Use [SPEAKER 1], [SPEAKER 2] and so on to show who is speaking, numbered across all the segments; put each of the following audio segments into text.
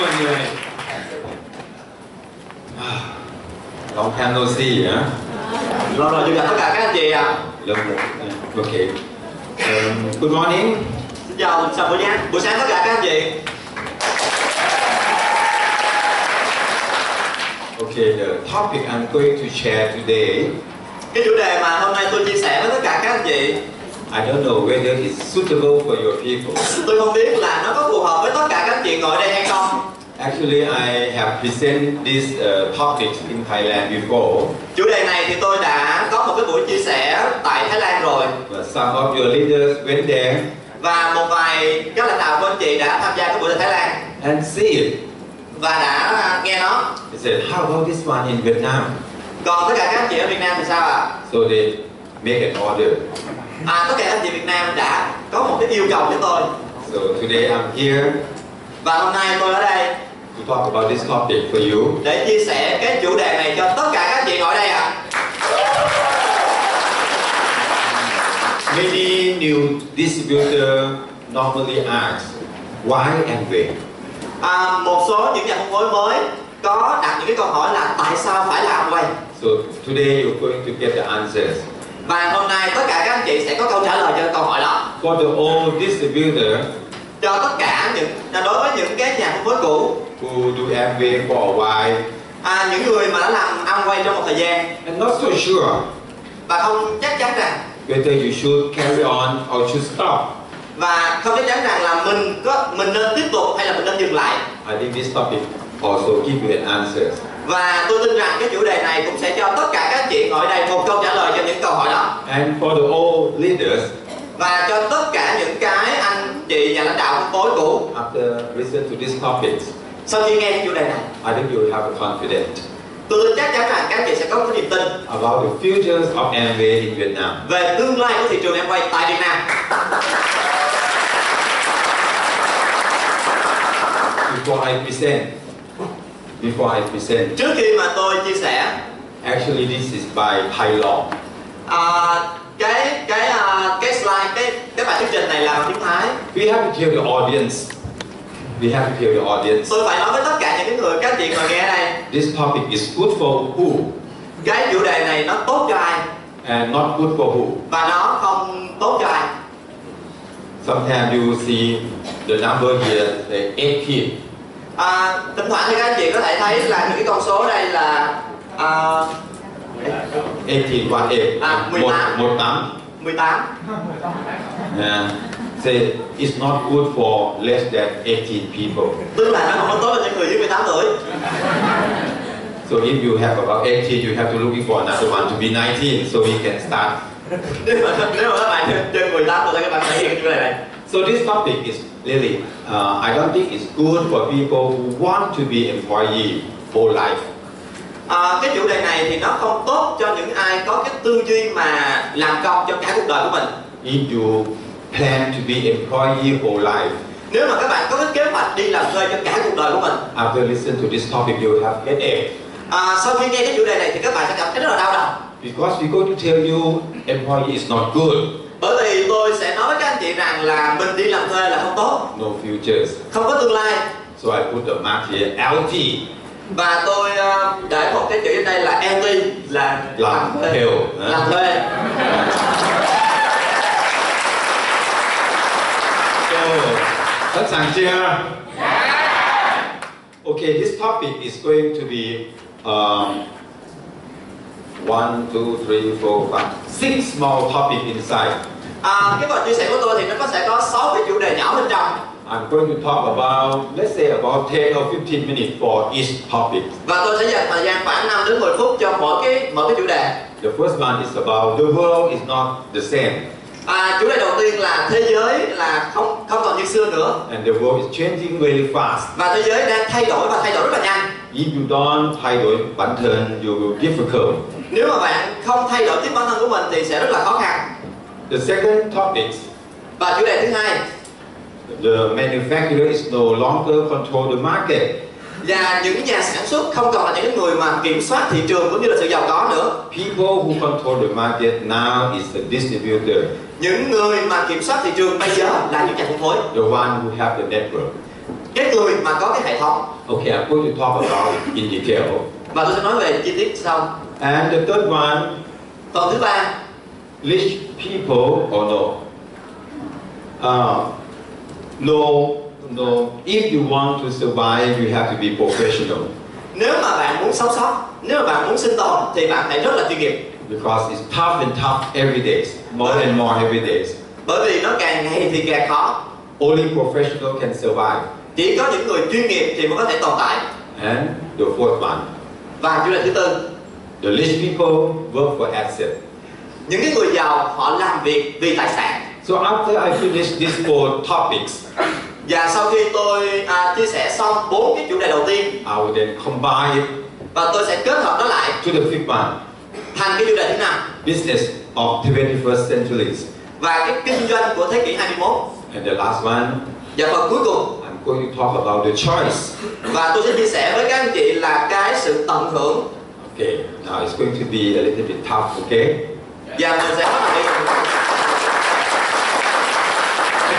[SPEAKER 1] mọi người À, Long time no see hả?
[SPEAKER 2] Lâu rồi chưa gặp tất cả các anh chị ạ
[SPEAKER 1] Lâu rồi, ok Um, Good morning
[SPEAKER 2] Xin chào, chào buổi sáng Buổi sáng tất cả các anh chị
[SPEAKER 1] Okay, the topic I'm going to share today
[SPEAKER 2] Cái chủ đề mà hôm nay tôi chia sẻ với tất cả các anh chị
[SPEAKER 1] I don't know whether it's suitable for your people
[SPEAKER 2] Tôi không biết là nó có phù hợp với tất cả các anh chị ngồi đây hay không
[SPEAKER 1] Actually, I have presented this uh, topic in Thailand before
[SPEAKER 2] Chủ đề này thì tôi đã có một cái buổi chia sẻ tại Thái Lan rồi
[SPEAKER 1] But some of your leaders went there
[SPEAKER 2] Và một vài các lãnh đạo của anh chị đã tham gia cái buổi tại Thái Lan
[SPEAKER 1] and see it
[SPEAKER 2] Và đã nghe nó
[SPEAKER 1] They said, how about this one in Vietnam?
[SPEAKER 2] Còn tất cả các anh chị ở Việt Nam thì sao ạ?
[SPEAKER 1] So they make an order
[SPEAKER 2] À, tất cả các anh chị Việt Nam đã có một cái yêu cầu với tôi
[SPEAKER 1] So today I'm here
[SPEAKER 2] Và hôm nay tôi ở đây
[SPEAKER 1] to talk about this topic for you.
[SPEAKER 2] để chia sẻ cái chủ đề này cho tất cả các anh chị ngồi đây ạ
[SPEAKER 1] Many new distributor normally ask why and where.
[SPEAKER 2] À, một số những nhà phân phối mới có đặt những cái câu hỏi là tại sao phải làm quay
[SPEAKER 1] So today you're going to get the answers.
[SPEAKER 2] và hôm nay tất cả các anh chị sẽ có câu trả lời cho câu hỏi đó
[SPEAKER 1] For the old distributor
[SPEAKER 2] cho tất cả những là đối với những cái nhà phân phối cũ
[SPEAKER 1] who do Amway for a while
[SPEAKER 2] à, những người mà đã làm ăn quay trong một thời gian
[SPEAKER 1] and not so sure
[SPEAKER 2] và không chắc chắn rằng
[SPEAKER 1] whether you should carry on or should stop.
[SPEAKER 2] và không chắc chắn rằng là mình có mình nên tiếp tục hay là mình nên dừng lại
[SPEAKER 1] I think this topic also give you an answer.
[SPEAKER 2] và tôi tin rằng cái chủ đề này cũng sẽ cho tất cả các anh chị ngồi đây một câu trả lời cho những câu hỏi đó
[SPEAKER 1] And for the old leaders,
[SPEAKER 2] và cho tất cả những cái anh chị nhà lãnh đạo phân phối cũ
[SPEAKER 1] after listen to this topic,
[SPEAKER 2] sau khi nghe chủ đề này
[SPEAKER 1] I think you will have a confidence
[SPEAKER 2] Tôi tin chắc chắn rằng các anh chị sẽ có cái niềm tin
[SPEAKER 1] about the futures of Amway in Vietnam.
[SPEAKER 2] về tương lai của thị trường em quay tại Việt Nam.
[SPEAKER 1] Before I present, before I present,
[SPEAKER 2] Trước khi mà tôi chia sẻ
[SPEAKER 1] actually this is by Thai law.
[SPEAKER 2] à, cái cái à, cái slide cái cái bài thuyết trình này là bằng tiếng Thái.
[SPEAKER 1] We have to tell the audience. We have to tell the audience.
[SPEAKER 2] Tôi phải nói với tất cả những cái người các anh chị ngồi nghe đây,
[SPEAKER 1] This topic is good for who
[SPEAKER 2] cái chủ đề này nó tốt cho ai
[SPEAKER 1] and not good for who.
[SPEAKER 2] và nó không tốt cho ai.
[SPEAKER 1] Sometimes you will see the number here, the 18.
[SPEAKER 2] À, thỉnh thoảng thì các anh chị có thể thấy là những cái con số đây là à,
[SPEAKER 1] 18, one eight,
[SPEAKER 2] Ah,
[SPEAKER 1] một-
[SPEAKER 2] 18.
[SPEAKER 1] một tám.
[SPEAKER 2] 18
[SPEAKER 1] Yeah. Say it's not good for less than 18 people.
[SPEAKER 2] tức là nó không có tốt cho những người dưới 18 tuổi.
[SPEAKER 1] So if you have about 18, you have to looking for another one to be 19, so we can start
[SPEAKER 2] Nếu mà nếu mà các bạn trên- trên 18 tuổi thì các bạn phải hiểu cái chủ đề này.
[SPEAKER 1] So this topic is really, uh, I don't think it's good for people who want to be employee whole life.
[SPEAKER 2] À, cái chủ đề này thì nó không tốt cho những ai có cái tư duy mà làm công cho cả cuộc đời của mình
[SPEAKER 1] If you plan to be employee whole life,
[SPEAKER 2] nếu mà các bạn có cái kế hoạch đi làm thuê cho cả cuộc đời của mình
[SPEAKER 1] after listen to this topic, you will have headache
[SPEAKER 2] à, sau khi nghe cái chủ đề này thì các bạn sẽ cảm thấy rất là đau đầu
[SPEAKER 1] because we're going to tell you employee is not good,
[SPEAKER 2] bởi vì tôi sẽ nói với các anh chị rằng là mình đi làm thuê là không tốt
[SPEAKER 1] no futures.
[SPEAKER 2] không có tương lai
[SPEAKER 1] So I put the mark here, LT,
[SPEAKER 2] và tôi ờ, để một cái chữ ở đây là LT là
[SPEAKER 1] làm
[SPEAKER 2] thuê
[SPEAKER 1] theo.
[SPEAKER 2] làm thuê
[SPEAKER 1] So, sẵn chưa? Okay, this topic is going to be um, one, two, three, four, five, six small topic inside.
[SPEAKER 2] à, cái phần chia sẻ của tôi thì nó có sẽ có 6 cái chủ đề nhỏ bên trong
[SPEAKER 1] I'm going to talk about, let's say, about 10 or 15 minutes for each topic.
[SPEAKER 2] và tôi sẽ dành thời gian khoảng 5 đến 10 phút cho mỗi cái mỗi cái chủ đề
[SPEAKER 1] The first one is about the world is not the same,
[SPEAKER 2] À, chủ đề đầu tiên là thế giới là không không còn như xưa nữa
[SPEAKER 1] and the world is changing very fast.
[SPEAKER 2] và thế giới đang thay đổi và thay đổi rất là nhanh.
[SPEAKER 1] If you don't thay đổi bản thân, you will difficult.
[SPEAKER 2] Nếu mà bạn không thay đổi tiếp bản thân của mình thì sẽ rất là khó khăn.
[SPEAKER 1] The second topic
[SPEAKER 2] Và chủ đề thứ hai
[SPEAKER 1] The manufacturer is no longer control the market.
[SPEAKER 2] là những nhà sản xuất không còn là những người mà kiểm soát thị trường cũng như là sự giàu có nữa.
[SPEAKER 1] People who control the market now is the distributor,
[SPEAKER 2] Những người mà kiểm soát thị trường bây giờ là những nhà phân phối,
[SPEAKER 1] the one who have the network.
[SPEAKER 2] cái người mà có cái hệ thống
[SPEAKER 1] Okay, I'm going to talk about in detail.
[SPEAKER 2] và tôi sẽ nói về chi tiết sau
[SPEAKER 1] And the third one,
[SPEAKER 2] phần thứ ba
[SPEAKER 1] rich people or no? Uh, no, no. If you want to survive, you have to be professional
[SPEAKER 2] nếu mà bạn muốn sống sót nếu mà bạn muốn sinh tồn thì bạn phải rất là chuyên nghiệp
[SPEAKER 1] because it's tough and tough every day, more and more every day.
[SPEAKER 2] bởi vì nó càng ngày thì càng khó
[SPEAKER 1] Only professional can survive.
[SPEAKER 2] chỉ có những người chuyên nghiệp thì mới có thể tồn tại
[SPEAKER 1] And the fourth one,
[SPEAKER 2] và chủ đề thứ tư
[SPEAKER 1] the rich people work for asset.
[SPEAKER 2] những cái người giàu họ làm việc vì tài sản
[SPEAKER 1] So after I finish these four topics,
[SPEAKER 2] và sau khi tôi à, chia sẻ xong bốn cái chủ đề đầu tiên
[SPEAKER 1] I will then combine it
[SPEAKER 2] và tôi sẽ kết hợp nó lại
[SPEAKER 1] to the fifth one,
[SPEAKER 2] thành cái chủ đề thứ năm
[SPEAKER 1] business of 21st centuries.
[SPEAKER 2] và cái kinh doanh của thế kỷ 21
[SPEAKER 1] And the last one,
[SPEAKER 2] và phần cuối cùng
[SPEAKER 1] I'm going to talk about the choice.
[SPEAKER 2] và tôi sẽ chia sẻ với các anh chị là cái sự tận hưởng
[SPEAKER 1] Okay, now it's going to be a little bit tough, okay?
[SPEAKER 2] và mình sẽ nói về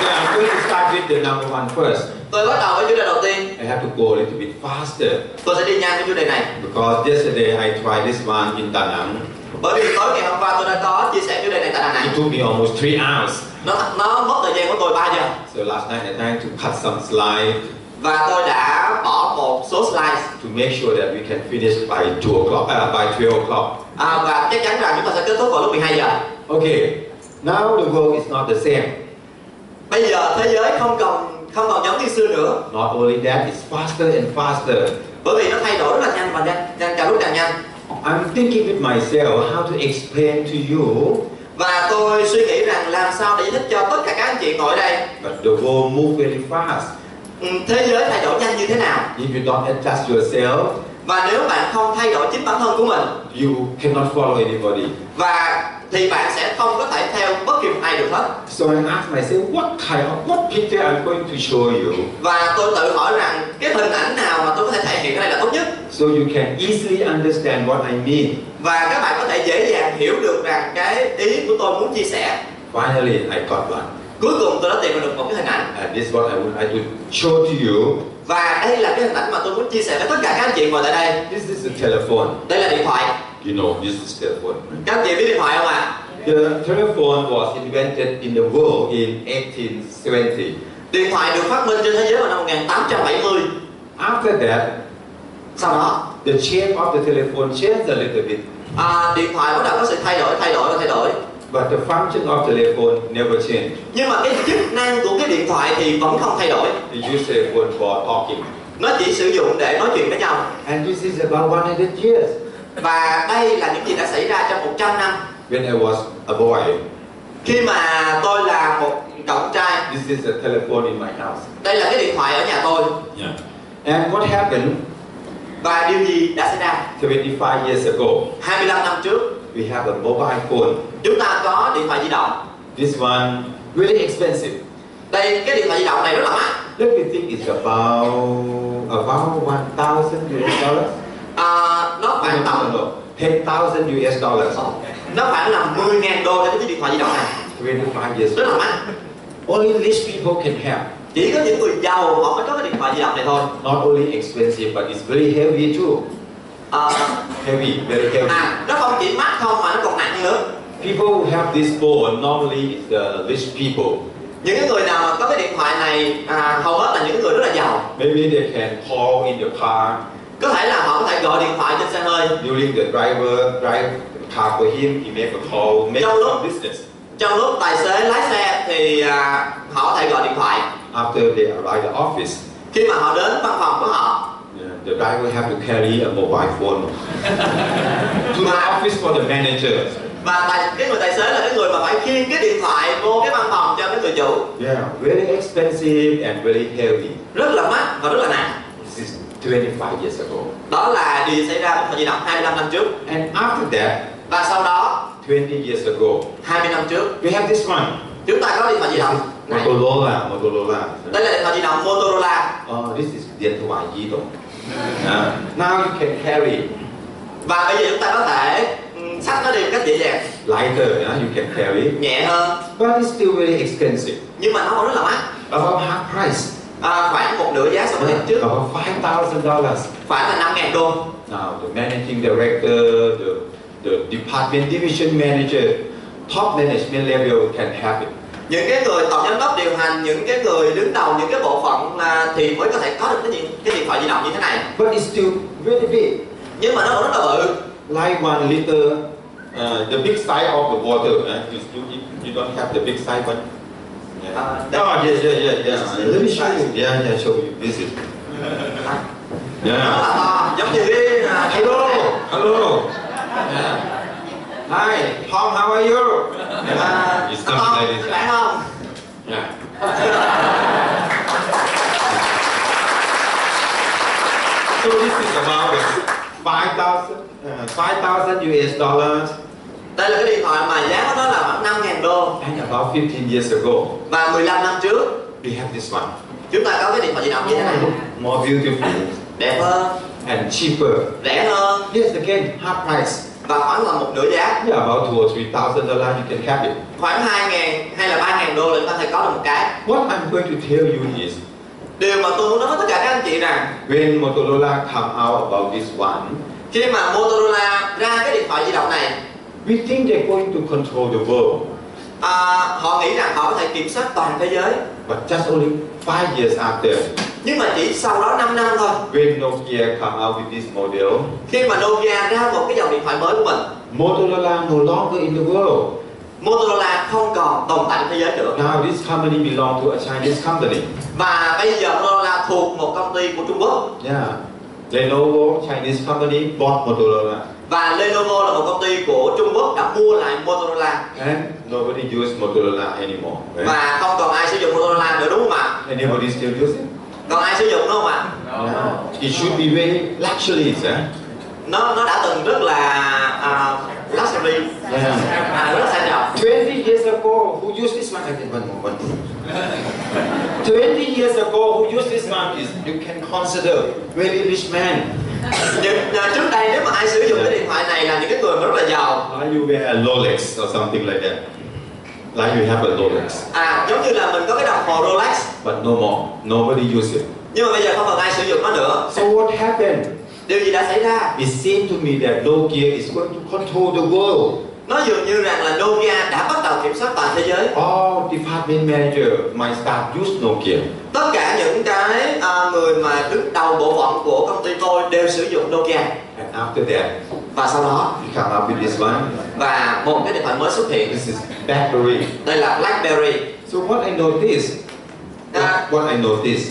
[SPEAKER 1] Okay, I'm going to start with the number one first.
[SPEAKER 2] tôi bắt đầu với chủ đề đầu tiên
[SPEAKER 1] I have to go a little bit faster
[SPEAKER 2] tôi sẽ đi nhanh với chủ đề này
[SPEAKER 1] because yesterday I tried this one in Da Nang.
[SPEAKER 2] bởi vì tối ngày hôm qua tôi đã có chia sẻ chủ đề này tại Đà
[SPEAKER 1] It
[SPEAKER 2] Nẵng
[SPEAKER 1] took me almost three hours.
[SPEAKER 2] nó nó mất thời gian của tôi 3 giờ
[SPEAKER 1] So last night I tried to cut some slide
[SPEAKER 2] và tôi đã bỏ một số slide
[SPEAKER 1] to make sure that we can finish by two o'clock, uh, by 12 o'clock.
[SPEAKER 2] à, và chắc chắn rằng chúng ta sẽ kết thúc vào lúc 12 giờ
[SPEAKER 1] Okay, now the world is not the same.
[SPEAKER 2] bây giờ thế giới không còn không còn giống như xưa nữa
[SPEAKER 1] Not only that, it's faster and faster.
[SPEAKER 2] bởi vì nó thay đổi rất là nhanh và nhanh nhanh càng lúc càng nhanh
[SPEAKER 1] I'm thinking with myself how to explain to you,
[SPEAKER 2] và tôi suy nghĩ rằng làm sao để giải thích cho tất cả các anh chị ngồi ở đây
[SPEAKER 1] but the world moves very fast.
[SPEAKER 2] ừ, thế giới thay đổi nhanh như thế nào
[SPEAKER 1] If you don't adjust yourself,
[SPEAKER 2] và nếu bạn không thay đổi chính bản thân của mình
[SPEAKER 1] you cannot follow anybody.
[SPEAKER 2] và thì bạn sẽ không có thể theo bất kỳ một ai được hết
[SPEAKER 1] So I asked myself, what kind of what picture I'm going to show you,
[SPEAKER 2] và tôi tự hỏi rằng cái hình ảnh nào mà tôi có thể thể hiện ở đây là tốt nhất
[SPEAKER 1] so you can easily understand what I mean.
[SPEAKER 2] và các bạn có thể dễ dàng hiểu được rằng cái ý của tôi muốn chia sẻ
[SPEAKER 1] Finally, I got one,
[SPEAKER 2] cuối cùng tôi đã tìm ra được một cái hình ảnh
[SPEAKER 1] and this is what I would I would show to you.
[SPEAKER 2] và đây là cái hình ảnh mà tôi muốn chia sẻ với tất cả các anh chị ngồi tại đây
[SPEAKER 1] This is the telephone.
[SPEAKER 2] đây là điện thoại
[SPEAKER 1] You know, this is telephone.
[SPEAKER 2] các anh chị biết điện thoại không ạ
[SPEAKER 1] The telephone was invented in the world in 1870.
[SPEAKER 2] điện thoại được phát minh trên thế giới vào năm 1870
[SPEAKER 1] After that,
[SPEAKER 2] sau đó
[SPEAKER 1] the shape of the telephone changed a little bit,
[SPEAKER 2] à, điện thoại bắt đầu có sự thay đổi thay đổi và thay đổi
[SPEAKER 1] but the function of telephone never changed.
[SPEAKER 2] nhưng mà cái chức năng của cái điện thoại thì vẫn không thay đổi
[SPEAKER 1] They used telephone for talking.
[SPEAKER 2] nó chỉ sử dụng để nói chuyện với nhau
[SPEAKER 1] And this is about 100 years.
[SPEAKER 2] và đây là những gì đã xảy ra trong 100 năm
[SPEAKER 1] When I was a boy,
[SPEAKER 2] khi mà tôi là một cậu trai
[SPEAKER 1] this is a telephone in my house.
[SPEAKER 2] đây là cái điện thoại ở nhà tôi
[SPEAKER 1] Yeah. And what happened
[SPEAKER 2] và điều gì đã xảy ra
[SPEAKER 1] 25 years ago?
[SPEAKER 2] 25 năm trước
[SPEAKER 1] We have a mobile phone.
[SPEAKER 2] chúng ta có điện thoại di động
[SPEAKER 1] This one really expensive.
[SPEAKER 2] đây cái điện thoại di động này rất là mắc
[SPEAKER 1] Let me think. It's about about 1,000 US dollars.
[SPEAKER 2] à, nó khoảng tầm
[SPEAKER 1] no, 10,000 US dollars.
[SPEAKER 2] nó khoảng là 10.000 đô cho cái điện thoại di động này
[SPEAKER 1] 25 years.
[SPEAKER 2] rất là mắc
[SPEAKER 1] Only rich people can have.
[SPEAKER 2] chỉ có những người giàu họ mới có cái điện thoại di động này thôi
[SPEAKER 1] Not only expensive, but it's very heavy too.
[SPEAKER 2] à,
[SPEAKER 1] Heavy, very heavy.
[SPEAKER 2] à, nó không chỉ mắc không mà nó còn nặng nữa
[SPEAKER 1] People who have this phone normally is the rich people.
[SPEAKER 2] những cái người nào mà có cái điện thoại này à, hầu hết là những người rất là giàu
[SPEAKER 1] Maybe they can call in the car
[SPEAKER 2] có thể là họ có thể gọi điện thoại trên xe hơi
[SPEAKER 1] during the driver drive the car for him. He make a call, make
[SPEAKER 2] Trong lúc-
[SPEAKER 1] some business.
[SPEAKER 2] trong lúc tài xế lái xe thì à, họ có thể gọi điện thoại
[SPEAKER 1] After they arrive the office,
[SPEAKER 2] khi mà họ đến văn phòng của họ
[SPEAKER 1] yeah, the driver have to carry a mobile phone to the office for the manager.
[SPEAKER 2] và tài, cái người tài xế là cái người mà phải khiêng cái điện thoại vô cái văn phòng cho cái người chủ
[SPEAKER 1] Yeah, very expensive and very heavy.
[SPEAKER 2] rất là mắc và rất là nặng
[SPEAKER 1] This is 25 years ago.
[SPEAKER 2] đó là điều xảy ra một thời gian 25 năm trước
[SPEAKER 1] And after that,
[SPEAKER 2] và sau đó
[SPEAKER 1] 20 years ago,
[SPEAKER 2] 20 năm trước
[SPEAKER 1] we have this one,
[SPEAKER 2] chúng ta có điện thoại di động này
[SPEAKER 1] Motorola, Motorola.
[SPEAKER 2] đây là điện thoại di động Motorola
[SPEAKER 1] Oh, this is điện thoại di động. Yeah. Now you can carry
[SPEAKER 2] và bây giờ chúng ta có thể ừ, xách nó đi một cách dễ dàng
[SPEAKER 1] lighter, yeah, you can carry,
[SPEAKER 2] nhẹ hơn
[SPEAKER 1] but it's still very expensive.
[SPEAKER 2] nhưng mà nó còn rất là mắc
[SPEAKER 1] About half price.
[SPEAKER 2] à, khoảng một nửa giá so với tháng trước
[SPEAKER 1] About five thousand dollars.
[SPEAKER 2] khoảng là 5 ngàn đô
[SPEAKER 1] Now the managing director, the, the department division manager, top management level can have it.
[SPEAKER 2] những cái người tổng giám đốc điều hành những cái người đứng đầu những cái bộ phận là thì mới có thể có được cái gì cái điện thoại di động như thế này
[SPEAKER 1] But it's still really big,
[SPEAKER 2] nhưng mà nó cũng rất là bự
[SPEAKER 1] like one liter. Uh, the big size of the water. eh? you, you, you don't have the big size one. Yeah.
[SPEAKER 2] Uh, that-
[SPEAKER 1] oh, yeah, yeah, yeah, yeah.
[SPEAKER 2] This is
[SPEAKER 1] Let me
[SPEAKER 2] big
[SPEAKER 1] show
[SPEAKER 2] size.
[SPEAKER 1] you. Yeah, yeah, show you. This is.
[SPEAKER 2] nó
[SPEAKER 1] Yeah.
[SPEAKER 2] là to giống như cái à, cái
[SPEAKER 1] Hello, hello. Hi, Tom, how are you?
[SPEAKER 2] à,
[SPEAKER 1] It's
[SPEAKER 2] nó
[SPEAKER 1] not
[SPEAKER 2] to
[SPEAKER 1] like this.
[SPEAKER 2] các bạn không
[SPEAKER 1] Yeah. so this is about uh, 5,000 uh, 5,000 US dollars
[SPEAKER 2] đây là cái điện thoại mà giá của nó là khoảng 5 ngàn đô
[SPEAKER 1] and about 15 years ago
[SPEAKER 2] và 15 năm trước
[SPEAKER 1] we have this one.
[SPEAKER 2] chúng ta có cái điện thoại di động như thế này
[SPEAKER 1] More beautiful
[SPEAKER 2] đẹp hơn
[SPEAKER 1] and cheaper.
[SPEAKER 2] rẻ hơn
[SPEAKER 1] Yes, again, half price.
[SPEAKER 2] và khoảng là một nửa giá
[SPEAKER 1] Yeah, about two or three thousand dollars you can have it.
[SPEAKER 2] khoảng 2 ngàn hay là 3 ngàn đô là chúng ta có thể có được một cái
[SPEAKER 1] What I'm going to tell you is
[SPEAKER 2] điều mà tôi muốn nói với tất cả các anh chị rằng
[SPEAKER 1] when Motorola come out about this one,
[SPEAKER 2] khi mà Motorola ra cái điện thoại di động này
[SPEAKER 1] We think they're going to control the world,
[SPEAKER 2] à, họ nghĩ rằng họ có thể kiểm soát toàn thế giới
[SPEAKER 1] but just only five years after,
[SPEAKER 2] nhưng mà chỉ sau đó 5 năm thôi
[SPEAKER 1] when Nokia come out with this model,
[SPEAKER 2] khi mà Nokia ra một cái dòng điện thoại mới của mình
[SPEAKER 1] Motorola no longer in the world.
[SPEAKER 2] Motorola không còn tồn tại trên thế giới nữa
[SPEAKER 1] Now this company belong to a Chinese company.
[SPEAKER 2] và bây giờ Motorola thuộc một công ty của Trung Quốc
[SPEAKER 1] Yeah, Lenovo Chinese company bought Motorola,
[SPEAKER 2] và Lenovo là một công ty của Trung Quốc đã mua lại Motorola
[SPEAKER 1] and nobody use Motorola anymore. right?
[SPEAKER 2] và không còn ai sử dụng Motorola nữa đúng không ạ?
[SPEAKER 1] Anybody still use it?
[SPEAKER 2] Còn ai sử dụng đúng không ạ?
[SPEAKER 1] Yeah. It should be very luxuries, eh?
[SPEAKER 2] Nó nó đã từng rất là à, luxury,
[SPEAKER 1] Yeah.
[SPEAKER 2] à, rất là sang trọng.
[SPEAKER 1] 20 years ago, who used this one? I think one more, one more. 20 years ago, who used this one is, you can consider very rich man.
[SPEAKER 2] Nhưng à, trước đây nếu mà ai sử dụng cái điện thoại này là những cái người mà rất là giàu,
[SPEAKER 1] Like you wear a Rolex or something like that. Like you have a Rolex.
[SPEAKER 2] à giống như là mình có cái đồng hồ Rolex
[SPEAKER 1] But no more. Nobody use it.
[SPEAKER 2] nhưng mà bây giờ không còn ai sử dụng nó nữa.
[SPEAKER 1] So what happened?
[SPEAKER 2] Điều gì đã xảy ra?
[SPEAKER 1] It seemed to me that Nokia is going to control the world.
[SPEAKER 2] Nó dường như rằng là Nokia đã bắt đầu kiểm soát toàn thế giới.
[SPEAKER 1] All department manager, my staff use Nokia.
[SPEAKER 2] Tất cả những cái à, người mà đứng đầu bộ phận của công ty tôi đều sử dụng Nokia
[SPEAKER 1] And after that,
[SPEAKER 2] và sau đó
[SPEAKER 1] we come up with this one.
[SPEAKER 2] và một cái điện thoại mới xuất hiện
[SPEAKER 1] This is BlackBerry.
[SPEAKER 2] đây là BlackBerry
[SPEAKER 1] So what I noticed,
[SPEAKER 2] Ah.
[SPEAKER 1] what, what I noticed,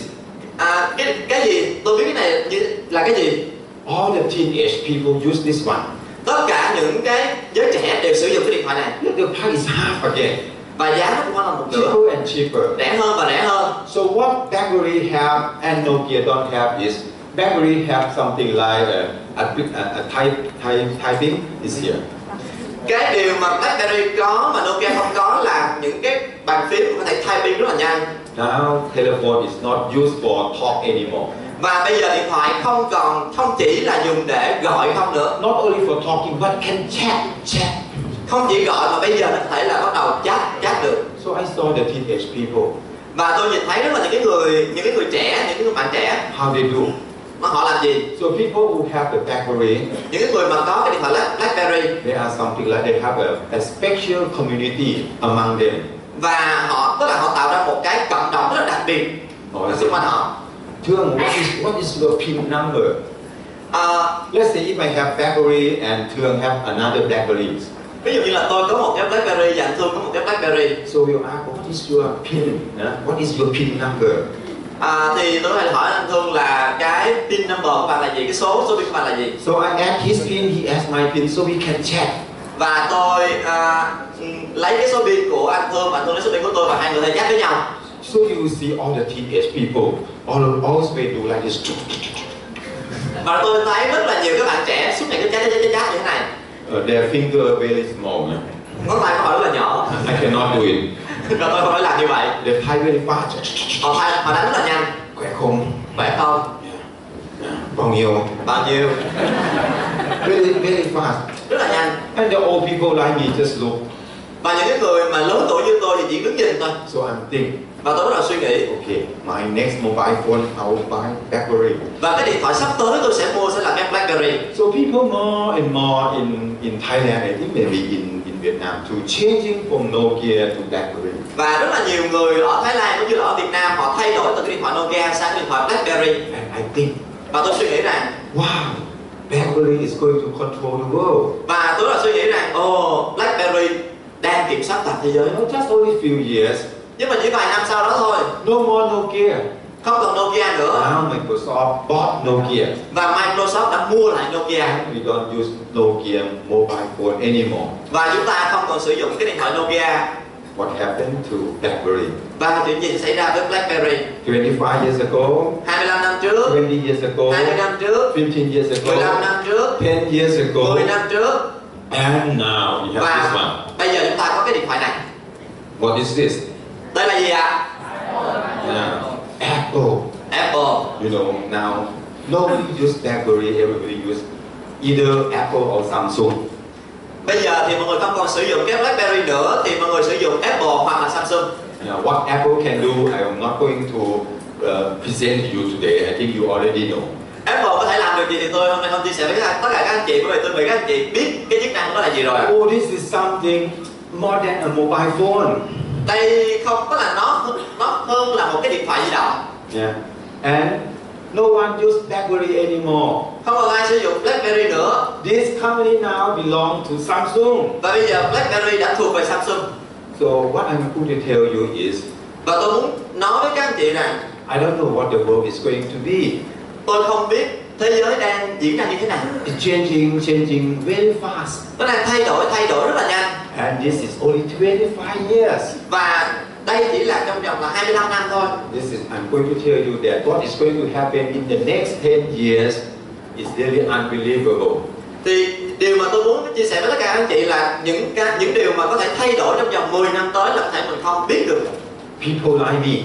[SPEAKER 2] à, cái cái gì tôi biết cái này như là cái gì
[SPEAKER 1] all the teenage people use this one.
[SPEAKER 2] tất cả những cái giới trẻ đều sử dụng cái điện thoại này
[SPEAKER 1] The price is half again,
[SPEAKER 2] và giá nó cũng khoảng là một nửa
[SPEAKER 1] cheaper and cheaper.
[SPEAKER 2] rẻ hơn và rẻ hơn
[SPEAKER 1] So what BlackBerry have and Nokia don't have is BlackBerry have something like a, a, a, a type, type, typing is here.
[SPEAKER 2] cái điều mà BlackBerry có mà Nokia không có là những cái bàn phím có thể typing rất là nhanh
[SPEAKER 1] Now telephone is not used for talk anymore.
[SPEAKER 2] và bây giờ điện thoại không còn không chỉ là dùng để gọi không nữa
[SPEAKER 1] Not only for talking but can chat, chat.
[SPEAKER 2] không chỉ gọi mà bây giờ nó có thể là bắt đầu chat chat được
[SPEAKER 1] So I saw the teenage people
[SPEAKER 2] và tôi nhìn thấy rất là những cái người những cái người trẻ những cái người bạn trẻ
[SPEAKER 1] how they do.
[SPEAKER 2] mà họ làm gì
[SPEAKER 1] So people who have the BlackBerry
[SPEAKER 2] những cái người mà có cái điện thoại Black- BlackBerry
[SPEAKER 1] They are something like they have a, a special community among them.
[SPEAKER 2] và họ tức là họ tạo ra một cái cộng đồng rất là đặc biệt
[SPEAKER 1] Or
[SPEAKER 2] ở
[SPEAKER 1] is
[SPEAKER 2] xung
[SPEAKER 1] it-
[SPEAKER 2] quanh họ
[SPEAKER 1] Thương, what is, what is your PIN number?
[SPEAKER 2] Ờ,
[SPEAKER 1] Let's say if I have BlackBerry and Thương have another BlackBerry.
[SPEAKER 2] ví dụ như là tôi có một cái BlackBerry và anh Thương có một cái BlackBerry
[SPEAKER 1] So you ask, what is your PIN? Yeah? What is your PIN number?
[SPEAKER 2] à, thì tôi hay hỏi anh Thương là cái pin number của bạn là gì cái số số pin của bạn là gì
[SPEAKER 1] So I add his PIN, he adds my PIN, so we can chat.
[SPEAKER 2] và tôi à, ừm, lấy cái số pin của anh Thương và anh Thương lấy số pin của tôi và hai người thầy chat với nhau
[SPEAKER 1] So you will see all the teenage people, all of always they do like this.
[SPEAKER 2] và tôi thấy rất là nhiều các bạn trẻ suốt ngày cứ chat chat chat chat như thế này
[SPEAKER 1] Uh, their finger very small. yeah.
[SPEAKER 2] ngón tay của họ rất là nhỏ
[SPEAKER 1] I cannot do it.
[SPEAKER 2] và tôi không phải làm như vậy
[SPEAKER 1] They type very fast.
[SPEAKER 2] họ phải- họ đánh rất là nhanh
[SPEAKER 1] Quẹt không?
[SPEAKER 2] phải không
[SPEAKER 1] Bao nhiêu?
[SPEAKER 2] bao nhiêu
[SPEAKER 1] Very, very fast.
[SPEAKER 2] rất là nhanh
[SPEAKER 1] And the old people like me just look.
[SPEAKER 2] và những cái người mà lớn tuổi như tôi thì chỉ đứng nhìn thôi
[SPEAKER 1] So I'm think
[SPEAKER 2] và tôi bắt đầu suy nghĩ
[SPEAKER 1] Okay, my next mobile phone, I will buy BlackBerry.
[SPEAKER 2] và cái điện thoại sắp tới tôi sẽ mua sẽ là cái BlackBerry
[SPEAKER 1] So people more and more in, in Thailand, I think maybe in, in Vietnam, to changing from Nokia to BlackBerry.
[SPEAKER 2] và rất là nhiều người ở Thái Lan cũng như là ở Việt Nam họ thay đổi từ cái điện thoại Nokia sang cái điện thoại BlackBerry
[SPEAKER 1] And I think,
[SPEAKER 2] và tôi suy nghĩ rằng
[SPEAKER 1] wow, BlackBerry is going to control the world.
[SPEAKER 2] và tôi là suy nghĩ rằng ồ BlackBerry đang kiểm soát toàn thế giới
[SPEAKER 1] You know, just only few years,
[SPEAKER 2] nhưng mà chỉ vài năm sau đó thôi
[SPEAKER 1] no more Nokia.
[SPEAKER 2] không còn Nokia nữa
[SPEAKER 1] Now Microsoft bought Nokia.
[SPEAKER 2] và Microsoft đã mua lại Nokia
[SPEAKER 1] And we don't use Nokia mobile phone anymore.
[SPEAKER 2] và chúng ta không còn sử dụng cái điện thoại Nokia
[SPEAKER 1] What happened to BlackBerry?
[SPEAKER 2] và chuyện gì xảy ra với BlackBerry
[SPEAKER 1] 25 years ago,
[SPEAKER 2] 25 năm trước
[SPEAKER 1] 20 years
[SPEAKER 2] 20
[SPEAKER 1] ago,
[SPEAKER 2] năm trước
[SPEAKER 1] 15 years
[SPEAKER 2] 15
[SPEAKER 1] ago,
[SPEAKER 2] năm trước
[SPEAKER 1] 10 years
[SPEAKER 2] 10
[SPEAKER 1] ago,
[SPEAKER 2] năm trước
[SPEAKER 1] and now we have this one.
[SPEAKER 2] và bây giờ chúng ta có cái điện thoại này
[SPEAKER 1] What is this?
[SPEAKER 2] đây là gì ạ
[SPEAKER 1] Yeah. Apple.
[SPEAKER 2] Apple
[SPEAKER 1] You know, now nobody use BlackBerry, everybody use either Apple or Samsung.
[SPEAKER 2] bây giờ thì mọi người không còn sử dụng cái BlackBerry nữa thì mọi người sử dụng Apple hoặc là Samsung
[SPEAKER 1] Now, what Apple can do, I am not going to uh, present to you today. I think you already know.
[SPEAKER 2] Apple có thể làm được gì thì tôi hôm nay không chia sẻ với các anh, tất cả các anh chị bởi vì tôi vì các anh chị biết cái chức năng của nó là gì rồi
[SPEAKER 1] Oh, this is something more than a mobile phone.
[SPEAKER 2] đây không có là nó nó hơn là một cái điện thoại di động
[SPEAKER 1] Yeah. And no one use BlackBerry anymore.
[SPEAKER 2] không còn ai sử dụng BlackBerry nữa
[SPEAKER 1] This company now belong to Samsung.
[SPEAKER 2] và bây giờ BlackBerry đã thuộc về Samsung
[SPEAKER 1] So what I'm going to tell you is,
[SPEAKER 2] và tôi muốn nói với các anh chị rằng
[SPEAKER 1] I don't know what the world is going to be.
[SPEAKER 2] tôi không biết thế giới đang diễn ra như thế nào
[SPEAKER 1] It's changing, changing very fast.
[SPEAKER 2] nó đang thay đổi thay đổi rất là nhanh
[SPEAKER 1] And this is only 25 years.
[SPEAKER 2] và đây chỉ là trong vòng là 25 năm thôi
[SPEAKER 1] This is, I'm going to tell you that what is going to happen in the next 10 years is really unbelievable.
[SPEAKER 2] thì điều mà tôi muốn chia sẻ với tất cả các anh chị là những cái- những điều mà có thể thay đổi trong vòng 10 năm tới là có thể mình không biết được
[SPEAKER 1] People like me,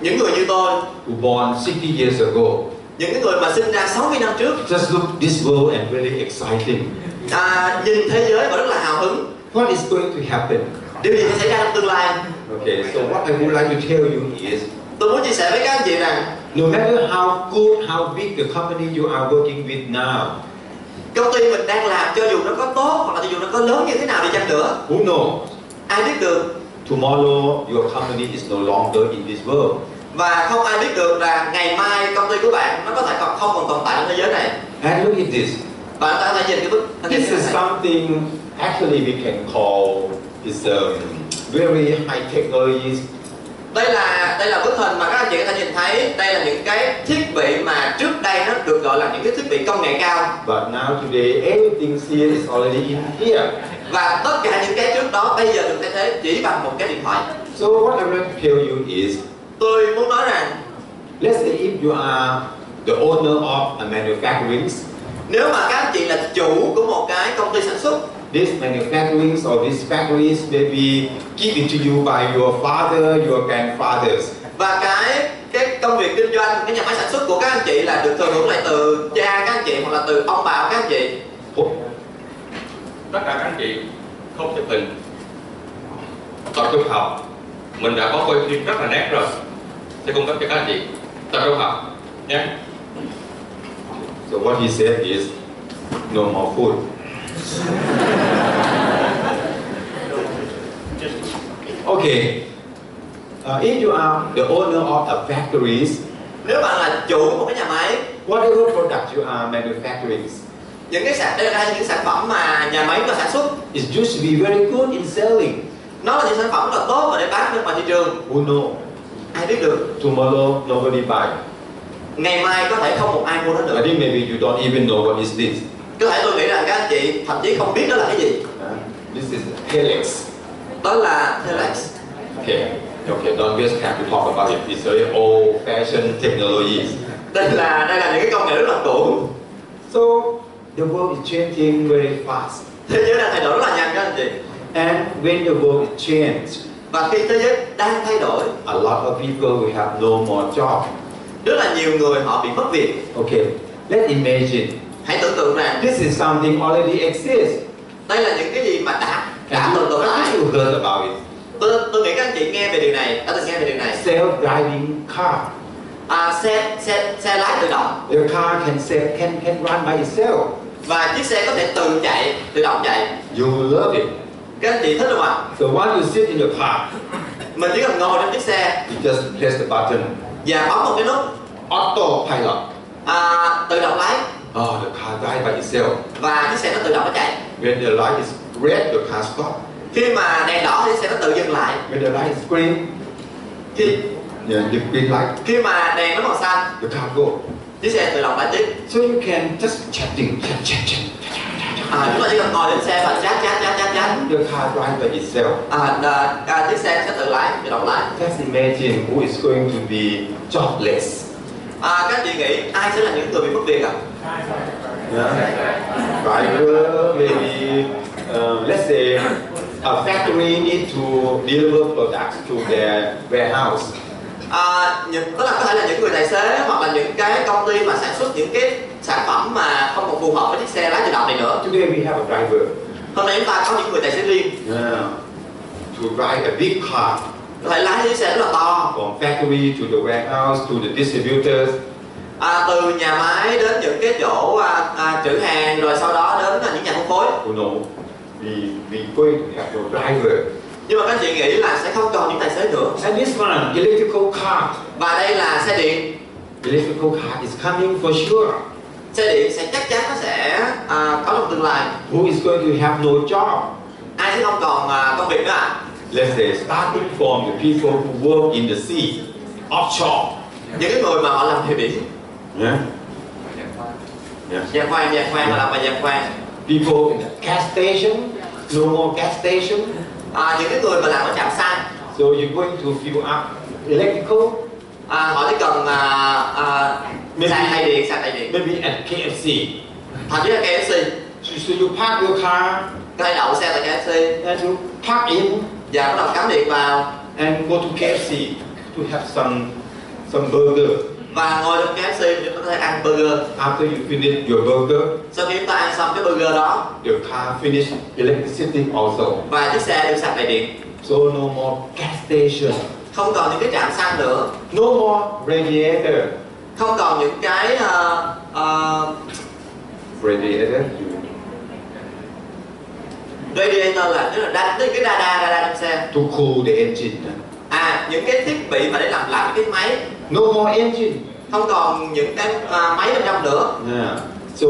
[SPEAKER 2] những người như tôi
[SPEAKER 1] who born 60 years ago,
[SPEAKER 2] những cái người mà sinh ra 60 năm trước
[SPEAKER 1] just look this world and really exciting.
[SPEAKER 2] à, nhìn thế giới và rất là hào hứng
[SPEAKER 1] What is going to happen?
[SPEAKER 2] điều gì sẽ xảy ra trong tương lai
[SPEAKER 1] Okay, so what I would like to tell you is,
[SPEAKER 2] tôi muốn chia sẻ với các anh chị rằng
[SPEAKER 1] no matter how good, how big the company you are working with now,
[SPEAKER 2] công ty mình đang làm cho dù nó có tốt hoặc là cho dù nó có lớn như thế nào đi chăng nữa
[SPEAKER 1] who knows?
[SPEAKER 2] ai biết được
[SPEAKER 1] Tomorrow your company is no longer in this world.
[SPEAKER 2] và không ai biết được là ngày mai công ty của bạn nó có thể còn không còn tồn tại trên thế giới này
[SPEAKER 1] And look at this.
[SPEAKER 2] và chúng ta có thể nhìn cái bức hình
[SPEAKER 1] This
[SPEAKER 2] như
[SPEAKER 1] is
[SPEAKER 2] thế này.
[SPEAKER 1] something actually we can call is um, very high technologies.
[SPEAKER 2] đây là đây là bức hình mà các anh chị có thể nhìn thấy đây là những cái thiết bị mà trước đây nó được gọi là những cái thiết bị công nghệ cao
[SPEAKER 1] But now today everything here is already in here.
[SPEAKER 2] và tất cả những cái trước đó bây giờ được thay thế chỉ bằng một cái điện thoại
[SPEAKER 1] So what I want to tell you is,
[SPEAKER 2] tôi muốn nói rằng
[SPEAKER 1] let's say if you are the owner of a manufacturing,
[SPEAKER 2] nếu mà các anh chị là chủ của một cái công ty sản xuất
[SPEAKER 1] these manufacturing or these factories may be given to you by your father, your grandfathers.
[SPEAKER 2] và cái cái công việc kinh doanh cái nhà máy sản xuất của các anh chị là được thừa hưởng lại từ cha các anh chị hoặc là từ ông bà các anh chị
[SPEAKER 3] tất cả các anh chị không chụp hình tập
[SPEAKER 1] Tập
[SPEAKER 3] trung
[SPEAKER 1] trung học.
[SPEAKER 3] mình đã có quay phim rất là nét rồi sẽ cung cấp cho các anh chị tập trung học nhé
[SPEAKER 1] So what he said is, no more food. Okay. Uh, if you are the owner of a factories,
[SPEAKER 2] nếu bạn là chủ của một cái nhà máy
[SPEAKER 1] whatever product you are manufacturing
[SPEAKER 2] những cái sản đây là những sản phẩm mà nhà máy nó sản xuất
[SPEAKER 1] is used to be very good in selling.
[SPEAKER 2] nó là những sản phẩm rất là tốt và để bán được ngoài thị trường
[SPEAKER 1] Who know?
[SPEAKER 2] ai biết được
[SPEAKER 1] Tomorrow nobody buy.
[SPEAKER 2] ngày mai có thể không một ai mua nó
[SPEAKER 1] I
[SPEAKER 2] nữa
[SPEAKER 1] think maybe you don't even know what is this.
[SPEAKER 2] có thể tôi nghĩ rằng các anh chị thậm chí không biết đó là cái gì
[SPEAKER 1] Huh? this is Telex.
[SPEAKER 2] đó là telex
[SPEAKER 1] Okay. Okay, don't waste time to talk about it. It's very old-fashioned technologies.
[SPEAKER 2] đây là đây là những cái công nghệ rất là cũ
[SPEAKER 1] So the world is changing very fast.
[SPEAKER 2] thế giới đang thay đổi rất là nhanh các anh chị
[SPEAKER 1] And when the world is changed,
[SPEAKER 2] và khi thế giới đang thay đổi
[SPEAKER 1] a lot of people will have no more job.
[SPEAKER 2] rất là nhiều người họ bị mất việc
[SPEAKER 1] Okay, let's imagine
[SPEAKER 2] hãy tưởng tượng rằng
[SPEAKER 1] this is something already exists.
[SPEAKER 2] đây là những cái gì mà đã đã
[SPEAKER 1] And
[SPEAKER 2] từng tồn tại
[SPEAKER 1] you heard about it.
[SPEAKER 2] tôi tôi, tôi nghĩ các anh chị nghe về điều này đã từng nghe về điều này
[SPEAKER 1] Self-driving car.
[SPEAKER 2] à, xe xe xe lái tự động
[SPEAKER 1] The car can self, can can run by itself.
[SPEAKER 2] và chiếc xe có thể tự chạy tự động chạy
[SPEAKER 1] You will love it.
[SPEAKER 2] các anh chị thích không ạ
[SPEAKER 1] So once you sit in the car,
[SPEAKER 2] mình chỉ cần ngồi trong chiếc xe
[SPEAKER 1] you just press the button.
[SPEAKER 2] và bấm một cái nút
[SPEAKER 1] Autopilot.
[SPEAKER 2] à, tự động lái
[SPEAKER 1] Oh, the car drive by itself.
[SPEAKER 2] và chiếc xe nó tự động nó chạy
[SPEAKER 1] When the light is red, the car stop.
[SPEAKER 2] khi mà đèn đỏ thì chiếc xe nó tự dừng lại
[SPEAKER 1] When the light is green,
[SPEAKER 2] khi
[SPEAKER 1] yeah, the green light,
[SPEAKER 2] khi mà đèn nó màu xanh
[SPEAKER 1] the car go.
[SPEAKER 2] chiếc xe tự động lái tiếp
[SPEAKER 1] So you can just chatting, chat, chat, chat.
[SPEAKER 2] à, chúng ta chỉ cần ngồi lên xe và chát chát chát chát chát
[SPEAKER 1] The car drive by itself.
[SPEAKER 2] à, đà, à, chiếc xe sẽ tự lái tự động lái
[SPEAKER 1] Just imagine who is going to be jobless.
[SPEAKER 2] à, các anh chị nghĩ ai sẽ là những người bị mất việc ạ
[SPEAKER 1] Yeah. Driver, maybe, uh, let's say a factory need to deliver products to their warehouse.
[SPEAKER 2] à, những, tức là có thể là những người tài xế hoặc là những cái công ty mà sản xuất những cái sản phẩm mà không còn phù hợp với chiếc xe lái tự động này nữa
[SPEAKER 1] Today we have a driver
[SPEAKER 2] hôm nay chúng ta có những người tài xế riêng
[SPEAKER 1] yeah, to drive a big car
[SPEAKER 2] có thể lái chiếc xe rất là to
[SPEAKER 1] from factory to the warehouse to the distributors.
[SPEAKER 2] à, từ nhà máy đến những cái chỗ à, à, trữ hàng rồi sau đó đến là những nhà phân phối
[SPEAKER 1] You know, we we going to have no driver.
[SPEAKER 2] nhưng mà các anh chị nghĩ là sẽ không còn những tài xế nữa
[SPEAKER 1] And this one electrical car,
[SPEAKER 2] và đây là xe điện
[SPEAKER 1] electrical car is coming for sure.
[SPEAKER 2] xe điện sẽ chắc chắn nó sẽ à, có trong tương lai
[SPEAKER 1] Who is going to have no job?
[SPEAKER 2] ai sẽ không còn à, công việc nữa ạ
[SPEAKER 1] Let's say starting from the people who work in the sea, offshore.
[SPEAKER 2] những cái người mà họ làm theo biển
[SPEAKER 1] Yeah? Yeah.
[SPEAKER 2] giàn khoan giàn khoan họ làm về giàn khoan
[SPEAKER 1] People in the gas station, no more gas station.
[SPEAKER 2] à, những cái người mà làm ở trạm xăng
[SPEAKER 1] So you're going to fill up electrical,
[SPEAKER 2] à, họ chỉ cần à, à,
[SPEAKER 1] Maybe-
[SPEAKER 2] sạc thay điện sạc thay điện
[SPEAKER 1] maybe at KFC.
[SPEAKER 2] thậm chí là KFC
[SPEAKER 1] So, so you park your car
[SPEAKER 2] có thể đậu xe tại KFC
[SPEAKER 1] and you park in
[SPEAKER 2] và bắt đầu cắm điện vào
[SPEAKER 1] and go to KFC to have some some burger.
[SPEAKER 2] và ngồi trong KFC để có thể ăn burger
[SPEAKER 1] After you finish your burger,
[SPEAKER 2] sau khi chúng ta ăn xong cái burger đó
[SPEAKER 1] your car finish electricity also.
[SPEAKER 2] và chiếc xe được sạc đầy điện
[SPEAKER 1] So no more gas station,
[SPEAKER 2] không còn những cái trạm xăng nữa
[SPEAKER 1] no more radiator.
[SPEAKER 2] không còn những cái ờ, ờ,
[SPEAKER 1] radiator.
[SPEAKER 2] radiator là tức là đa, tức là cái radar radar trong xe
[SPEAKER 1] To cool the engine.
[SPEAKER 2] à những cái thiết bị mà để làm lạnh cái máy
[SPEAKER 1] No more engine.
[SPEAKER 2] không còn những cái à, máy bên trong nữa
[SPEAKER 1] Yeah. So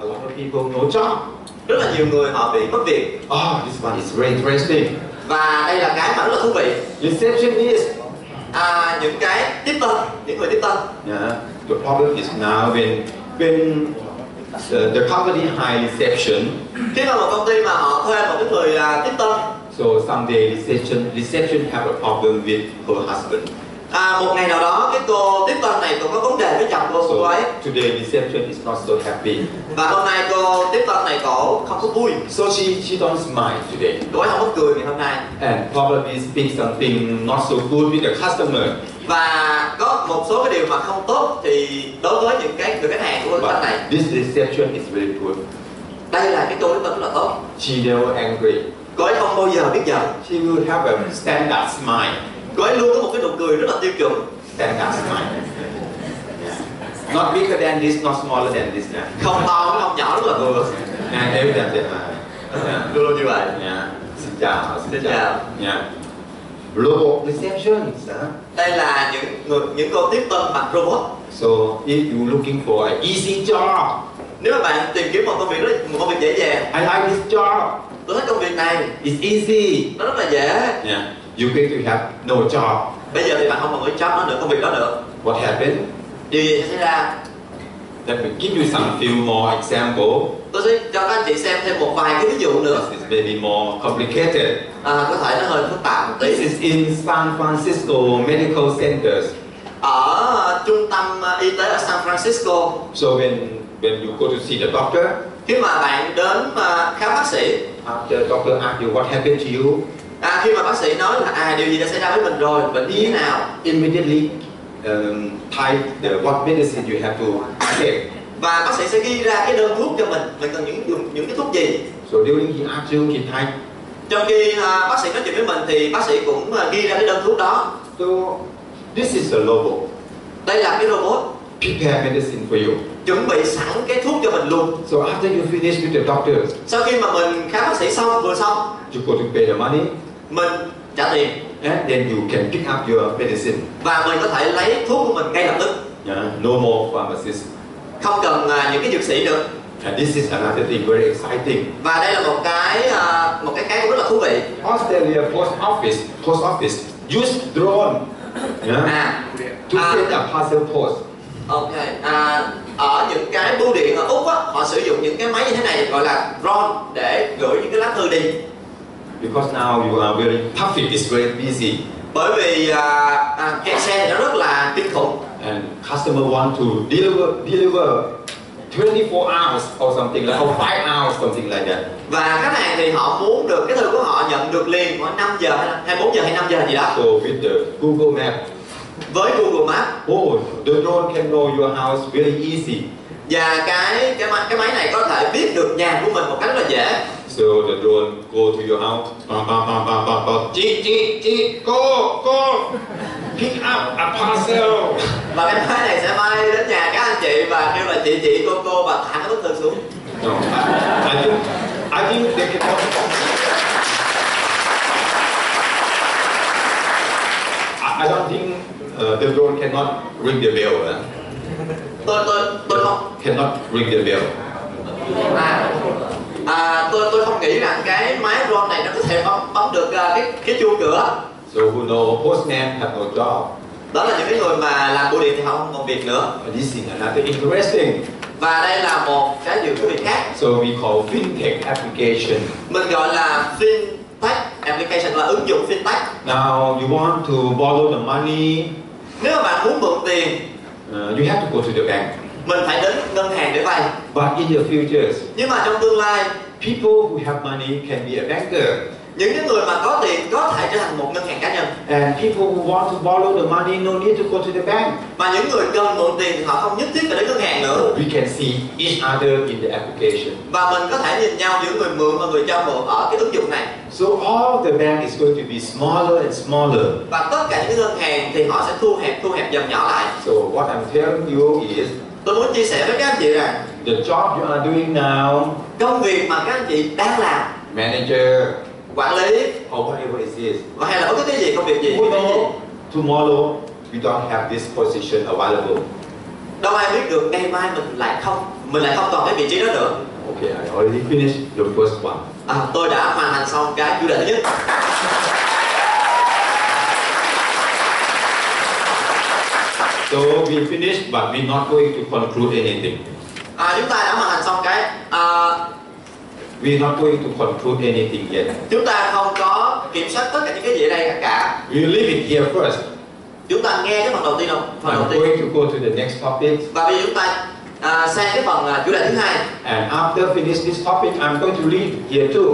[SPEAKER 1] a lot of people no job.
[SPEAKER 2] rất là nhiều người họ bị mất việc
[SPEAKER 1] Oh, this one is very interesting.
[SPEAKER 2] và đây là cái mà rất là thú vị
[SPEAKER 1] Receptionist.
[SPEAKER 2] à, những cái tiếp tân những người tiếp tân
[SPEAKER 1] Yeah. The problem is now when when uh, the, the company high reception,
[SPEAKER 2] khi mà một công ty mà họ thuê một cái người à, tiếp tân
[SPEAKER 1] so someday reception reception have a problem with her husband.
[SPEAKER 2] à, một ngày nào đó cái cô tiếp tân này cũng có vấn đề với chồng cô cô ấy
[SPEAKER 1] So today reception is not so happy.
[SPEAKER 2] và hôm nay cô tiếp tân này cổ không có vui
[SPEAKER 1] So she she don't smile today
[SPEAKER 2] cô ấy không có cười ngày hôm nay
[SPEAKER 1] and probably speak something not so good with the customer.
[SPEAKER 2] và có một số cái điều mà không tốt thì đối với những cái người khách hàng của cô tiếp tân này
[SPEAKER 1] But this reception is very good.
[SPEAKER 2] đây là cái cô tiếp tân rất là tốt
[SPEAKER 1] She never angry.
[SPEAKER 2] cô ấy không bao giờ biết giận
[SPEAKER 1] She will have a standard smile.
[SPEAKER 2] cô ấy luôn có một cái nụ cười rất là tiêu chuẩn
[SPEAKER 1] Standard smile. Yeah. Not bigger than this, not smaller than this. Yeah.
[SPEAKER 2] không to cũng không nhỏ rất là vừa
[SPEAKER 1] And every time they smile. Yeah.
[SPEAKER 2] luôn luôn như vậy
[SPEAKER 1] Yeah. Xin chào,
[SPEAKER 2] Xin chào.
[SPEAKER 1] Yeah. Robot reception. Huh?
[SPEAKER 2] đây là những người, những cô tiếp tân bằng robot
[SPEAKER 1] So if you looking for an easy job,
[SPEAKER 2] nếu mà bạn tìm kiếm một công việc rất là- một công việc dễ dàng
[SPEAKER 1] I like this job.
[SPEAKER 2] tôi thích công việc này
[SPEAKER 1] It's easy.
[SPEAKER 2] nó rất là dễ
[SPEAKER 1] Yeah. You going to have no job.
[SPEAKER 2] bây giờ thì bạn không còn cái job đó nữa công việc đó nữa
[SPEAKER 1] What happened?
[SPEAKER 2] điều gì sẽ xảy ra
[SPEAKER 1] Let me give you some few more example.
[SPEAKER 2] tôi sẽ cho các anh chị xem thêm một vài cái ví dụ nữa
[SPEAKER 1] This is maybe more complicated.
[SPEAKER 2] à, có thể nó hơi phức tạp một
[SPEAKER 1] This
[SPEAKER 2] tí
[SPEAKER 1] is in San Francisco medical centers.
[SPEAKER 2] ở à, trung tâm à, y tế ở San Francisco
[SPEAKER 1] So when when you go to see the doctor,
[SPEAKER 2] khi mà bạn đến à, khám bác sĩ
[SPEAKER 1] after doctor ask you what happened to you,
[SPEAKER 2] à, khi mà bác sĩ nói là à điều gì đã xảy ra với mình rồi bệnh như thế nào
[SPEAKER 1] immediately um, type the what medicine you have to take.
[SPEAKER 2] và bác sĩ sẽ ghi ra cái đơn thuốc cho mình mình cần những dùng những cái thuốc gì
[SPEAKER 1] So during he ask you, he type
[SPEAKER 2] trong khi à, bác sĩ nói chuyện với mình thì bác sĩ cũng à, ghi ra cái đơn thuốc đó
[SPEAKER 1] So this is a logo.
[SPEAKER 2] đây là cái robot
[SPEAKER 1] Prepare medicine for you.
[SPEAKER 2] chuẩn bị sẵn cái thuốc cho mình luôn
[SPEAKER 1] So after you finish with the doctor,
[SPEAKER 2] sau khi mà mình khám bác sĩ xong vừa xong
[SPEAKER 1] you go to pay the money
[SPEAKER 2] mình trả tiền
[SPEAKER 1] and then you can pick up your medicine.
[SPEAKER 2] và mình có thể lấy thuốc của mình ngay lập tức
[SPEAKER 1] Yeah, no more pharmacist.
[SPEAKER 2] không cần à, những cái dược sĩ nữa
[SPEAKER 1] And this is another thing very exciting.
[SPEAKER 2] và đây là một cái à, một cái cái cũng rất là thú vị
[SPEAKER 1] Australia Post Office, Post Office use drone yeah,
[SPEAKER 2] à
[SPEAKER 1] to
[SPEAKER 2] Ah.
[SPEAKER 1] send a parcel post.
[SPEAKER 2] ok à, ở những cái bưu điện ở úc á, họ sử dụng những cái máy như thế này gọi là drone để gửi những cái lá thư đi
[SPEAKER 1] Because now you are very traffic is very busy
[SPEAKER 2] bởi vì à, à, kẹt xe nó rất là kinh khủng
[SPEAKER 1] and customer want to deliver deliver 24 hours or something like or five hours something like that.
[SPEAKER 2] và khách hàng thì họ muốn được cái thư của họ nhận được liền khoảng 5 giờ hay là 24 giờ hay 5 giờ gì đó
[SPEAKER 1] So with the Google Map,
[SPEAKER 2] với Google Maps
[SPEAKER 1] oh the drone can know your house very easy.
[SPEAKER 2] và cái cái máy, cái máy này có thể biết được nhà của mình một cách rất là dễ
[SPEAKER 1] So the drone go to your house, bam bam bam bam bam bam, Chee, chee, chee, go go, pick up a parcel.
[SPEAKER 2] và cái máy này sẽ bay đến nhà các anh chị và kêu là chị chị cô cô và thả cái bức thư xuống
[SPEAKER 1] No, I, I think I think they can I, I don't think uh, the drone cannot ring the bell. huh?
[SPEAKER 2] tôi tôi tôi không
[SPEAKER 1] Cannot ring the bell.
[SPEAKER 2] à, à tôi tôi không nghĩ rằng cái máy drone này nó có thể bấm bấm được à, cái cái chuông cửa
[SPEAKER 1] So who know postman have no job.
[SPEAKER 2] đó là những cái người mà làm bưu điện thì họ không còn việc nữa
[SPEAKER 1] But This is another interesting.
[SPEAKER 2] và đây là một cái điều thú vị khác
[SPEAKER 1] So we call fintech application.
[SPEAKER 2] mình gọi là fintech application là ứng dụng fintech
[SPEAKER 1] Now you want to borrow the money,
[SPEAKER 2] nếu mà bạn muốn mượn tiền
[SPEAKER 1] uh, you have to go to the bank.
[SPEAKER 2] mình phải đến ngân hàng để vay
[SPEAKER 1] But in the future,
[SPEAKER 2] nhưng mà trong tương lai
[SPEAKER 1] people who have money can be a banker.
[SPEAKER 2] những cái người mà có tiền có thể trở thành một ngân hàng cá nhân
[SPEAKER 1] And people who want to borrow the money no need to go to the bank.
[SPEAKER 2] mà những người cần mượn tiền thì họ không nhất thiết phải đến ngân hàng nữa
[SPEAKER 1] We can see each other in the application.
[SPEAKER 2] và mình có thể nhìn nhau giữa người mượn và người cho mượn ở cái ứng dụng này
[SPEAKER 1] So all the bank is going to be smaller and smaller.
[SPEAKER 2] và tất cả những cái ngân hàng thì họ sẽ thu hẹp thu hẹp dần nhỏ lại
[SPEAKER 1] So what I'm telling you is
[SPEAKER 2] tôi muốn chia sẻ với các anh chị rằng
[SPEAKER 1] the job you are doing now,
[SPEAKER 2] công việc mà các anh chị đang làm
[SPEAKER 1] manager
[SPEAKER 2] quản lý
[SPEAKER 1] or whatever it is,
[SPEAKER 2] và hay là bất cứ cái gì công việc gì
[SPEAKER 1] who know tomorrow we don't have this position available.
[SPEAKER 2] đâu ai biết được ngày mai mình lại không mình lại không còn cái vị trí đó nữa
[SPEAKER 1] Okay, I already finished the first one.
[SPEAKER 2] à, tôi đã hoàn thành xong cái chủ đề thứ nhất
[SPEAKER 1] So we finished, but we're not going to conclude anything.
[SPEAKER 2] à, chúng ta đã hoàn thành xong cái à,
[SPEAKER 1] We're not going to conclude anything yet.
[SPEAKER 2] chúng ta không có kiểm soát tất cả những cái gì ở đây cả cả
[SPEAKER 1] We leave it here first.
[SPEAKER 2] chúng ta nghe cái phần đầu tiên không phần đầu
[SPEAKER 1] I'm
[SPEAKER 2] tiên
[SPEAKER 1] going to go to the next topic.
[SPEAKER 2] và bây giờ chúng ta à, sang cái phần à, chủ đề thứ hai
[SPEAKER 1] And after finish this topic, I'm going to read here too.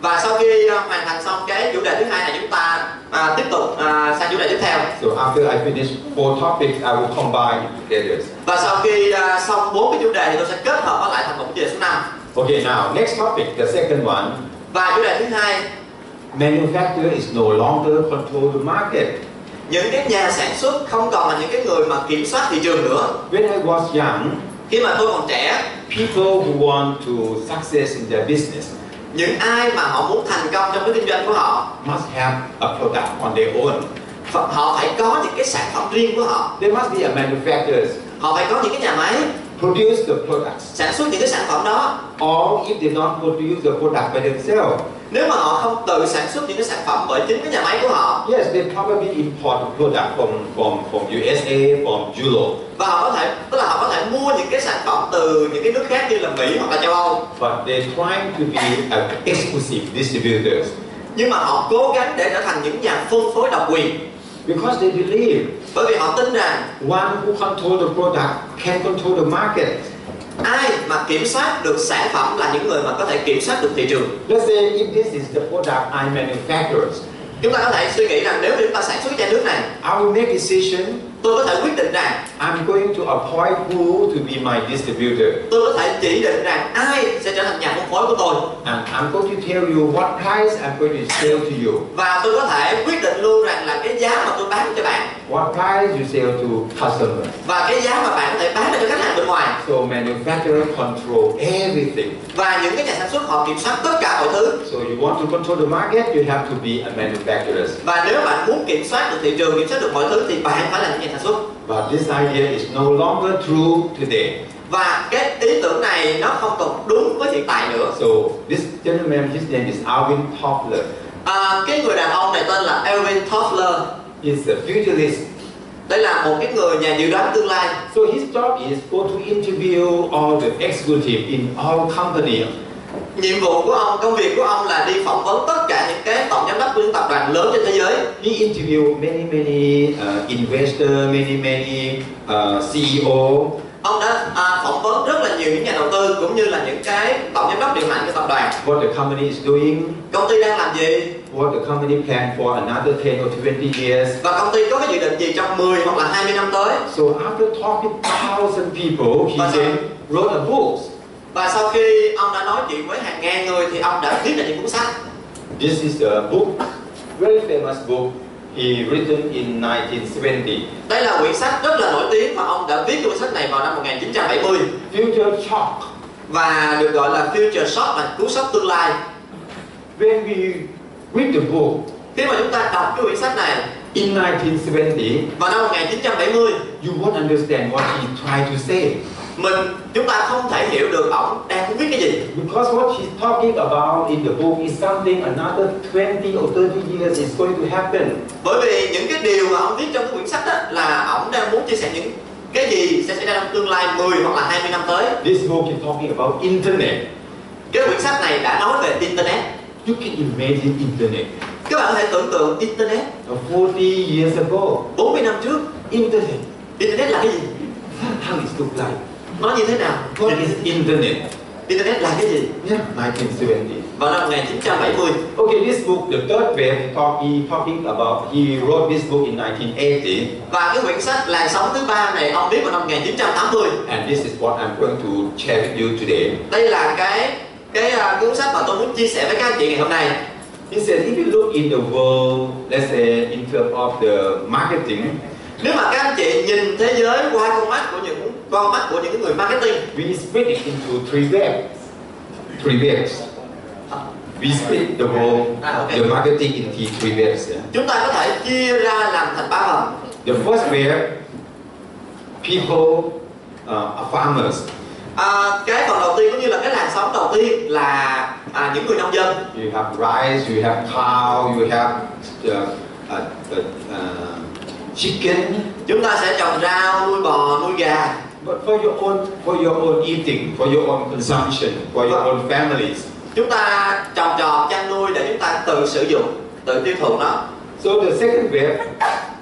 [SPEAKER 2] và sau khi à, hoàn thành xong cái chủ đề thứ hai này chúng ta à, tiếp tục à, sang chủ đề tiếp theo
[SPEAKER 1] So after I finish four topics, I will combine together.
[SPEAKER 2] và sau khi à, xong bốn cái chủ đề thì tôi sẽ kết hợp nó lại thành một chủ đề số 5
[SPEAKER 1] Okay, now next topic, the second one.
[SPEAKER 2] và chủ đề thứ hai
[SPEAKER 1] Manufacturer is no longer control the market.
[SPEAKER 2] những cái nhà sản xuất không còn là những cái người mà kiểm soát thị trường nữa
[SPEAKER 1] When I was young,
[SPEAKER 2] khi mà tôi còn trẻ
[SPEAKER 1] people who want to success in their business
[SPEAKER 2] những ai mà họ muốn thành công trong cái kinh doanh của họ
[SPEAKER 1] must have a product on their own.
[SPEAKER 2] họ phải có những cái sản phẩm riêng của họ
[SPEAKER 1] They must be a manufacturers,
[SPEAKER 2] họ phải có những cái nhà máy
[SPEAKER 1] produce the products.
[SPEAKER 2] sản xuất những cái sản phẩm đó
[SPEAKER 1] Or if they don't produce the product by themselves,
[SPEAKER 2] nếu mà họ không tự sản xuất những cái sản phẩm bởi chính cái nhà máy của họ
[SPEAKER 1] Yes, they probably import product from, from, from USA, from Europe,
[SPEAKER 2] và họ có thể tức là họ có thể mua những cái sản phẩm từ những cái nước khác như là Mỹ hoặc là châu Âu
[SPEAKER 1] but they're trying to be an exclusive distributors
[SPEAKER 2] nhưng mà họ cố gắng để trở thành những nhà phân phối độc quyền
[SPEAKER 1] because they believe
[SPEAKER 2] bởi vì họ tin rằng
[SPEAKER 1] one who control the product can control the market.
[SPEAKER 2] ai mà kiểm soát được sản phẩm là những người mà có thể kiểm soát được thị trường
[SPEAKER 1] Let's say if this is the product I manufacture,
[SPEAKER 2] chúng ta có thể suy nghĩ rằng nếu chúng ta sản xuất chai nước này
[SPEAKER 1] I will make decision
[SPEAKER 2] tôi có thể quyết định rằng
[SPEAKER 1] I'm going to appoint who to be my distributor.
[SPEAKER 2] tôi có thể chỉ định rằng ai sẽ trở thành nhà phân phối của tôi
[SPEAKER 1] And I'm going to tell you what price I'm going to sell to you.
[SPEAKER 2] và tôi có thể quyết định luôn rằng là cái giá mà tôi bán cho bạn
[SPEAKER 1] What price you sell to customer.
[SPEAKER 2] và cái giá mà bạn có thể bán ra cho khách hàng bên ngoài
[SPEAKER 1] So manufacturer control everything.
[SPEAKER 2] và những cái nhà sản xuất họ kiểm soát tất cả mọi thứ
[SPEAKER 1] So you want to control the market, you have to be a manufacturer.
[SPEAKER 2] và nếu bạn muốn kiểm soát được thị trường kiểm soát được mọi thứ thì bạn phải là những nhà sản xuất
[SPEAKER 1] But this idea is no longer true today.
[SPEAKER 2] và cái ý tưởng này nó không còn đúng với hiện tại nữa
[SPEAKER 1] So this gentleman, his name is Alvin Toffler.
[SPEAKER 2] à, cái người đàn ông này tên là Elvin Toffler
[SPEAKER 1] He's a futurist.
[SPEAKER 2] đây là một cái người nhà dự đoán tương lai
[SPEAKER 1] So his job is go to interview all the executive in all company.
[SPEAKER 2] nhiệm vụ của ông công việc của ông là đi phỏng vấn tất cả những cái tổng giám đốc của những tập đoàn lớn trên thế giới
[SPEAKER 1] He interviewed many many uh, investor, many many uh, CEO,
[SPEAKER 2] ông đã à, phỏng vấn rất là nhiều những nhà đầu tư cũng như là những cái tổng giám đốc điều hành của tập đoàn
[SPEAKER 1] what the company is doing,
[SPEAKER 2] công ty đang làm gì
[SPEAKER 1] what the company plan for another 10 or 20 years.
[SPEAKER 2] và công ty có cái dự định gì trong 10 hoặc là 20 năm tới
[SPEAKER 1] So after talking thousand people, he
[SPEAKER 2] But-
[SPEAKER 1] then wrote a book.
[SPEAKER 2] và sau khi ông đã nói chuyện với hàng ngàn người thì ông đã viết ra những cuốn sách
[SPEAKER 1] This is a book, very famous book. He written in 1970.
[SPEAKER 2] đây là quyển sách rất là nổi tiếng và ông đã viết cái cuốn sách này vào năm 1970
[SPEAKER 1] Future shock.
[SPEAKER 2] và được gọi là Future Shock là cuốn sách tương lai
[SPEAKER 1] When we read the book
[SPEAKER 2] khi mà chúng ta đọc cái quyển sách này
[SPEAKER 1] in 1970,
[SPEAKER 2] vào năm 1970
[SPEAKER 1] you won't understand what he tried to say.
[SPEAKER 2] mình chúng ta không thể hiểu được ổng đang muốn viết cái gì
[SPEAKER 1] Because what he's talking about in the book is something another 20 or 30 years is going to happen.
[SPEAKER 2] bởi vì những cái điều mà ổng viết trong cái quyển sách đó là ổng đang muốn chia sẻ những cái gì sẽ xảy ra trong tương lai 10 hoặc là 20 năm tới
[SPEAKER 1] This book is talking about internet.
[SPEAKER 2] cái quyển sách này đã nói về internet
[SPEAKER 1] You can imagine internet.
[SPEAKER 2] các bạn có thể tưởng tượng internet
[SPEAKER 1] Now, 40 years ago,
[SPEAKER 2] 40 năm trước
[SPEAKER 1] internet.
[SPEAKER 2] internet là cái gì
[SPEAKER 1] How it look like?
[SPEAKER 2] nó như thế nào
[SPEAKER 1] What is internet?
[SPEAKER 2] internet là cái gì
[SPEAKER 1] Yeah, 1970.
[SPEAKER 2] vào năm 1970
[SPEAKER 1] Okay, this book, the third wave, talk, he talking about. He wrote this book in 1980,
[SPEAKER 2] và cái quyển sách làn sóng thứ ba này ông viết vào năm 1980
[SPEAKER 1] and this is what I'm going to share with you today.
[SPEAKER 2] đây là cái cái à, cuốn sách mà tôi muốn chia sẻ với các anh chị ngày hôm nay
[SPEAKER 1] He says, if you look in the world, let's say in terms of the marketing,
[SPEAKER 2] Nếu mà các anh chị nhìn thế giới qua con mắt của những con mắt của những người marketing
[SPEAKER 1] We split it into three waves. Three waves. We split the whole
[SPEAKER 2] Ah, okay.
[SPEAKER 1] the marketing into three waves. yeah.
[SPEAKER 2] Chúng ta có thể chia ra làm thành ba phần
[SPEAKER 1] The first wave, people uh, are farmers.
[SPEAKER 2] à, Cái phần đầu tiên cũng như là cái làn sóng đầu tiên là à, những người nông dân
[SPEAKER 1] You have rice, you have cow, you have uh, uh, uh, chicken.
[SPEAKER 2] Chúng ta sẽ trồng rau, nuôi bò, nuôi gà
[SPEAKER 1] But for your own for your own eating, for your own consumption, for your
[SPEAKER 2] Vâng.
[SPEAKER 1] own families.
[SPEAKER 2] Chúng ta trồng trọt, chăn nuôi để chúng ta tự sử dụng, tự tiêu thụ nó
[SPEAKER 1] So the second wave,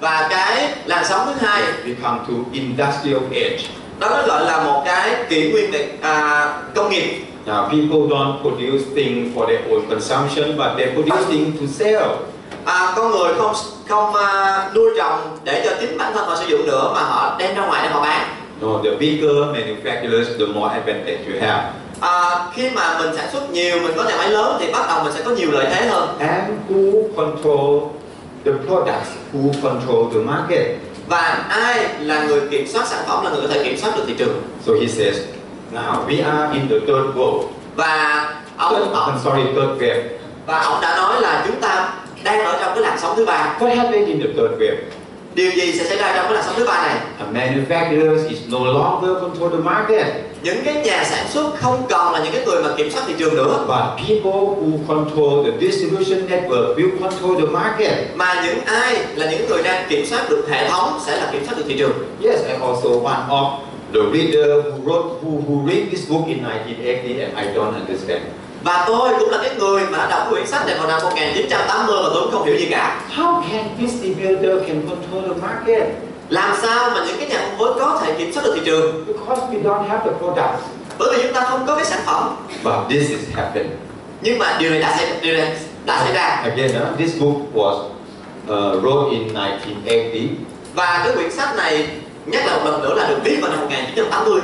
[SPEAKER 2] Và cái làn sóng thứ hai
[SPEAKER 1] we come to industrial age.
[SPEAKER 2] Đó nó gọi là một cái kỷ nguyên về à, công nghiệp
[SPEAKER 1] Now people don't produce things for their own consumption, but they produce things to sell.
[SPEAKER 2] À, con người không không à, nuôi trồng để cho chính bản thân họ sử dụng nữa mà họ đem ra ngoài để họ bán
[SPEAKER 1] No, the bigger manufacturers, the more advantage you have.
[SPEAKER 2] à, khi mà mình sản xuất nhiều mình có nhà máy lớn thì bắt đầu mình sẽ có nhiều lợi thế hơn
[SPEAKER 1] And who control the products? Who control the market?
[SPEAKER 2] và ai là người kiểm soát sản phẩm là người có thể kiểm soát được thị trường
[SPEAKER 1] So he says, now we are in the third world.
[SPEAKER 2] và
[SPEAKER 1] Third, uh,
[SPEAKER 2] ông
[SPEAKER 1] I'm sorry, third wave.
[SPEAKER 2] và ông đã nói là chúng ta đang ở trong cái làn sóng thứ ba
[SPEAKER 1] What happened in the third wave?
[SPEAKER 2] điều gì sẽ xảy ra trong cái làn sóng thứ ba này
[SPEAKER 1] The manufacturers is no longer control the market,
[SPEAKER 2] những cái nhà sản xuất không còn là những cái người mà kiểm soát thị trường nữa
[SPEAKER 1] but people who control the distribution network will control the market.
[SPEAKER 2] mà những ai là những người đang kiểm soát được hệ thống sẽ là kiểm soát được thị trường
[SPEAKER 1] Yes, I also one of the reader who wrote who, who read this book in 1980 and I don't understand.
[SPEAKER 2] Và tôi cũng là cái người mà đã đọc quyển sách này vào năm 1980 mà tôi cũng không hiểu gì cả
[SPEAKER 1] How can distributor can control the market?
[SPEAKER 2] Làm sao mà những cái nhà phân phối có thể kiểm soát được thị trường
[SPEAKER 1] Because we don't have the products.
[SPEAKER 2] Bởi vì chúng ta không có cái sản phẩm
[SPEAKER 1] But this is happened.
[SPEAKER 2] Nhưng mà điều này đã xảy, điều này đã xảy ra
[SPEAKER 1] Again, uh, this book was uh, wrote in 1980.
[SPEAKER 2] Và cái quyển sách này Nhắc lại một lần nữa là được viết vào năm 1980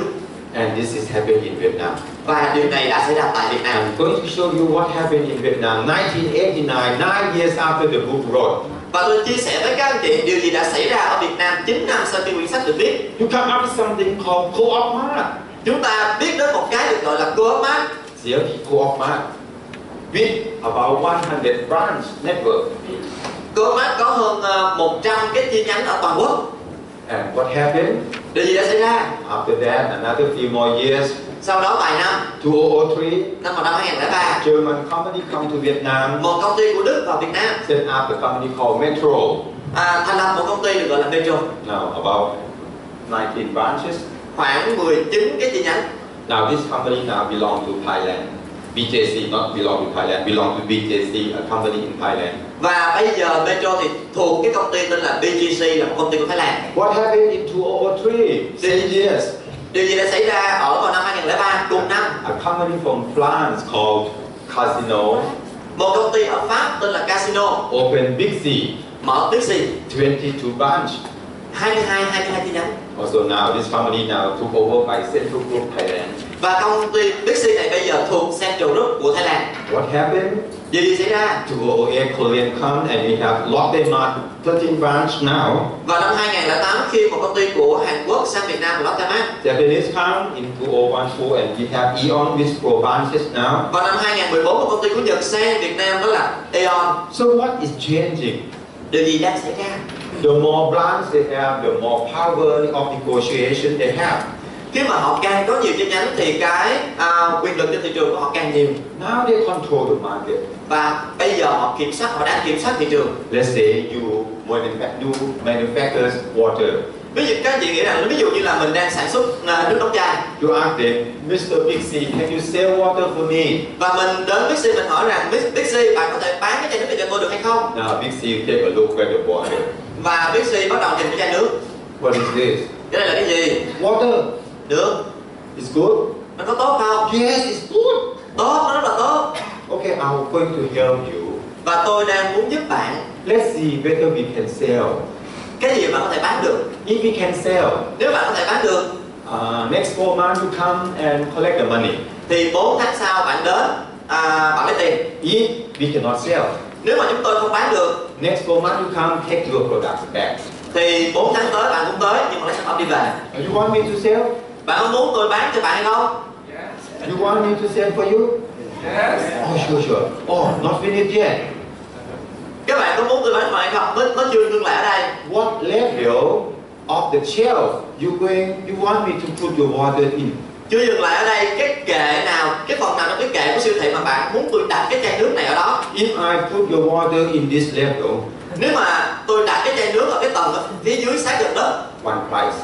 [SPEAKER 1] And this is happening in Vietnam.
[SPEAKER 2] và điều này đã xảy ra tại Việt Nam.
[SPEAKER 1] I'm going to show you what happened in Vietnam 1989, nine years after the book wrote.
[SPEAKER 2] Và tôi chia sẻ với các anh chị điều gì đã xảy ra ở Việt Nam 9 năm sau khi quyển sách được viết.
[SPEAKER 1] You come up with something called co-op mark.
[SPEAKER 2] Chúng ta biết đến một cái được gọi là Co-op
[SPEAKER 1] CLP co-op mark. With about 100 branch network.
[SPEAKER 2] Comac có hơn ờ, 100 cái chi nhánh ở toàn quốc.
[SPEAKER 1] And what happened?
[SPEAKER 2] Điều gì đã xảy ra?
[SPEAKER 1] After that, another few more years,
[SPEAKER 2] Sau đó vài năm,
[SPEAKER 1] 2003,
[SPEAKER 2] năm vào năm 2003,
[SPEAKER 1] German company come to Vietnam,
[SPEAKER 2] một công ty của Đức vào Việt Nam
[SPEAKER 1] set up a company called Metro.
[SPEAKER 2] à, thành lập một công ty được gọi là Metro,
[SPEAKER 1] Now about 19 branches.
[SPEAKER 2] khoảng 19 cái chi nhánh.
[SPEAKER 1] Now this company now belong to Thailand. BJC not belong to Thailand, belong to BJC, a company in Thailand.
[SPEAKER 2] Và bây giờ Metro thì thuộc cái công ty tên là BGC là một công ty của Thái Lan.
[SPEAKER 1] What happened in 2003? Same years.
[SPEAKER 2] Điều gì đã xảy ra ở vào năm 2003 cùng năm?
[SPEAKER 1] A company from France called Casino
[SPEAKER 2] Một công ty ở Pháp tên là Casino
[SPEAKER 1] opened Bixi,
[SPEAKER 2] mở Pixie
[SPEAKER 1] 22 branch.
[SPEAKER 2] 22 22 chi nhánh.
[SPEAKER 1] Also now this company now took over by Central Group Thailand.
[SPEAKER 2] Và công ty Pixie này bây giờ thuộc Central Group của Thái Lan.
[SPEAKER 1] What happened?
[SPEAKER 2] Điều gì xảy ra?
[SPEAKER 1] 2008 Korean come and we have Lotte Mart 13 branch now.
[SPEAKER 2] Vào năm 2008 khi một công ty của Hàn Quốc sang Việt Nam là Lotte Mart
[SPEAKER 1] Japanese come in 2014 and we have Eon with four branches now.
[SPEAKER 2] Vào năm 2014 một công ty của Nhật sang Việt Nam đó là Aeon
[SPEAKER 1] So what is changing?
[SPEAKER 2] Điều gì đang xảy ra?
[SPEAKER 1] The more brands they have, the more power of negotiation they have.
[SPEAKER 2] Khi mà họ càng có nhiều chi nhánh thì cái à, quyền lực trên thị trường của họ càng nhiều
[SPEAKER 1] Now they control the market.
[SPEAKER 2] Và bây giờ họ kiểm soát, họ đang kiểm soát thị trường
[SPEAKER 1] Let's say you manufa- you manufactures water.
[SPEAKER 2] Ví dụ các anh chị nghĩ rằng ví dụ như là mình đang sản xuất à, nước đóng chai
[SPEAKER 1] You ask them, Mr. Bixi, can you sell water for me?
[SPEAKER 2] Và mình đến Bixi mình hỏi rằng "Bix- Bixi bạn có thể bán cái chai nước này cho tôi được hay không?
[SPEAKER 1] Now Bixi take a look at the water.
[SPEAKER 2] Và Bixi bắt đầu nhìn cái chai nước
[SPEAKER 1] What is this?
[SPEAKER 2] Cái này là cái gì?
[SPEAKER 1] Water.
[SPEAKER 2] Được,
[SPEAKER 1] It's good.
[SPEAKER 2] nó có tốt không?
[SPEAKER 1] Yes, it's good.
[SPEAKER 2] Tốt, nó rất là tốt
[SPEAKER 1] Okay, I'm going to help you.
[SPEAKER 2] và tôi đang muốn giúp bạn
[SPEAKER 1] Let's see whether we can sell.
[SPEAKER 2] cái gì bạn có thể bán được
[SPEAKER 1] If we can sell,
[SPEAKER 2] nếu bạn có thể bán được
[SPEAKER 1] uh, next four months you come and collect the money.
[SPEAKER 2] thì 4 tháng sau bạn đến à, bạn lấy tiền
[SPEAKER 1] If we cannot sell,
[SPEAKER 2] nếu mà chúng tôi không bán được
[SPEAKER 1] next four months you come take your products back.
[SPEAKER 2] thì 4 tháng tới bạn cũng tới nhưng mà lấy sản phẩm đi về
[SPEAKER 1] You want me to sell?
[SPEAKER 2] bạn có muốn tôi bán cho bạn hay không
[SPEAKER 1] You want me to sell for you? Oh, sure, sure. Oh, not finished yet.
[SPEAKER 2] các bạn có muốn tôi bán cho bạn hay không nó, nó chưa ngưng lại ở đây
[SPEAKER 1] What level of the shelf you going? You want me to put your water in?
[SPEAKER 2] chưa dừng lại ở đây cái kệ nào cái phần nào trong cái kệ của siêu thị mà bạn muốn tôi đặt cái chai nước này ở đó
[SPEAKER 1] If I put your water in this level,
[SPEAKER 2] nếu mà tôi đặt cái chai nước ở cái tầng ở phía dưới sát gần đất
[SPEAKER 1] one price.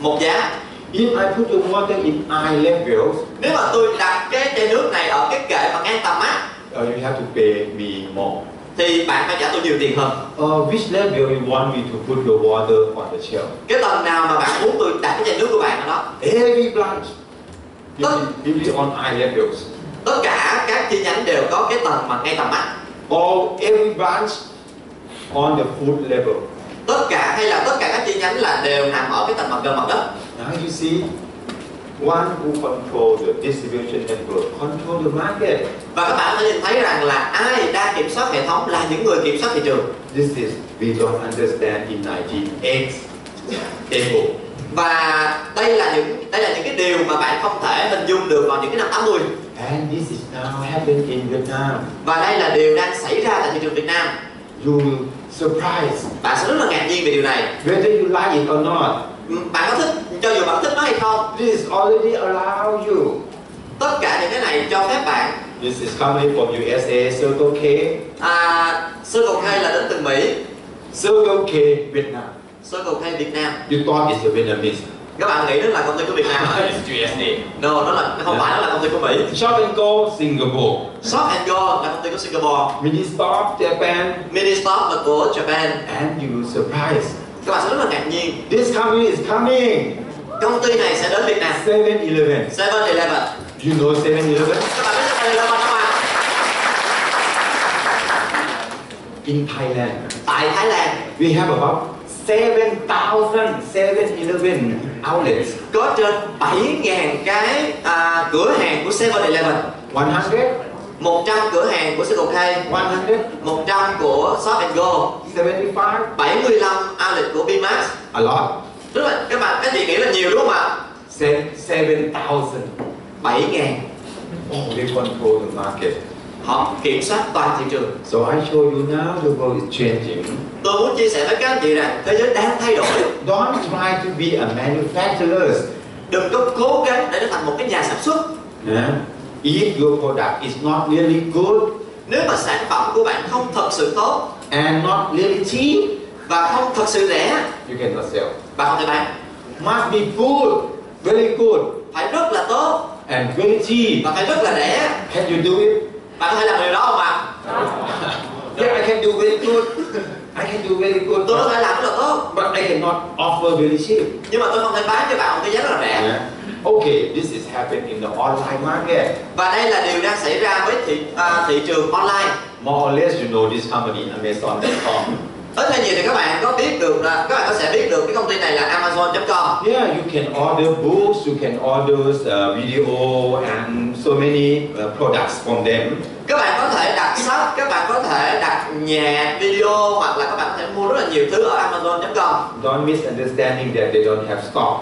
[SPEAKER 2] một giá
[SPEAKER 1] If I put your water in I level,
[SPEAKER 2] nếu mà tôi đặt cái chai nước này ở cái kệ mà ngang tầm mắt
[SPEAKER 1] uh, you have to pay me more.
[SPEAKER 2] thì bạn phải trả tôi nhiều tiền hơn
[SPEAKER 1] Uh, which level you want me to put your water on the shelf?
[SPEAKER 2] cái tầng nào mà bạn muốn tôi đặt cái chai nước của bạn ở đó
[SPEAKER 1] Every branch, usually on I levels.
[SPEAKER 2] tất cả các chi nhánh đều có cái tầng mà ngay tầm mắt
[SPEAKER 1] All every branch on the food level.
[SPEAKER 2] tất cả hay là tất cả các chi nhánh là đều nằm ở cái tầng mặt gần mặt đất
[SPEAKER 1] Now you see, one who control the distribution network control the market.
[SPEAKER 2] và các bạn có thể nhìn thấy rằng là ai đang kiểm soát hệ thống là những người kiểm soát thị trường
[SPEAKER 1] This is we don't understand in 1980. Able.
[SPEAKER 2] và đây là những đây là những cái điều mà bạn không thể hình dung được vào những cái năm 80
[SPEAKER 1] And this is now happening in Vietnam.
[SPEAKER 2] và đây là điều đang xảy ra tại thị trường Việt Nam
[SPEAKER 1] You will surprise
[SPEAKER 2] bạn sẽ rất là ngạc nhiên về điều này
[SPEAKER 1] whether you like it or not.
[SPEAKER 2] bạn có thích cho dù bạn thích nó hay không
[SPEAKER 1] This already allow you.
[SPEAKER 2] tất cả những cái này cho phép bạn
[SPEAKER 1] This is coming from USA, Circle K.
[SPEAKER 2] À, Circle K là đến từ Mỹ,
[SPEAKER 1] Circle K Vietnam.
[SPEAKER 2] Circle K Việt Nam.
[SPEAKER 1] You thought it's a Vietnamese.
[SPEAKER 2] Các bạn nghĩ đó là công ty của Việt Nam hả?
[SPEAKER 3] USD.
[SPEAKER 2] No, nó là nó không phải nó là công ty của Mỹ.
[SPEAKER 1] Shop and Go Singapore.
[SPEAKER 2] Shop and Go là công ty của Singapore.
[SPEAKER 1] Mini Stop Japan.
[SPEAKER 2] Ministop là của Japan.
[SPEAKER 1] And you will surprise.
[SPEAKER 2] Các bạn sẽ rất là ngạc nhiên.
[SPEAKER 1] This company is coming.
[SPEAKER 2] Công ty này sẽ đến Việt Nam.
[SPEAKER 1] 7-Eleven.
[SPEAKER 2] 7-Eleven.
[SPEAKER 1] You know 7-Eleven?
[SPEAKER 2] Các bạn biết 7-Eleven không ạ?
[SPEAKER 1] In Thailand,
[SPEAKER 2] Tại Thái Lan
[SPEAKER 1] we have about 7,711 outlets.
[SPEAKER 2] có trên 7.000 cái à, cửa hàng của 7-Eleven
[SPEAKER 1] 100,
[SPEAKER 2] 100 cửa hàng của Circle K 100 của Shop and Go
[SPEAKER 1] 175,
[SPEAKER 2] 75 outlet của Bmax
[SPEAKER 1] a lot.
[SPEAKER 2] tức là các bạn các chị nghĩ là nhiều đúng không ạ
[SPEAKER 1] Se- 7,000.
[SPEAKER 2] 7.000
[SPEAKER 1] Oh, they control the market.
[SPEAKER 2] họ kiểm soát toàn thị trường
[SPEAKER 1] So I show you now the world is changing.
[SPEAKER 2] tôi muốn chia sẻ với các anh chị rằng thế giới đang thay đổi
[SPEAKER 1] Don't try to be a manufacturer.
[SPEAKER 2] đừng có cố gắng để nó thành một cái nhà sản xuất
[SPEAKER 1] Yeah? If your product is not really good
[SPEAKER 2] nếu mà sản phẩm của bạn không thật sự tốt
[SPEAKER 1] and not really cheap,
[SPEAKER 2] và không thật sự rẻ
[SPEAKER 1] you cannot sell.
[SPEAKER 2] bạn không thể bán
[SPEAKER 1] Must be good, very good,
[SPEAKER 2] phải rất là tốt
[SPEAKER 1] and very cheap.
[SPEAKER 2] và phải rất là rẻ
[SPEAKER 1] Can you do it?
[SPEAKER 2] bạn có thể làm điều đó không ạ
[SPEAKER 1] Yeah, I can do very good. I can do very good.
[SPEAKER 2] tôi có thể làm rất là tốt
[SPEAKER 1] But I cannot offer very cheap.
[SPEAKER 2] nhưng mà tôi không thể bán cho bạn một cái giá rất là rẻ
[SPEAKER 1] Yeah. Okay, this is happening in the online market.
[SPEAKER 2] và đây là điều đang xảy ra với thị à, thị trường online
[SPEAKER 1] More or less, you know this company, Amazon.com.
[SPEAKER 2] ít hay nhiều thì các bạn có biết được là các bạn có sẽ biết được cái công ty này là Amazon.com
[SPEAKER 1] Yeah, you can order books, you can order uh, video, and so many uh, products from them.
[SPEAKER 2] các bạn có thể đặt sách các bạn có thể đặt nhạc video hoặc là các bạn có thể mua rất là nhiều thứ ở Amazon.com
[SPEAKER 1] Don't misunderstanding that they don't have stock.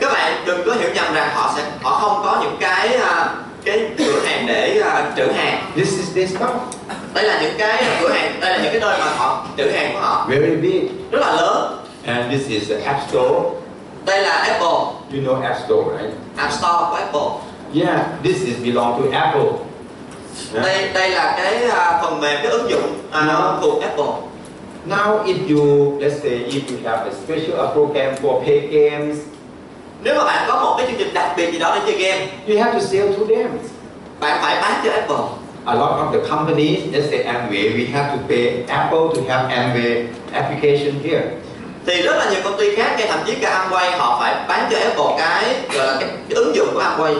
[SPEAKER 2] các bạn đừng có hiểu nhầm rằng họ sẽ họ không có những cái à, cái cửa hàng để à, trữ hàng
[SPEAKER 1] This is their stock,
[SPEAKER 2] đây là những cái cửa hàng đây là những cái nơi mà họ trữ hàng của họ
[SPEAKER 1] very big.
[SPEAKER 2] rất là lớn
[SPEAKER 1] And this is the App Store.
[SPEAKER 2] đây là Apple
[SPEAKER 1] You know App Store, right?
[SPEAKER 2] App Store của Apple
[SPEAKER 1] Yeah, this is belong to Apple. Uh, Yeah.
[SPEAKER 2] đây đây là cái à, phần mềm cái ứng dụng à, của Apple
[SPEAKER 1] Now, if you let's say if you have a special uh, program for pay games,
[SPEAKER 2] nếu mà bạn có một cái chương trình đặc biệt gì đó để chơi game
[SPEAKER 1] you have to sell to them.
[SPEAKER 2] bạn phải bán cho Apple
[SPEAKER 1] A lot of the companies, let's say Amway, we have to pay Apple to have Amway application here.
[SPEAKER 2] thì rất là nhiều công ty khác hay thậm chí cả Amway họ phải bán cho Apple cái gọi là cái, cái ứng dụng của Amway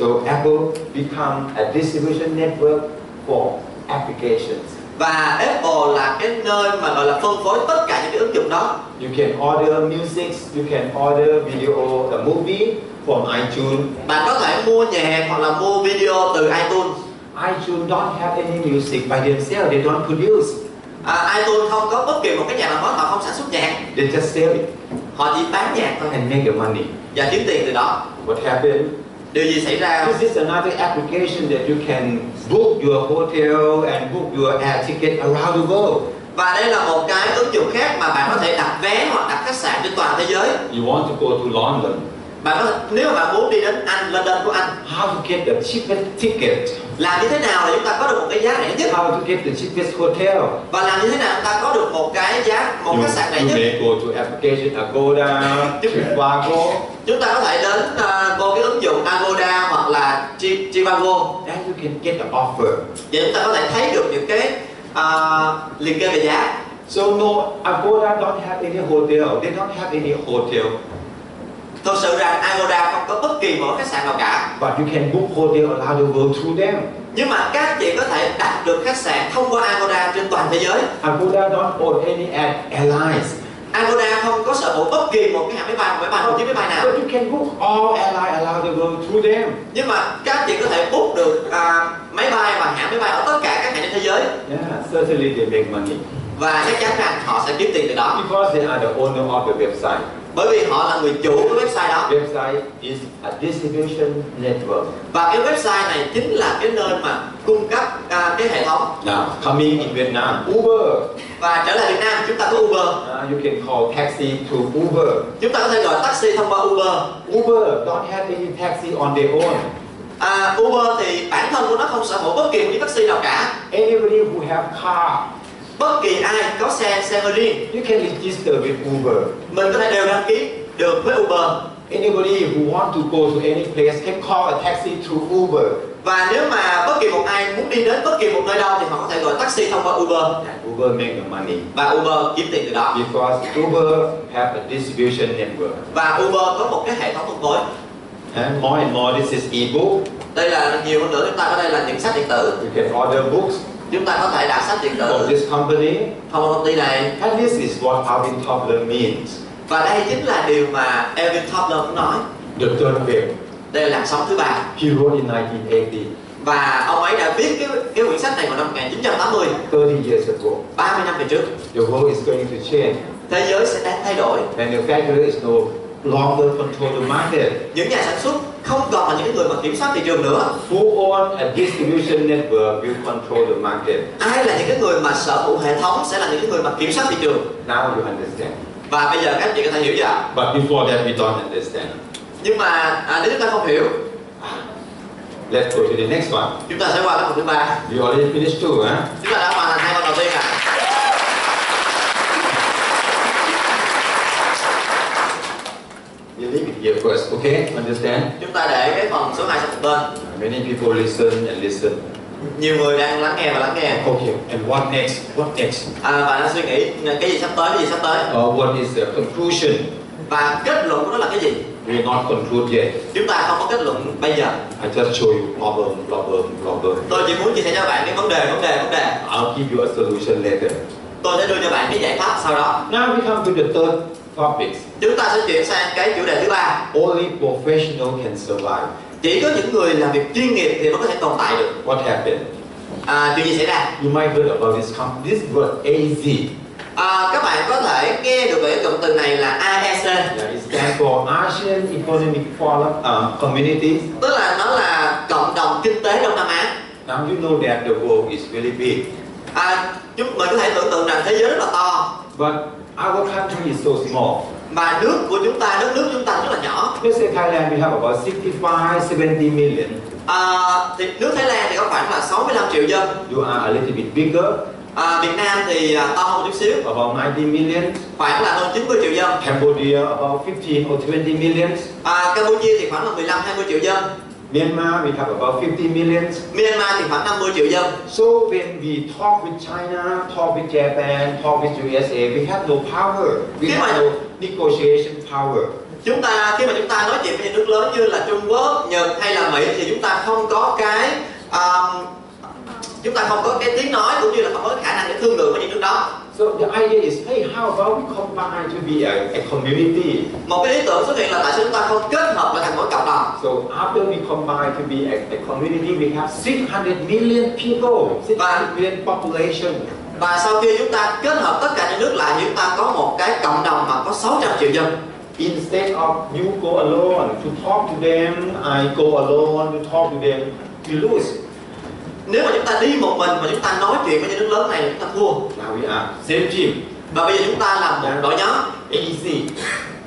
[SPEAKER 1] So Apple become a distribution network for applications.
[SPEAKER 2] và Apple là cái nơi mà gọi là phân phối tất cả những cái ứng dụng đó
[SPEAKER 1] You can order music, you can order video, a movie from iTunes.
[SPEAKER 2] bạn có thể mua nhạc hoặc là mua video từ iTunes
[SPEAKER 1] iTunes don't have any music by themselves. They don't produce.
[SPEAKER 2] à, iTunes không có bất kỳ một cái nhà nào đó họ không sản xuất nhạc
[SPEAKER 1] They just sell it
[SPEAKER 2] họ chỉ bán nhạc thôi
[SPEAKER 1] and make the money.
[SPEAKER 2] và kiếm tiền từ đó
[SPEAKER 1] What happened?
[SPEAKER 2] điều gì xảy ra
[SPEAKER 1] This is another application that you can book your hotel and book your air ticket around the world.
[SPEAKER 2] và đây là một cái ứng dụng khác mà bạn có thể đặt vé hoặc đặt khách sạn trên toàn thế giới
[SPEAKER 1] You want to go to London.
[SPEAKER 2] bạn có thể, nếu mà bạn muốn đi đến Anh London của Anh
[SPEAKER 1] How to get the cheapest ticket?
[SPEAKER 2] làm như thế nào để chúng ta có được một cái giá rẻ nhất
[SPEAKER 1] How to get the cheapest hotel?
[SPEAKER 2] và làm như thế nào chúng ta có được một cái giá một
[SPEAKER 1] you,
[SPEAKER 2] khách sạn rẻ
[SPEAKER 1] you
[SPEAKER 2] nhất
[SPEAKER 1] may go to application Agoda, Trivago,
[SPEAKER 2] chúng ta có thể đến à, vô cái ứng dụng Agoda hoặc là Tri- Trivago
[SPEAKER 1] and you can get the offer.
[SPEAKER 2] để chúng ta có thể thấy được những cái à, liệt kê về giá
[SPEAKER 1] So no, Agoda don't have any hotel. They don't have any hotel,
[SPEAKER 2] thực sự rằng Agoda không có bất kỳ một khách sạn nào cả
[SPEAKER 1] but you can book hotel around the world through them.
[SPEAKER 2] nhưng mà các chị có thể đặt được khách sạn thông qua Agoda trên toàn thế giới
[SPEAKER 1] Agoda don't own any air- airlines.
[SPEAKER 2] Agoda không có sở hữu bất kỳ một cái hãng máy bay máy bay không chiếc máy bay nào
[SPEAKER 1] But you can book all airline around the world through them.
[SPEAKER 2] nhưng mà các chị có thể book được à, máy bay và hãng máy bay ở tất cả các hãng trên thế giới
[SPEAKER 1] Yeah, certainly they make money
[SPEAKER 2] và chắc chắn rằng họ sẽ kiếm tiền từ đó
[SPEAKER 1] because they are the owner of the website.
[SPEAKER 2] bởi vì họ là người chủ của website đó
[SPEAKER 1] Website is a distribution network.
[SPEAKER 2] và cái website này chính là cái nơi mà cung cấp à, cái hệ thống
[SPEAKER 1] Now coming in Vietnam, Uber.
[SPEAKER 2] và trở lại Việt Nam chúng ta có Uber
[SPEAKER 1] Uh, you can call taxi to Uber.
[SPEAKER 2] chúng ta có thể gọi taxi thông qua Uber
[SPEAKER 1] Uber don't have any taxi on their own.
[SPEAKER 2] à, Uber thì bản thân của nó không sở hữu bất kỳ một cái taxi nào cả
[SPEAKER 1] Anybody who have car,
[SPEAKER 2] bất kỳ ai có xe xe hơi riêng
[SPEAKER 1] you can register with Uber.
[SPEAKER 2] mình có thể đều đăng ký được với Uber
[SPEAKER 1] Anybody who want to go to any place can call a taxi through Uber.
[SPEAKER 2] và nếu mà bất kỳ một ai muốn đi đến bất kỳ một nơi đâu thì họ có thể gọi taxi thông qua Uber
[SPEAKER 1] And Uber make the money.
[SPEAKER 2] và Uber kiếm tiền từ đó
[SPEAKER 1] Because Uber have a distribution network.
[SPEAKER 2] và Uber có một cái hệ thống phân phối
[SPEAKER 1] And more and more, this is ebook.
[SPEAKER 2] đây là nhiều hơn nữa chúng ta có đây là những sách điện tử
[SPEAKER 1] You can order books.
[SPEAKER 2] chúng ta có thể đọc sách điện
[SPEAKER 1] for
[SPEAKER 2] tử
[SPEAKER 1] this company.
[SPEAKER 2] thông qua công ty này
[SPEAKER 1] And this is what Alvin Toffler means.
[SPEAKER 2] và đây chính là điều mà Elvin Toffler cũng nói
[SPEAKER 1] The third wave.
[SPEAKER 2] đây là làn sóng thứ ba
[SPEAKER 1] He wrote in 1980,
[SPEAKER 2] và ông ấy đã viết cái cái quyển sách này vào năm 1980
[SPEAKER 1] 30 years ago.
[SPEAKER 2] 30 năm về trước
[SPEAKER 1] The world is going to change.
[SPEAKER 2] thế giới sẽ đang thay đổi
[SPEAKER 1] Manufacturer is no longer control the market.
[SPEAKER 2] những nhà sản xuất không còn là những người mà kiểm soát thị trường nữa
[SPEAKER 1] Who own a distribution network will control the market.
[SPEAKER 2] ai là những cái người mà sở hữu hệ thống sẽ là những cái người mà kiểm soát thị trường
[SPEAKER 1] Now you understand.
[SPEAKER 2] và bây giờ các anh chị có thể hiểu dạ
[SPEAKER 1] But before that, we don't understand.
[SPEAKER 2] nhưng mà à, nếu chúng ta không hiểu
[SPEAKER 1] Let's go to the next one.
[SPEAKER 2] chúng ta sẽ qua lớp học thứ ba
[SPEAKER 1] We already finished two, huh?
[SPEAKER 2] chúng ta đã hoàn thành hai con đầu tiên à
[SPEAKER 1] You leave it here first, okay? Understand?
[SPEAKER 2] chúng ta để cái phần số 2 sang một bên
[SPEAKER 1] Many people listen and listen.
[SPEAKER 2] nhiều người đang lắng nghe và lắng nghe
[SPEAKER 1] Okay, and what next? What next?
[SPEAKER 2] à, và đang suy nghĩ cái gì sắp tới cái gì sắp tới
[SPEAKER 1] Or what is the conclusion?
[SPEAKER 2] và kết luận của nó là cái gì
[SPEAKER 1] We're not conclude yet.
[SPEAKER 2] chúng ta không có kết luận bây giờ
[SPEAKER 1] I just show you problem, problem, problem.
[SPEAKER 2] tôi chỉ muốn chia sẻ cho bạn cái vấn đề vấn đề vấn đề
[SPEAKER 1] I'll give you a solution later.
[SPEAKER 2] tôi sẽ đưa cho bạn cái giải pháp sau đó
[SPEAKER 1] Now we come to the third topic.
[SPEAKER 2] chúng ta sẽ chuyển sang cái chủ đề thứ ba
[SPEAKER 1] Only professional can survive.
[SPEAKER 2] chỉ có những người làm việc chuyên nghiệp thì mới có thể tồn tại được
[SPEAKER 1] What happened?
[SPEAKER 2] à, chuyện gì xảy ra
[SPEAKER 1] You might heard about this company, this word AZ.
[SPEAKER 2] à, các bạn có thể nghe được về cái cụm từ này là E AEC
[SPEAKER 1] Yeah, it stands for ASEAN Economic Forum uh, Community.
[SPEAKER 2] tức là nó là cộng đồng kinh tế Đông Nam Á
[SPEAKER 1] Now you know that the world is really big,
[SPEAKER 2] à, chúng mình có thể tưởng tượng rằng thế giới rất là to
[SPEAKER 1] but our country is so small.
[SPEAKER 2] mà nước của chúng ta đất nước chúng ta rất là nhỏ
[SPEAKER 1] Let's say Thailand, we have about 65, 70 million.
[SPEAKER 2] à, thì nước Thái Lan thì có khoảng là 65 triệu dân
[SPEAKER 1] You are a little bit bigger,
[SPEAKER 2] à, Việt Nam thì à, to hơn chút xíu
[SPEAKER 1] about 90 million.
[SPEAKER 2] khoảng là hơn 90 triệu dân
[SPEAKER 1] Cambodia, about 15 or 20 million.
[SPEAKER 2] à, Campuchia thì khoảng là 15 20 triệu dân
[SPEAKER 1] Myanmar, we have about 50 million.
[SPEAKER 2] Myanmar thì khoảng 50 triệu dân
[SPEAKER 1] So when we talk with China, talk with Japan, talk with USA, we have no power. We
[SPEAKER 2] Yeah.
[SPEAKER 1] have no negotiation power.
[SPEAKER 2] chúng ta khi mà chúng ta nói chuyện với những nước lớn như là Trung Quốc, Nhật hay là Mỹ thì chúng ta không có cái um, chúng ta không có cái tiếng nói cũng như là không có khả năng để thương lượng với những nước đó
[SPEAKER 1] So the idea is, hey, how about we combine to be a, a community?
[SPEAKER 2] một cái ý tưởng xuất hiện là tại sao chúng ta không kết hợp lại thành một cộng đồng
[SPEAKER 1] So after we combine to be a, a community, we have 600 million people, 600 million population.
[SPEAKER 2] và sau khi chúng ta kết hợp tất cả những nước lại thì chúng ta có một cái cộng đồng mà có 600 triệu dân
[SPEAKER 1] Instead of you go alone to talk to them, I go alone to talk to them, you lose.
[SPEAKER 2] nếu mà chúng ta đi một mình mà chúng ta nói chuyện với những nước lớn này thì chúng ta thua
[SPEAKER 1] Now we are same team,
[SPEAKER 2] và bây giờ chúng ta là một đội nhóm
[SPEAKER 1] easy.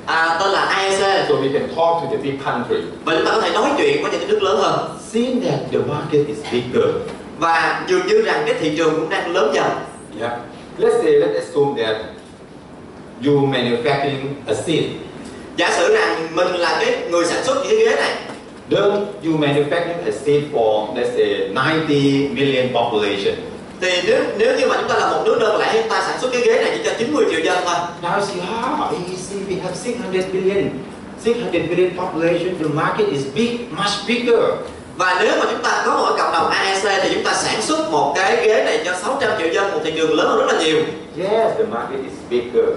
[SPEAKER 2] à, tên là AEC
[SPEAKER 1] E So we can talk to the big country.
[SPEAKER 2] và chúng ta có thể nói chuyện với những nước lớn hơn
[SPEAKER 1] Seeing that the market is bigger,
[SPEAKER 2] và dường như rằng cái thị trường cũng đang lớn dần
[SPEAKER 1] yeah. Let's say, let's assume that you manufacturing a seat.
[SPEAKER 2] giả sử rằng mình là cái người sản xuất những cái ghế này
[SPEAKER 1] Then you manufacturing a seat for, let's say, 90 million population.
[SPEAKER 2] thì nếu nếu như mà chúng ta là một nước đơn lẻ chúng ta sản xuất cái ghế này chỉ cho 90 triệu dân thôi
[SPEAKER 1] Now see ah, how easy we have 600 million. 600 million population, the market is big, much bigger.
[SPEAKER 2] và nếu mà chúng ta có một cái cộng đồng AEC thì chúng ta sản xuất một cái ghế này cho 600 triệu dân một thị trường lớn hơn rất là nhiều
[SPEAKER 1] Yes, the market is bigger.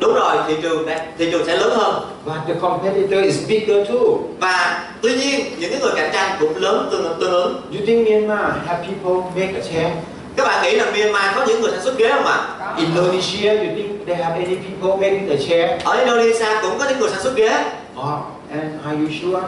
[SPEAKER 2] đúng rồi thị trường đang- thị trường sẽ lớn hơn
[SPEAKER 1] But the competitor is bigger too.
[SPEAKER 2] và tuy nhiên những cái người cạnh tranh cũng lớn tương tương ứng
[SPEAKER 1] You think Myanmar have people make a chair?
[SPEAKER 2] các bạn nghĩ là Myanmar có những người sản xuất ghế không ạ
[SPEAKER 1] Indonesia, you think they have any people making a chair?
[SPEAKER 2] ở Indonesia cũng có những người sản xuất ghế
[SPEAKER 1] Oh, and are you sure?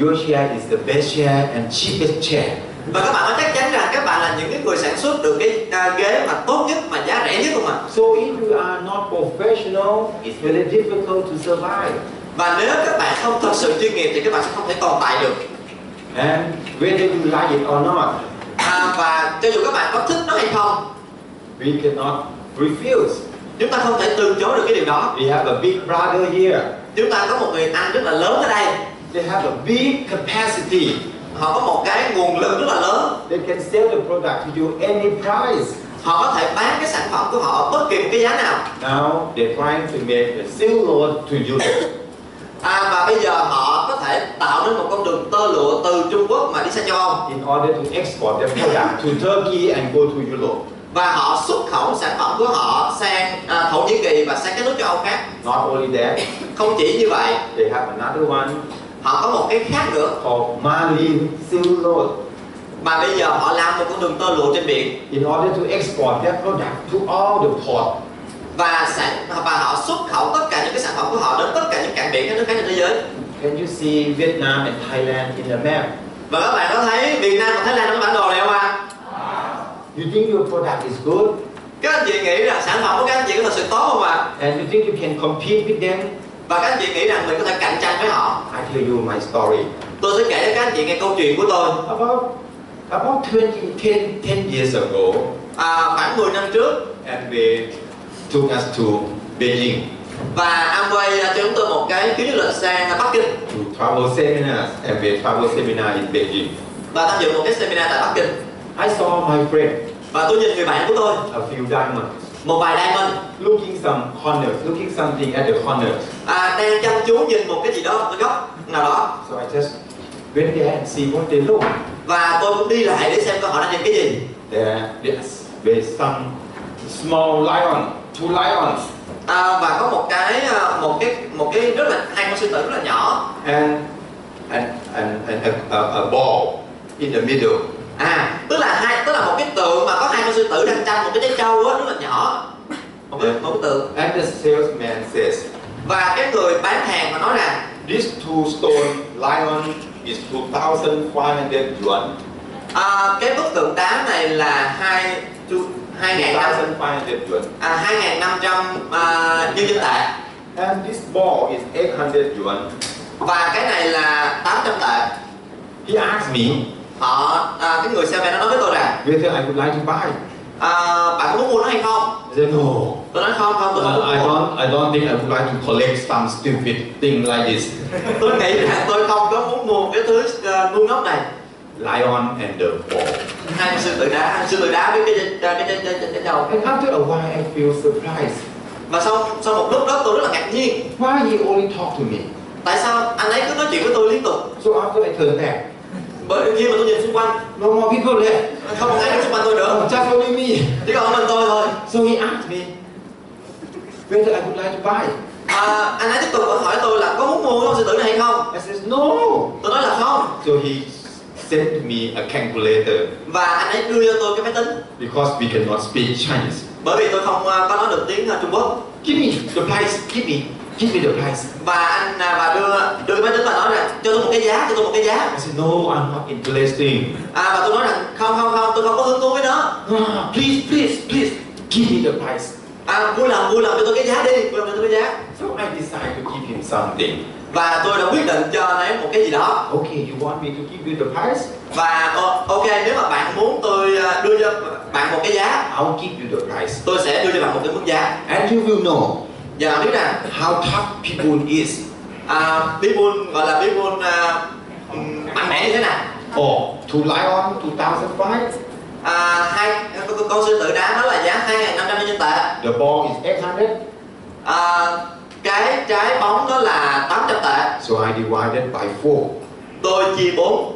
[SPEAKER 1] Your chair is the best chair and cheapest chair.
[SPEAKER 2] và các bạn có chắc chắn rằng các bạn là những cái người sản xuất được cái à, ghế mà tốt nhất mà giá rẻ nhất không ạ
[SPEAKER 1] So if you are not professional, it's very difficult to survive.
[SPEAKER 2] và nếu các bạn không thật sự chuyên nghiệp thì các bạn sẽ không thể tồn tại được
[SPEAKER 1] And whether you like it or not,
[SPEAKER 2] à, và cho dù các bạn có thích nó hay không
[SPEAKER 1] We cannot refuse.
[SPEAKER 2] chúng ta không thể từ chối được cái điều đó
[SPEAKER 1] We have a big brother here.
[SPEAKER 2] chúng ta có một người anh rất là lớn ở đây
[SPEAKER 1] They have a big capacity.
[SPEAKER 2] họ có một cái nguồn lực rất là lớn
[SPEAKER 1] They can sell the product to you any price.
[SPEAKER 2] họ có thể bán cái sản phẩm của họ ở bất kỳ một cái giá nào
[SPEAKER 1] Now they're trying to make a silk road to Europe.
[SPEAKER 2] à, và bây giờ họ có thể tạo nên một con đường tơ lụa từ Trung Quốc mà đi sang châu Âu
[SPEAKER 1] in order to export their product to Turkey and go to Europe,
[SPEAKER 2] và họ xuất khẩu sản phẩm của họ sang à, Thổ Nhĩ Kỳ và sang các nước châu Âu khác
[SPEAKER 1] not only that,
[SPEAKER 2] không chỉ như vậy
[SPEAKER 1] they have another one
[SPEAKER 2] họ có một cái khác nữa
[SPEAKER 1] called Malin Silk Road
[SPEAKER 2] mà bây giờ họ làm một con đường tơ lụa trên biển
[SPEAKER 1] in order to export their product to all the port
[SPEAKER 2] và sản và họ xuất khẩu tất cả những cái sản phẩm của họ đến tất cả những cảng biển các nước khác trên thế giới
[SPEAKER 1] Can you see Vietnam and Thailand in the map?
[SPEAKER 2] và các bạn có thấy Việt Nam và Thái Lan trong bản đồ này không ạ
[SPEAKER 1] You think your product is good
[SPEAKER 2] các anh chị nghĩ rằng sản phẩm của các anh chị có thật sự tốt không ạ
[SPEAKER 1] and you think you can compete with them?
[SPEAKER 2] và các anh chị nghĩ rằng mình có thể cạnh tranh với họ
[SPEAKER 1] I tell you my story.
[SPEAKER 2] tôi sẽ kể cho các anh chị nghe câu chuyện của tôi
[SPEAKER 1] About about 20, 10, 10 years ago,
[SPEAKER 2] à, khoảng 10 năm trước
[SPEAKER 1] and they took us to Beijing
[SPEAKER 2] và Amway cho chúng tôi một cái chuyến du lịch sang Bắc Kinh
[SPEAKER 1] to travel seminars, and we travel seminar in Beijing.
[SPEAKER 2] và tham dự một cái seminar tại Bắc Kinh
[SPEAKER 1] I saw my friend,
[SPEAKER 2] và tôi nhìn người bạn của tôi
[SPEAKER 1] a few diamonds,
[SPEAKER 2] một vài diamond
[SPEAKER 1] looking some corners, looking something at the corners.
[SPEAKER 2] à, đang chăm chú nhìn một cái gì đó một cái góc nào đó
[SPEAKER 1] So I just went there and see what they look.
[SPEAKER 2] và tôi cũng đi lại để xem coi họ đang nhìn cái gì
[SPEAKER 1] There, there's, there's some small lion, two lions,
[SPEAKER 2] à, và có một cái à, một cái một cái rất là hai con sư tử rất là nhỏ
[SPEAKER 1] and and and, and a, a, a ball in the middle.
[SPEAKER 2] à tức là hai tức là một cái tượng mà có hai con sư tử đang tranh một cái trái trâu á rất là nhỏ một cái một cái tượng
[SPEAKER 1] And the salesman says,
[SPEAKER 2] và cái người bán hàng mà nói rằng
[SPEAKER 1] this two stone lion is 2,500 yuan.
[SPEAKER 2] à, cái bức tượng đá này là hai hai ngàn năm
[SPEAKER 1] 2,500 yuan.
[SPEAKER 2] à, 2.500 à, nhân dân tệ
[SPEAKER 1] And this ball is 800 yuan.
[SPEAKER 2] và cái này là 800 tệ
[SPEAKER 1] He asked me
[SPEAKER 2] họ à, cái người xe nó nói với tôi rằng
[SPEAKER 1] whether I would like to buy.
[SPEAKER 2] à, bạn có muốn mua nó hay không
[SPEAKER 1] I said no.
[SPEAKER 2] tôi nói không không tôi
[SPEAKER 1] Uh, I
[SPEAKER 2] không muốn
[SPEAKER 1] don't. I don't think I would like to collect some stupid thing like this
[SPEAKER 2] tôi nghĩ rằng tôi không có muốn mua cái thứ à, ngu ngốc này
[SPEAKER 1] lion and the ball.
[SPEAKER 2] hai con sư tử đá hai con sư tử đá với cái ờ, cái cái cái cái, cái đầu
[SPEAKER 1] And after a while, I feel surprised.
[SPEAKER 2] và sau sau một lúc đó tôi rất là ngạc nhiên
[SPEAKER 1] Why he only talk to me?
[SPEAKER 2] tại sao anh ấy cứ nói chuyện với tôi liên tục
[SPEAKER 1] So after I turn back,
[SPEAKER 2] bởi khi mà tôi nhìn xung quanh
[SPEAKER 1] no more people left.
[SPEAKER 2] không có ai đứng xung quanh tôi nữa
[SPEAKER 1] Oh, just only me.
[SPEAKER 2] chỉ còn mình tôi thôi
[SPEAKER 1] So he asked me whether I would like to buy.
[SPEAKER 2] à, anh ấy tiếp tục vẫn hỏi tôi là có muốn mua con sư tử này hay không
[SPEAKER 1] I said no.
[SPEAKER 2] tôi nói là không
[SPEAKER 1] So he sent me a calculator
[SPEAKER 2] và anh ấy đưa cho tôi cái máy tính
[SPEAKER 1] because we cannot speak Chinese.
[SPEAKER 2] bởi vì tôi không à, có nói được tiếng à, Trung Quốc
[SPEAKER 1] Give me the price. Give me. Give me the price.
[SPEAKER 2] và anh à, và đưa đưa cái máy tính và nói rằng cho tôi một cái giá cho tôi một cái giá
[SPEAKER 1] I said, no, I'm not interested.
[SPEAKER 2] à, và tôi nói rằng không không không tôi không có hứng thú với nó
[SPEAKER 1] No, please, please, please, give me the price.
[SPEAKER 2] à, vui lòng vui lòng cho tôi cái giá đi vui lòng cho tôi cái giá
[SPEAKER 1] So I decided to give him something.
[SPEAKER 2] và tôi đã quyết định cho anh ấy một cái gì đó
[SPEAKER 1] Okay, you want me to give you the price?
[SPEAKER 2] và ờ, ok nếu mà bạn muốn tôi à, đưa cho bạn một cái giá
[SPEAKER 1] I'll give you the price.
[SPEAKER 2] tôi sẽ đưa cho bạn một cái mức giá
[SPEAKER 1] And you will know
[SPEAKER 2] và bạn biết rằng
[SPEAKER 1] how tough people is
[SPEAKER 2] à, Bibul gọi là Bibul à, ừm, mạnh mẽ như thế nào
[SPEAKER 1] or to lie on 2005.
[SPEAKER 2] à, hai con, con sư tử đá đó là giá hai năm trăm nhân dân tệ
[SPEAKER 1] The ball is 800.
[SPEAKER 2] à, cái trái bóng đó là 800 tệ
[SPEAKER 1] So I divided by 4.
[SPEAKER 2] tôi chia 4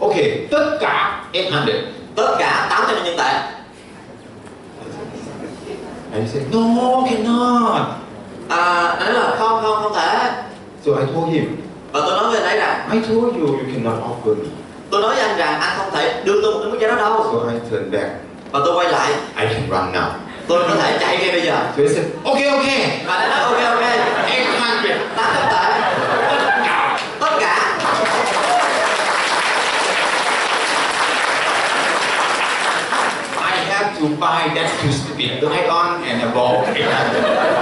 [SPEAKER 1] Okay, tất cả 800.
[SPEAKER 2] tất cả 800 nhân tệ
[SPEAKER 1] And he said, no, cannot.
[SPEAKER 2] à, anh nói là không không không thể
[SPEAKER 1] So I told him,
[SPEAKER 2] và tôi nói với anh ấy rằng
[SPEAKER 1] I told you you cannot offer me.
[SPEAKER 2] tôi nói với anh rằng anh không thể đưa tôi một cái mức giá đó đâu
[SPEAKER 1] So I turned back.
[SPEAKER 2] và tôi quay lại
[SPEAKER 1] I can run now.
[SPEAKER 2] tôi có thể chạy ngay bây giờ
[SPEAKER 1] So he said, okay, okay.
[SPEAKER 2] và anh nói ok ok
[SPEAKER 1] 800.
[SPEAKER 2] 800 tệ tất cả
[SPEAKER 1] I have to buy that to stupid lion and a ball.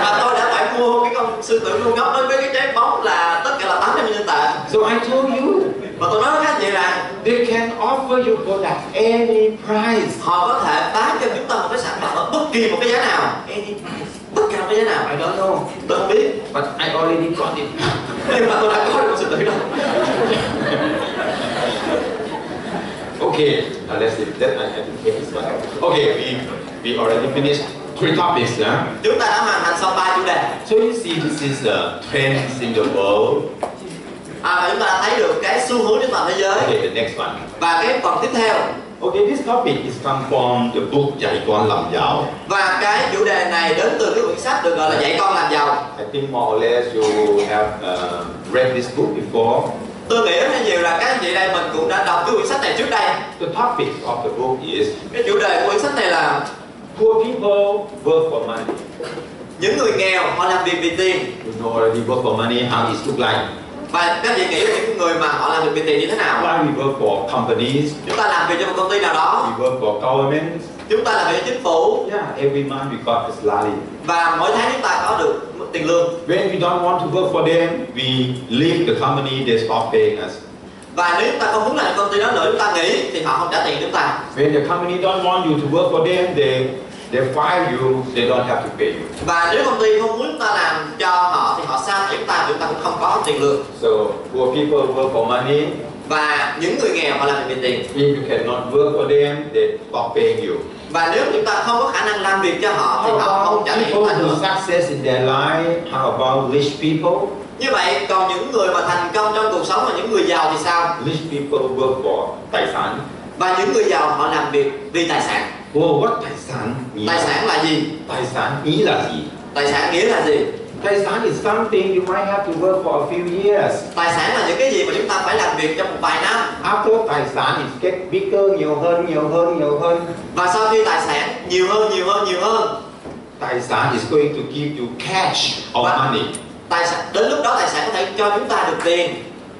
[SPEAKER 2] và tôi đã phải mua cái con sư tử ngu ngốc đối với cái trái bóng là tất cả là 800 nhân tệ
[SPEAKER 1] so I told you,
[SPEAKER 2] và tôi nói với các anh chị rằng
[SPEAKER 1] they can offer you product any price.
[SPEAKER 2] họ có thể bán cho chúng ta một cái sản phẩm ở bất kỳ một cái giá nào
[SPEAKER 1] Any price.
[SPEAKER 2] bất kỳ một cái giá nào
[SPEAKER 1] I don't know,
[SPEAKER 2] tôi không biết
[SPEAKER 1] but I already got it.
[SPEAKER 2] nhưng mà tôi đã có được một sự tự động
[SPEAKER 1] Okay, uh, let's leave that. I have to get this one. Okay, we, we already finished three topics now.
[SPEAKER 2] chúng ta đã hoàn thành xong ba chủ đề
[SPEAKER 1] So you see, this is the trends in the world.
[SPEAKER 2] à, và chúng ta đã thấy được cái xu hướng trên toàn thế giới
[SPEAKER 1] Okay, the next one.
[SPEAKER 2] và cái phần tiếp theo
[SPEAKER 1] Okay, this topic is come from the book Dạy con làm giàu.
[SPEAKER 2] và cái chủ đề này đến từ cái quyển sách được gọi là dạy con làm giàu
[SPEAKER 1] I think more or less you have uh, read this book before.
[SPEAKER 2] tôi nghĩ rất là nhiều là các anh chị đây mình cũng đã đọc cái quyển sách này trước đây
[SPEAKER 1] The topic of the book is
[SPEAKER 2] cái chủ đề của quyển sách này là
[SPEAKER 1] poor people work for money.
[SPEAKER 2] những người nghèo họ làm việc vì tiền
[SPEAKER 1] You know already work for money, how it look like.
[SPEAKER 2] và các anh chị nghĩ những người mà họ làm việc vì tiền như thế nào
[SPEAKER 1] Why we work for companies,
[SPEAKER 2] chúng ta làm việc cho một công ty nào đó
[SPEAKER 1] we work for governments.
[SPEAKER 2] chúng ta làm việc cho chính phủ
[SPEAKER 1] Yeah, every month we got a salary.
[SPEAKER 2] và mỗi tháng chúng ta có được mức tiền lương
[SPEAKER 1] When we don't want to work for them, we leave the company, they stop paying us.
[SPEAKER 2] và nếu chúng ta không muốn làm công ty đó nữa chúng ta nghỉ thì họ không trả tiền chúng ta
[SPEAKER 1] When the company don't want you to work for them, they they fire you, they don't have to pay you.
[SPEAKER 2] và nếu công ty không muốn chúng ta làm cho họ thì họ sa thải chúng ta chúng ta cũng không có tiền lương
[SPEAKER 1] So poor people work for money.
[SPEAKER 2] và những người nghèo họ làm việc vì tiền
[SPEAKER 1] If you cannot work for them, they stop paying you.
[SPEAKER 2] và nếu chúng ta không có khả năng làm việc cho họ thì họ
[SPEAKER 1] How
[SPEAKER 2] không trả
[SPEAKER 1] about
[SPEAKER 2] tiền chúng
[SPEAKER 1] people
[SPEAKER 2] ta
[SPEAKER 1] who
[SPEAKER 2] nữa
[SPEAKER 1] success in their life? How about rich people?
[SPEAKER 2] như vậy còn những người mà thành công trong cuộc sống và những người giàu thì sao
[SPEAKER 1] Rich people work for tài sản.
[SPEAKER 2] và những người giàu họ làm việc vì tài sản
[SPEAKER 1] Oh, what tài sản? mean?
[SPEAKER 2] tài sản là gì
[SPEAKER 1] Tài sản nghĩa là gì?
[SPEAKER 2] tài sản nghĩa là gì
[SPEAKER 1] Tài sản is something you might have to work for a few years.
[SPEAKER 2] tài sản là những cái gì mà chúng ta phải làm việc trong một vài năm
[SPEAKER 1] After tài sản is get bigger, nhiều hơn, nhiều hơn, nhiều hơn.
[SPEAKER 2] và sau khi tài sản nhiều hơn nhiều hơn nhiều hơn
[SPEAKER 1] Tài sản is going to give you cash or
[SPEAKER 2] Wow.
[SPEAKER 1] money.
[SPEAKER 2] tài sản đến lúc đó tài sản có thể cho chúng ta được tiền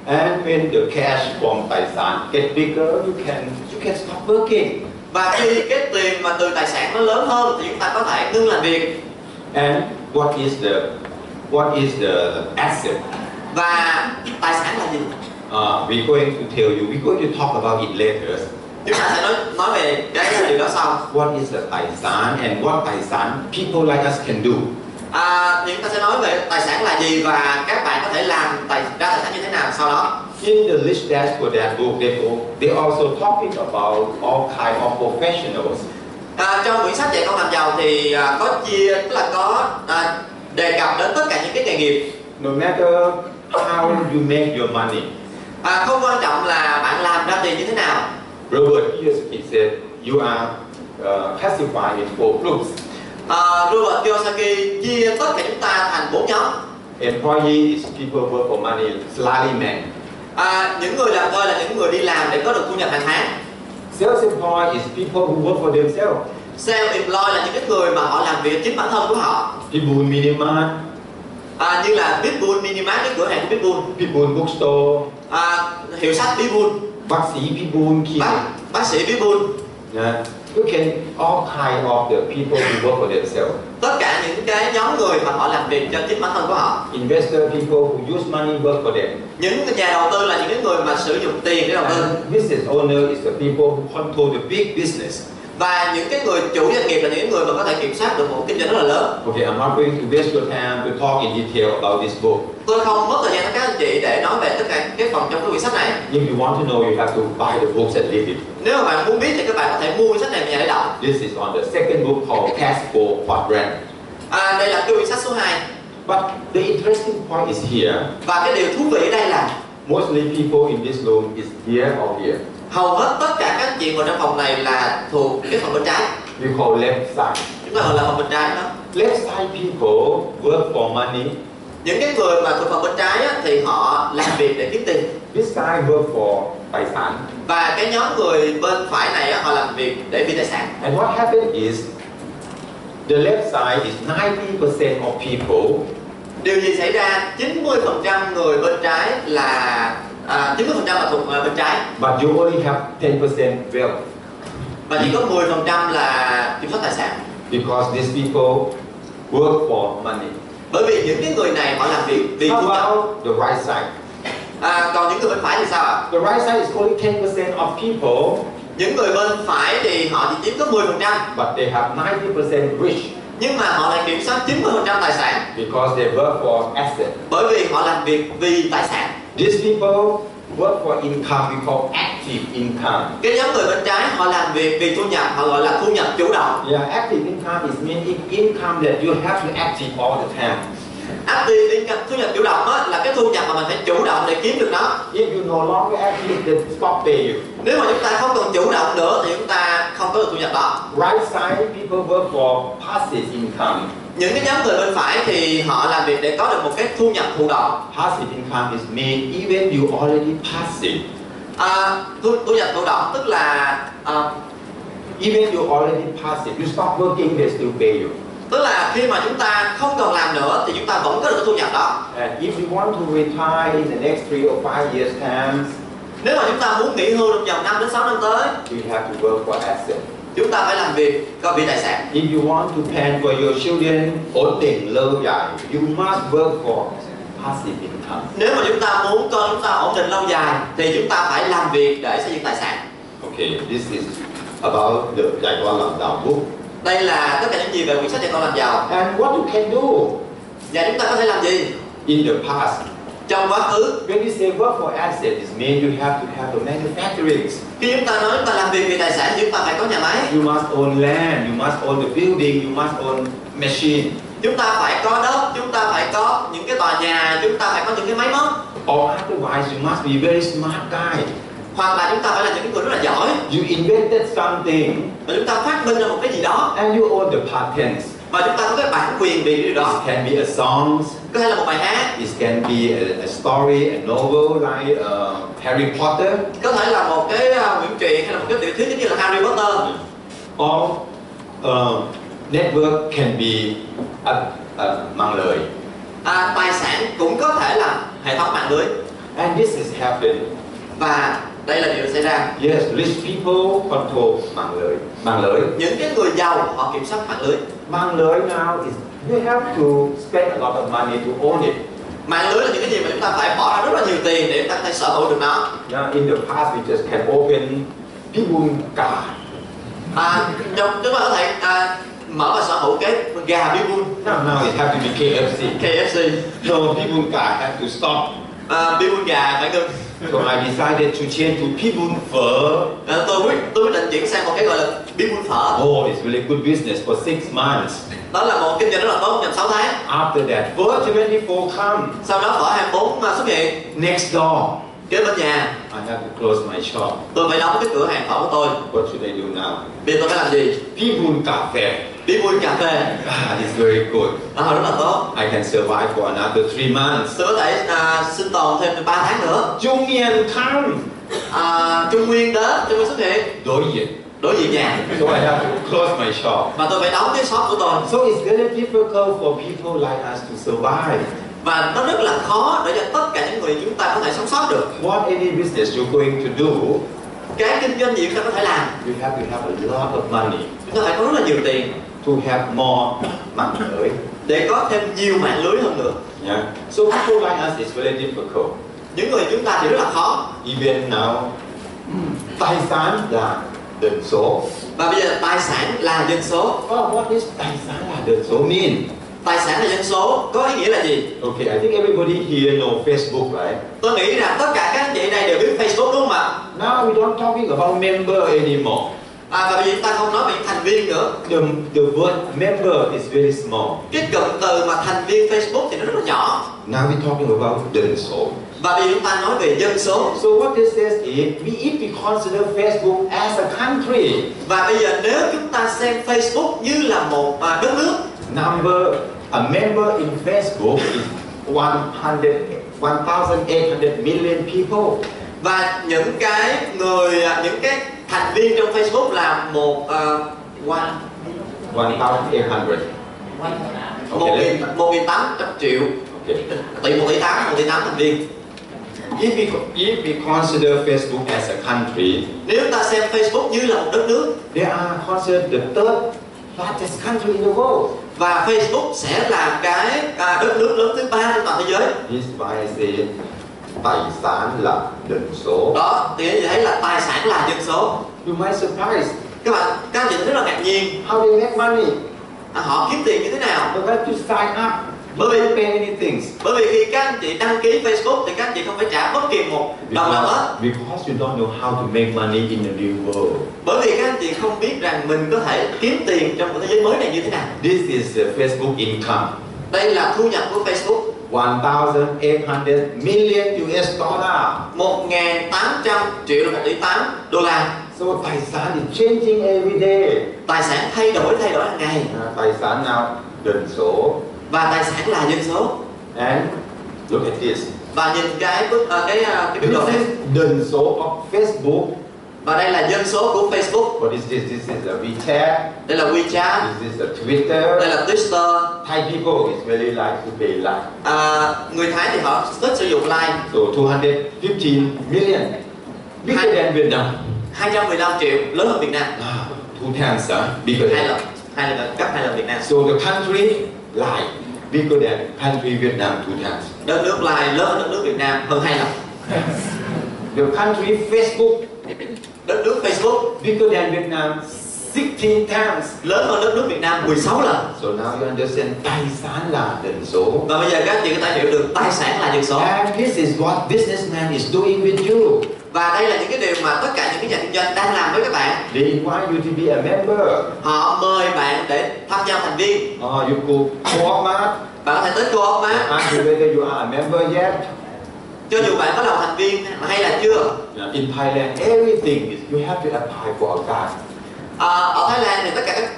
[SPEAKER 1] And when the cash from tài sản get bigger, you can you can stop working.
[SPEAKER 2] và khi cái tiền mà từ tài sản nó lớn hơn thì chúng ta có thể ngưng làm việc
[SPEAKER 1] And what is the what is the asset?
[SPEAKER 2] và tài sản là gì
[SPEAKER 1] Uh, we're going to tell you. We're going to talk about it later.
[SPEAKER 2] chúng ta sẽ nói nói về cái điều đó sau
[SPEAKER 1] What is the tài sản and what tài sản people like us can do?
[SPEAKER 2] à, thì chúng ta sẽ nói về tài sản là gì và các bạn có thể làm tài ra tài sản như thế nào sau đó
[SPEAKER 1] In the rich dads for that book, they go, they also talking about all kind of professionals.
[SPEAKER 2] à, trong quyển sách dạy con làm giàu thì à, có chia tức là có à, đề cập đến tất cả những cái nghề nghiệp
[SPEAKER 1] No matter how you make your money,
[SPEAKER 2] À, không quan trọng là bạn làm ra tiền như thế nào
[SPEAKER 1] Robert Kiyosaki said you are uh, classified in four groups.
[SPEAKER 2] à, Robert Kiyosaki chia tất cả chúng ta thành bốn nhóm
[SPEAKER 1] Employee is people work for money, salaryman.
[SPEAKER 2] à, những người làm thuê là những người đi làm để có được thu nhập hàng tháng
[SPEAKER 1] Self-employed is people who work for themselves.
[SPEAKER 2] self employed là những cái người mà họ làm việc chính bản thân của họ
[SPEAKER 1] People in minimart,
[SPEAKER 2] à, như là Pitbull Minimart cái cửa hàng của Pitbull
[SPEAKER 1] people in bookstore,
[SPEAKER 2] à, hiệu sách Pitbull
[SPEAKER 1] bác sĩ, people in
[SPEAKER 2] bác,
[SPEAKER 1] kia.
[SPEAKER 2] bác sĩ Pitbull
[SPEAKER 1] Yeah. You can all kind of the people who work for themselves.
[SPEAKER 2] tất cả những cái nhóm người mà họ làm việc cho chính bản thân của họ
[SPEAKER 1] Investor people who use money work for them.
[SPEAKER 2] những nhà đầu tư là những cái người mà sử dụng tiền để đầu tư
[SPEAKER 1] And business owner is oh the people who control the big business.
[SPEAKER 2] và những cái người chủ doanh nghiệp là những người mà có thể kiểm soát được một kinh doanh rất là lớn
[SPEAKER 1] Okay, I'm not going to waste your time to talk in detail about this book.
[SPEAKER 2] Tôi không mất thời gian với các anh chị để nói về tất cả những cái phần trong cái quyển sách này.
[SPEAKER 1] If you want to know, you have to buy the books and read it.
[SPEAKER 2] Nếu mà bạn muốn biết thì các bạn có thể mua quyển sách này về nhà để đọc.
[SPEAKER 1] This is on the second book called Cash Flow Quadrant.
[SPEAKER 2] À, đây là cái quyển sách số 2
[SPEAKER 1] But the interesting point is here.
[SPEAKER 2] và cái điều thú vị ở đây là
[SPEAKER 1] Mostly people in this room is here or here.
[SPEAKER 2] hầu hết tất cả các anh chị ngồi trong phòng này là thuộc cái phần bên trái.
[SPEAKER 1] We call left side.
[SPEAKER 2] Chúng ta gọi là phần bên trái đó.
[SPEAKER 1] Left side people work for money.
[SPEAKER 2] Những cái người mà thuộc phần bên trái á, thì họ làm việc để kiếm tiền
[SPEAKER 1] This side work for tài sản.
[SPEAKER 2] và cái nhóm người bên phải này á, họ làm việc để vì tài sản.
[SPEAKER 1] And what happened is the left side is 90% of people
[SPEAKER 2] Điều gì xảy ra? 90% người bên trái là à, 90% là thuộc à, bên trái
[SPEAKER 1] but you only have 10% wealth
[SPEAKER 2] và chỉ có 10% là kiểm soát tài sản.
[SPEAKER 1] because these people work for money.
[SPEAKER 2] bởi vì những cái người này họ làm việc vì
[SPEAKER 1] How
[SPEAKER 2] thu nhập
[SPEAKER 1] about the right side?
[SPEAKER 2] à, còn những người bên phải thì sao ạ
[SPEAKER 1] The right side is only 10% of people
[SPEAKER 2] những người bên phải thì họ chỉ chiếm có 10%
[SPEAKER 1] but they have 90% rich
[SPEAKER 2] nhưng mà họ lại kiểm soát 90% tài sản
[SPEAKER 1] because they work for asset.
[SPEAKER 2] bởi vì họ làm việc vì tài sản
[SPEAKER 1] These people work for income, we call active income.
[SPEAKER 2] cái nhóm người bên trái họ làm việc vì thu nhập họ gọi là thu nhập chủ động
[SPEAKER 1] Yeah, active income is meaning income that you have to active all the time.
[SPEAKER 2] active income thu nhập chủ động á, là cái thu nhập mà mình phải chủ động để kiếm được nó
[SPEAKER 1] If you no longer active, then stop pay you.
[SPEAKER 2] nếu mà chúng ta không còn chủ động nữa thì chúng ta không có được thu nhập đó
[SPEAKER 1] Right side, people work for passive income.
[SPEAKER 2] những cái nhóm người bên phải thì họ làm việc để có được một cái thu nhập thụ động
[SPEAKER 1] Passive income is made even you already passive.
[SPEAKER 2] à, thu, thu nhập thụ động tức là à,
[SPEAKER 1] Even you already passive, you stop working, they still pay you.
[SPEAKER 2] tức là khi mà chúng ta không còn làm nữa thì chúng ta vẫn có được cái thu nhập đó
[SPEAKER 1] And if you want to retire in the next three or five years' time,
[SPEAKER 2] nếu mà chúng ta muốn nghỉ hưu trong vòng 5 đến 6 năm tới
[SPEAKER 1] you have to work for asset.
[SPEAKER 2] chúng ta phải làm việc có bị tài sản
[SPEAKER 1] If you want to plan for your children ổn định lâu dài, you must work for passive income.
[SPEAKER 2] nếu mà chúng ta muốn con chúng ta ổn định lâu dài thì chúng ta phải làm việc để xây dựng tài sản
[SPEAKER 1] Okay, this is about the Dạy con làm giàu book.
[SPEAKER 2] đây là tất cả những gì về quyển sách dạy con làm giàu
[SPEAKER 1] And what you can do
[SPEAKER 2] và chúng ta có thể làm gì
[SPEAKER 1] in the past,
[SPEAKER 2] trong quá khứ
[SPEAKER 1] when you say work for asset, it means you have to have the manufacturing.
[SPEAKER 2] khi chúng ta nói chúng ta làm việc vì tài sản thì chúng ta phải có nhà máy
[SPEAKER 1] You must own land, you must own the building, you must own machine.
[SPEAKER 2] chúng ta phải có đất chúng ta phải có những cái tòa nhà chúng ta phải có những cái máy móc
[SPEAKER 1] Or otherwise, you must be very smart guy.
[SPEAKER 2] hoặc là chúng ta phải là những cái người rất là giỏi
[SPEAKER 1] You invented something,
[SPEAKER 2] và chúng ta phát minh ra một cái gì đó
[SPEAKER 1] And you own the patents.
[SPEAKER 2] và chúng ta có cái bản quyền về điều
[SPEAKER 1] It
[SPEAKER 2] đó
[SPEAKER 1] can be a song,
[SPEAKER 2] có thể là một bài hát
[SPEAKER 1] it can be a, a story, a novel like uh, Harry Potter,
[SPEAKER 2] có thể là một cái à, quyển truyện hay là một cái tiểu thuyết giống như là Harry Potter
[SPEAKER 1] or um, network can be a, a mạng lưới.
[SPEAKER 2] à, tài sản cũng có thể là hệ thống mạng lưới
[SPEAKER 1] And this is happening.
[SPEAKER 2] và đây là điều xảy ra
[SPEAKER 1] Yes, rich people control mạng lưới. Mạng lưới.
[SPEAKER 2] những cái người giàu họ kiểm soát mạng lưới
[SPEAKER 1] Mạng lưới now is you have to spend a lot of money to own it.
[SPEAKER 2] mạng lưới là những cái gì mà chúng ta phải bỏ ra rất là nhiều tiền để chúng ta có thể sở hữu được nó
[SPEAKER 1] Now in the past we just can open people car.
[SPEAKER 2] à, trong chúng ta có thể à, mở và sở hữu cái gà Bibun
[SPEAKER 1] Now, now it have to be KFC.
[SPEAKER 2] KFC
[SPEAKER 1] No, people car have to stop
[SPEAKER 2] à, Bibun gà phải ngưng
[SPEAKER 1] So I decided to change to Pibun Pho.
[SPEAKER 2] à, tôi quyết tôi quyết định chuyển sang một cái gọi là Bibun phở
[SPEAKER 1] Oh, it's really good business for six months.
[SPEAKER 2] đó là một kinh doanh rất là tốt trong 6 tháng
[SPEAKER 1] After that, Pho 24 come
[SPEAKER 2] sau đó phở 24 mà xuất hiện
[SPEAKER 1] next door.
[SPEAKER 2] kế bên nhà
[SPEAKER 1] I have to close my shop.
[SPEAKER 2] tôi phải đóng cái cửa hàng phở của tôi
[SPEAKER 1] What should I do now?
[SPEAKER 2] bây giờ tôi phải làm gì
[SPEAKER 1] Pibun Cafe.
[SPEAKER 2] Bibun cà phê
[SPEAKER 1] Ah, it's very good.
[SPEAKER 2] đó là rất là tốt
[SPEAKER 1] I can survive for another three months.
[SPEAKER 2] tôi có thể à, sinh tồn thêm 3 tháng nữa
[SPEAKER 1] Jumian come.
[SPEAKER 2] à, Trung Nguyên đến Trung Nguyên xuất hiện
[SPEAKER 1] Đối diện.
[SPEAKER 2] đối diện nhà
[SPEAKER 1] So I have to close my shop.
[SPEAKER 2] và tôi phải đóng cái shop của tôi
[SPEAKER 1] So it's very difficult for people like us to survive.
[SPEAKER 2] và nó rất là khó để cho tất cả những người chúng ta có thể sống sót được
[SPEAKER 1] What any business you're going to do,
[SPEAKER 2] cái kinh doanh gì chúng ta có thể làm
[SPEAKER 1] you have to have a lot of money.
[SPEAKER 2] chúng ta phải có rất là nhiều tiền
[SPEAKER 1] to have more mạng lưới.
[SPEAKER 2] để có thêm nhiều mạng lưới hơn nữa
[SPEAKER 1] Yeah. So people like us is very difficult.
[SPEAKER 2] những người chúng ta thì rất là khó
[SPEAKER 1] Even now, tài sản là đơn số.
[SPEAKER 2] và bây giờ tài sản là dân số
[SPEAKER 1] Oh, what is tài sản là đơn số mean?
[SPEAKER 2] tài sản là dân số có ý nghĩa là gì
[SPEAKER 1] Okay, I think everybody here know Facebook, right?
[SPEAKER 2] tôi nghĩ rằng tất cả các anh chị ở đây đều biết facebook đúng không ạ
[SPEAKER 1] Now we don't talking about member anymore.
[SPEAKER 2] à, và bây giờ chúng ta không nói về những thành viên nữa
[SPEAKER 1] The, the word member is very small.
[SPEAKER 2] cái cụm từ mà thành viên facebook thì nó rất là nhỏ
[SPEAKER 1] Now we talking about đơn số.
[SPEAKER 2] và bây giờ chúng ta nói về dân số
[SPEAKER 1] So what this says is, eh, we, if we consider Facebook as a country,
[SPEAKER 2] và bây giờ nếu chúng ta xem facebook như là một à, đất nước
[SPEAKER 1] number a member in Facebook is 100 1,800 million people.
[SPEAKER 2] và những cái người à, những cái thành viên trong Facebook là một à, qua
[SPEAKER 1] 1,800.
[SPEAKER 2] một
[SPEAKER 1] Okay.
[SPEAKER 2] nghìn một nghìn tám trăm triệu
[SPEAKER 1] okay.
[SPEAKER 2] tỷ một tỷ tám một tỷ tám thành viên
[SPEAKER 1] If we if we consider Facebook as a country,
[SPEAKER 2] nếu ta xem Facebook như là một đất nước
[SPEAKER 1] they are considered the third largest country in the world.
[SPEAKER 2] và Facebook sẽ là cái à, đất nước lớn thứ ba trên toàn thế giới
[SPEAKER 1] This is why I say tài sản là đơn số.
[SPEAKER 2] đó thì anh thấy là tài sản là dân số
[SPEAKER 1] You might surprise
[SPEAKER 2] các bạn các anh chị rất là ngạc nhiên
[SPEAKER 1] how they make money.
[SPEAKER 2] à, họ kiếm tiền như thế nào
[SPEAKER 1] They have to sign up You don't pay many things
[SPEAKER 2] bởi vì khi các anh chị đăng ký Facebook thì các anh chị không phải trả bất kỳ một đồng nào hết
[SPEAKER 1] because, because you don't know how to make money in the new world.
[SPEAKER 2] bởi vì các anh chị không biết rằng mình có thể kiếm tiền trong một thế giới mới này như thế nào
[SPEAKER 1] This is the Facebook income.
[SPEAKER 2] đây là thu nhập của Facebook
[SPEAKER 1] 1,800 million US dollar.
[SPEAKER 2] 1.800 triệu là 1 tỷ 8 đô la
[SPEAKER 1] So Taisan is changing every day.
[SPEAKER 2] tài sản thay đổi thay đổi hàng ngày
[SPEAKER 1] Uh, Taisan now dần số.
[SPEAKER 2] và tài sản là dân số
[SPEAKER 1] And look at this.
[SPEAKER 2] và nhìn cái bức- ờ, cái ờ, cái biểu đồ
[SPEAKER 1] This
[SPEAKER 2] này
[SPEAKER 1] is dần số of Facebook.
[SPEAKER 2] và đây là dân số của Facebook
[SPEAKER 1] What is this? This is a WeChat.
[SPEAKER 2] đây là WeChat
[SPEAKER 1] This is a
[SPEAKER 2] đây
[SPEAKER 1] Twitter.
[SPEAKER 2] là Twitter
[SPEAKER 1] Thai people is very like to pay like.
[SPEAKER 2] à, người Thái thì họ thích sử dụng like
[SPEAKER 1] So 215 million. Bigger than Vietnam.
[SPEAKER 2] 215 triệu lớn hơn Việt Nam
[SPEAKER 1] Ah, two times, huh? Bigger
[SPEAKER 2] hai
[SPEAKER 1] than.
[SPEAKER 2] lần hai lần gấp hai lần Việt Nam
[SPEAKER 1] So the country like bigger than country Vietnam two times.
[SPEAKER 2] đất nước like lớn hơn đất nước Việt Nam hơn hai lần
[SPEAKER 1] The country Facebook
[SPEAKER 2] đất nước Facebook
[SPEAKER 1] bigger than Vietnam 16 times.
[SPEAKER 2] lớn hơn đất nước Việt Nam 16 lần
[SPEAKER 1] So now you understand tài sản là dân số.
[SPEAKER 2] và bây giờ các anh chị có thể hiểu được tài sản là dân số
[SPEAKER 1] And this is what businessman is doing with you.
[SPEAKER 2] và đây là những cái điều mà tất cả những cái nhà kinh doanh đang làm với các bạn
[SPEAKER 1] They invite you to be a member.
[SPEAKER 2] họ mời bạn để tham gia thành viên
[SPEAKER 1] Or you go co-op
[SPEAKER 2] bạn có thể tới cô má
[SPEAKER 1] ask you whether you are a member yet.
[SPEAKER 2] cho dù bạn có làm thành viên hay là chưa
[SPEAKER 1] In Thailand, everything is you have to apply for a card.
[SPEAKER 2] à, ở Thái Lan thì tất cả các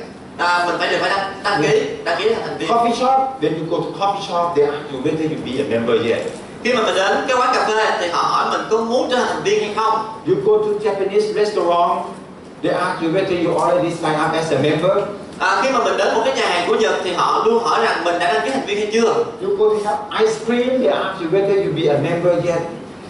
[SPEAKER 2] à, mình phải đều phải đăng, đăng ký đăng ký làm thành viên
[SPEAKER 1] Coffee shop, then you go to coffee shop, they ask you whether you be a member yet.
[SPEAKER 2] khi mà mình đến cái quán cà phê thì họ hỏi mình có muốn trở thành thành viên hay không
[SPEAKER 1] You go to Japanese restaurant, they ask you whether you already sign up as a member.
[SPEAKER 2] à, khi mà mình đến một cái nhà hàng của Nhật thì họ luôn hỏi rằng mình đã đăng ký thành viên hay chưa
[SPEAKER 1] You go to have ice cream, they ask you whether you be a member yet.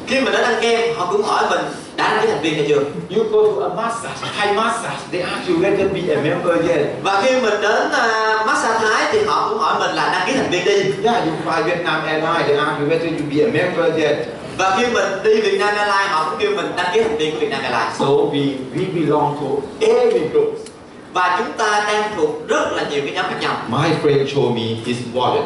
[SPEAKER 2] khi mình đến ăn kem họ cũng hỏi mình đã đăng ký thành viên hay chưa
[SPEAKER 1] You go to a massage, Thai massage, they ask you whether be a member yet.
[SPEAKER 2] và khi mình đến à, massage Thái thì họ cũng hỏi mình là đăng ký thành viên đi
[SPEAKER 1] Yeah, you fly Vietnam Airlines, they ask you whether you be a member yet.
[SPEAKER 2] và khi mình đi Việt Nam Airlines họ cũng kêu mình đăng ký thành viên của Việt Nam Airlines
[SPEAKER 1] So we, we belong to every group.
[SPEAKER 2] và chúng ta đang thuộc rất là nhiều cái nhóm khác nhau
[SPEAKER 1] My friend showed me his wallet.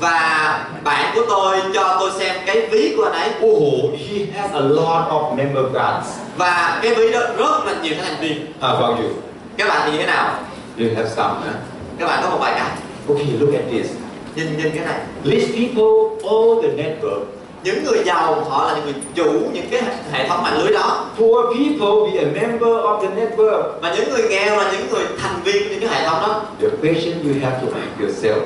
[SPEAKER 2] và bạn của tôi cho tôi xem cái ví của anh ấy
[SPEAKER 1] Oh, he has a lot of member cards.
[SPEAKER 2] và cái ví đó rất là nhiều cái thành viên
[SPEAKER 1] How about you?
[SPEAKER 2] các bạn thì như thế nào
[SPEAKER 1] You have some, huh?
[SPEAKER 2] các bạn có một bài cả
[SPEAKER 1] Okay, look at this.
[SPEAKER 2] nhìn nhìn cái này
[SPEAKER 1] Rich people own the network.
[SPEAKER 2] những người giàu họ là những người chủ những cái hệ thống mạng lưới đó
[SPEAKER 1] Poor people be a member of the network.
[SPEAKER 2] và những người nghèo là những người thành viên của những cái hệ thống đó
[SPEAKER 1] The question you have to ask yourself: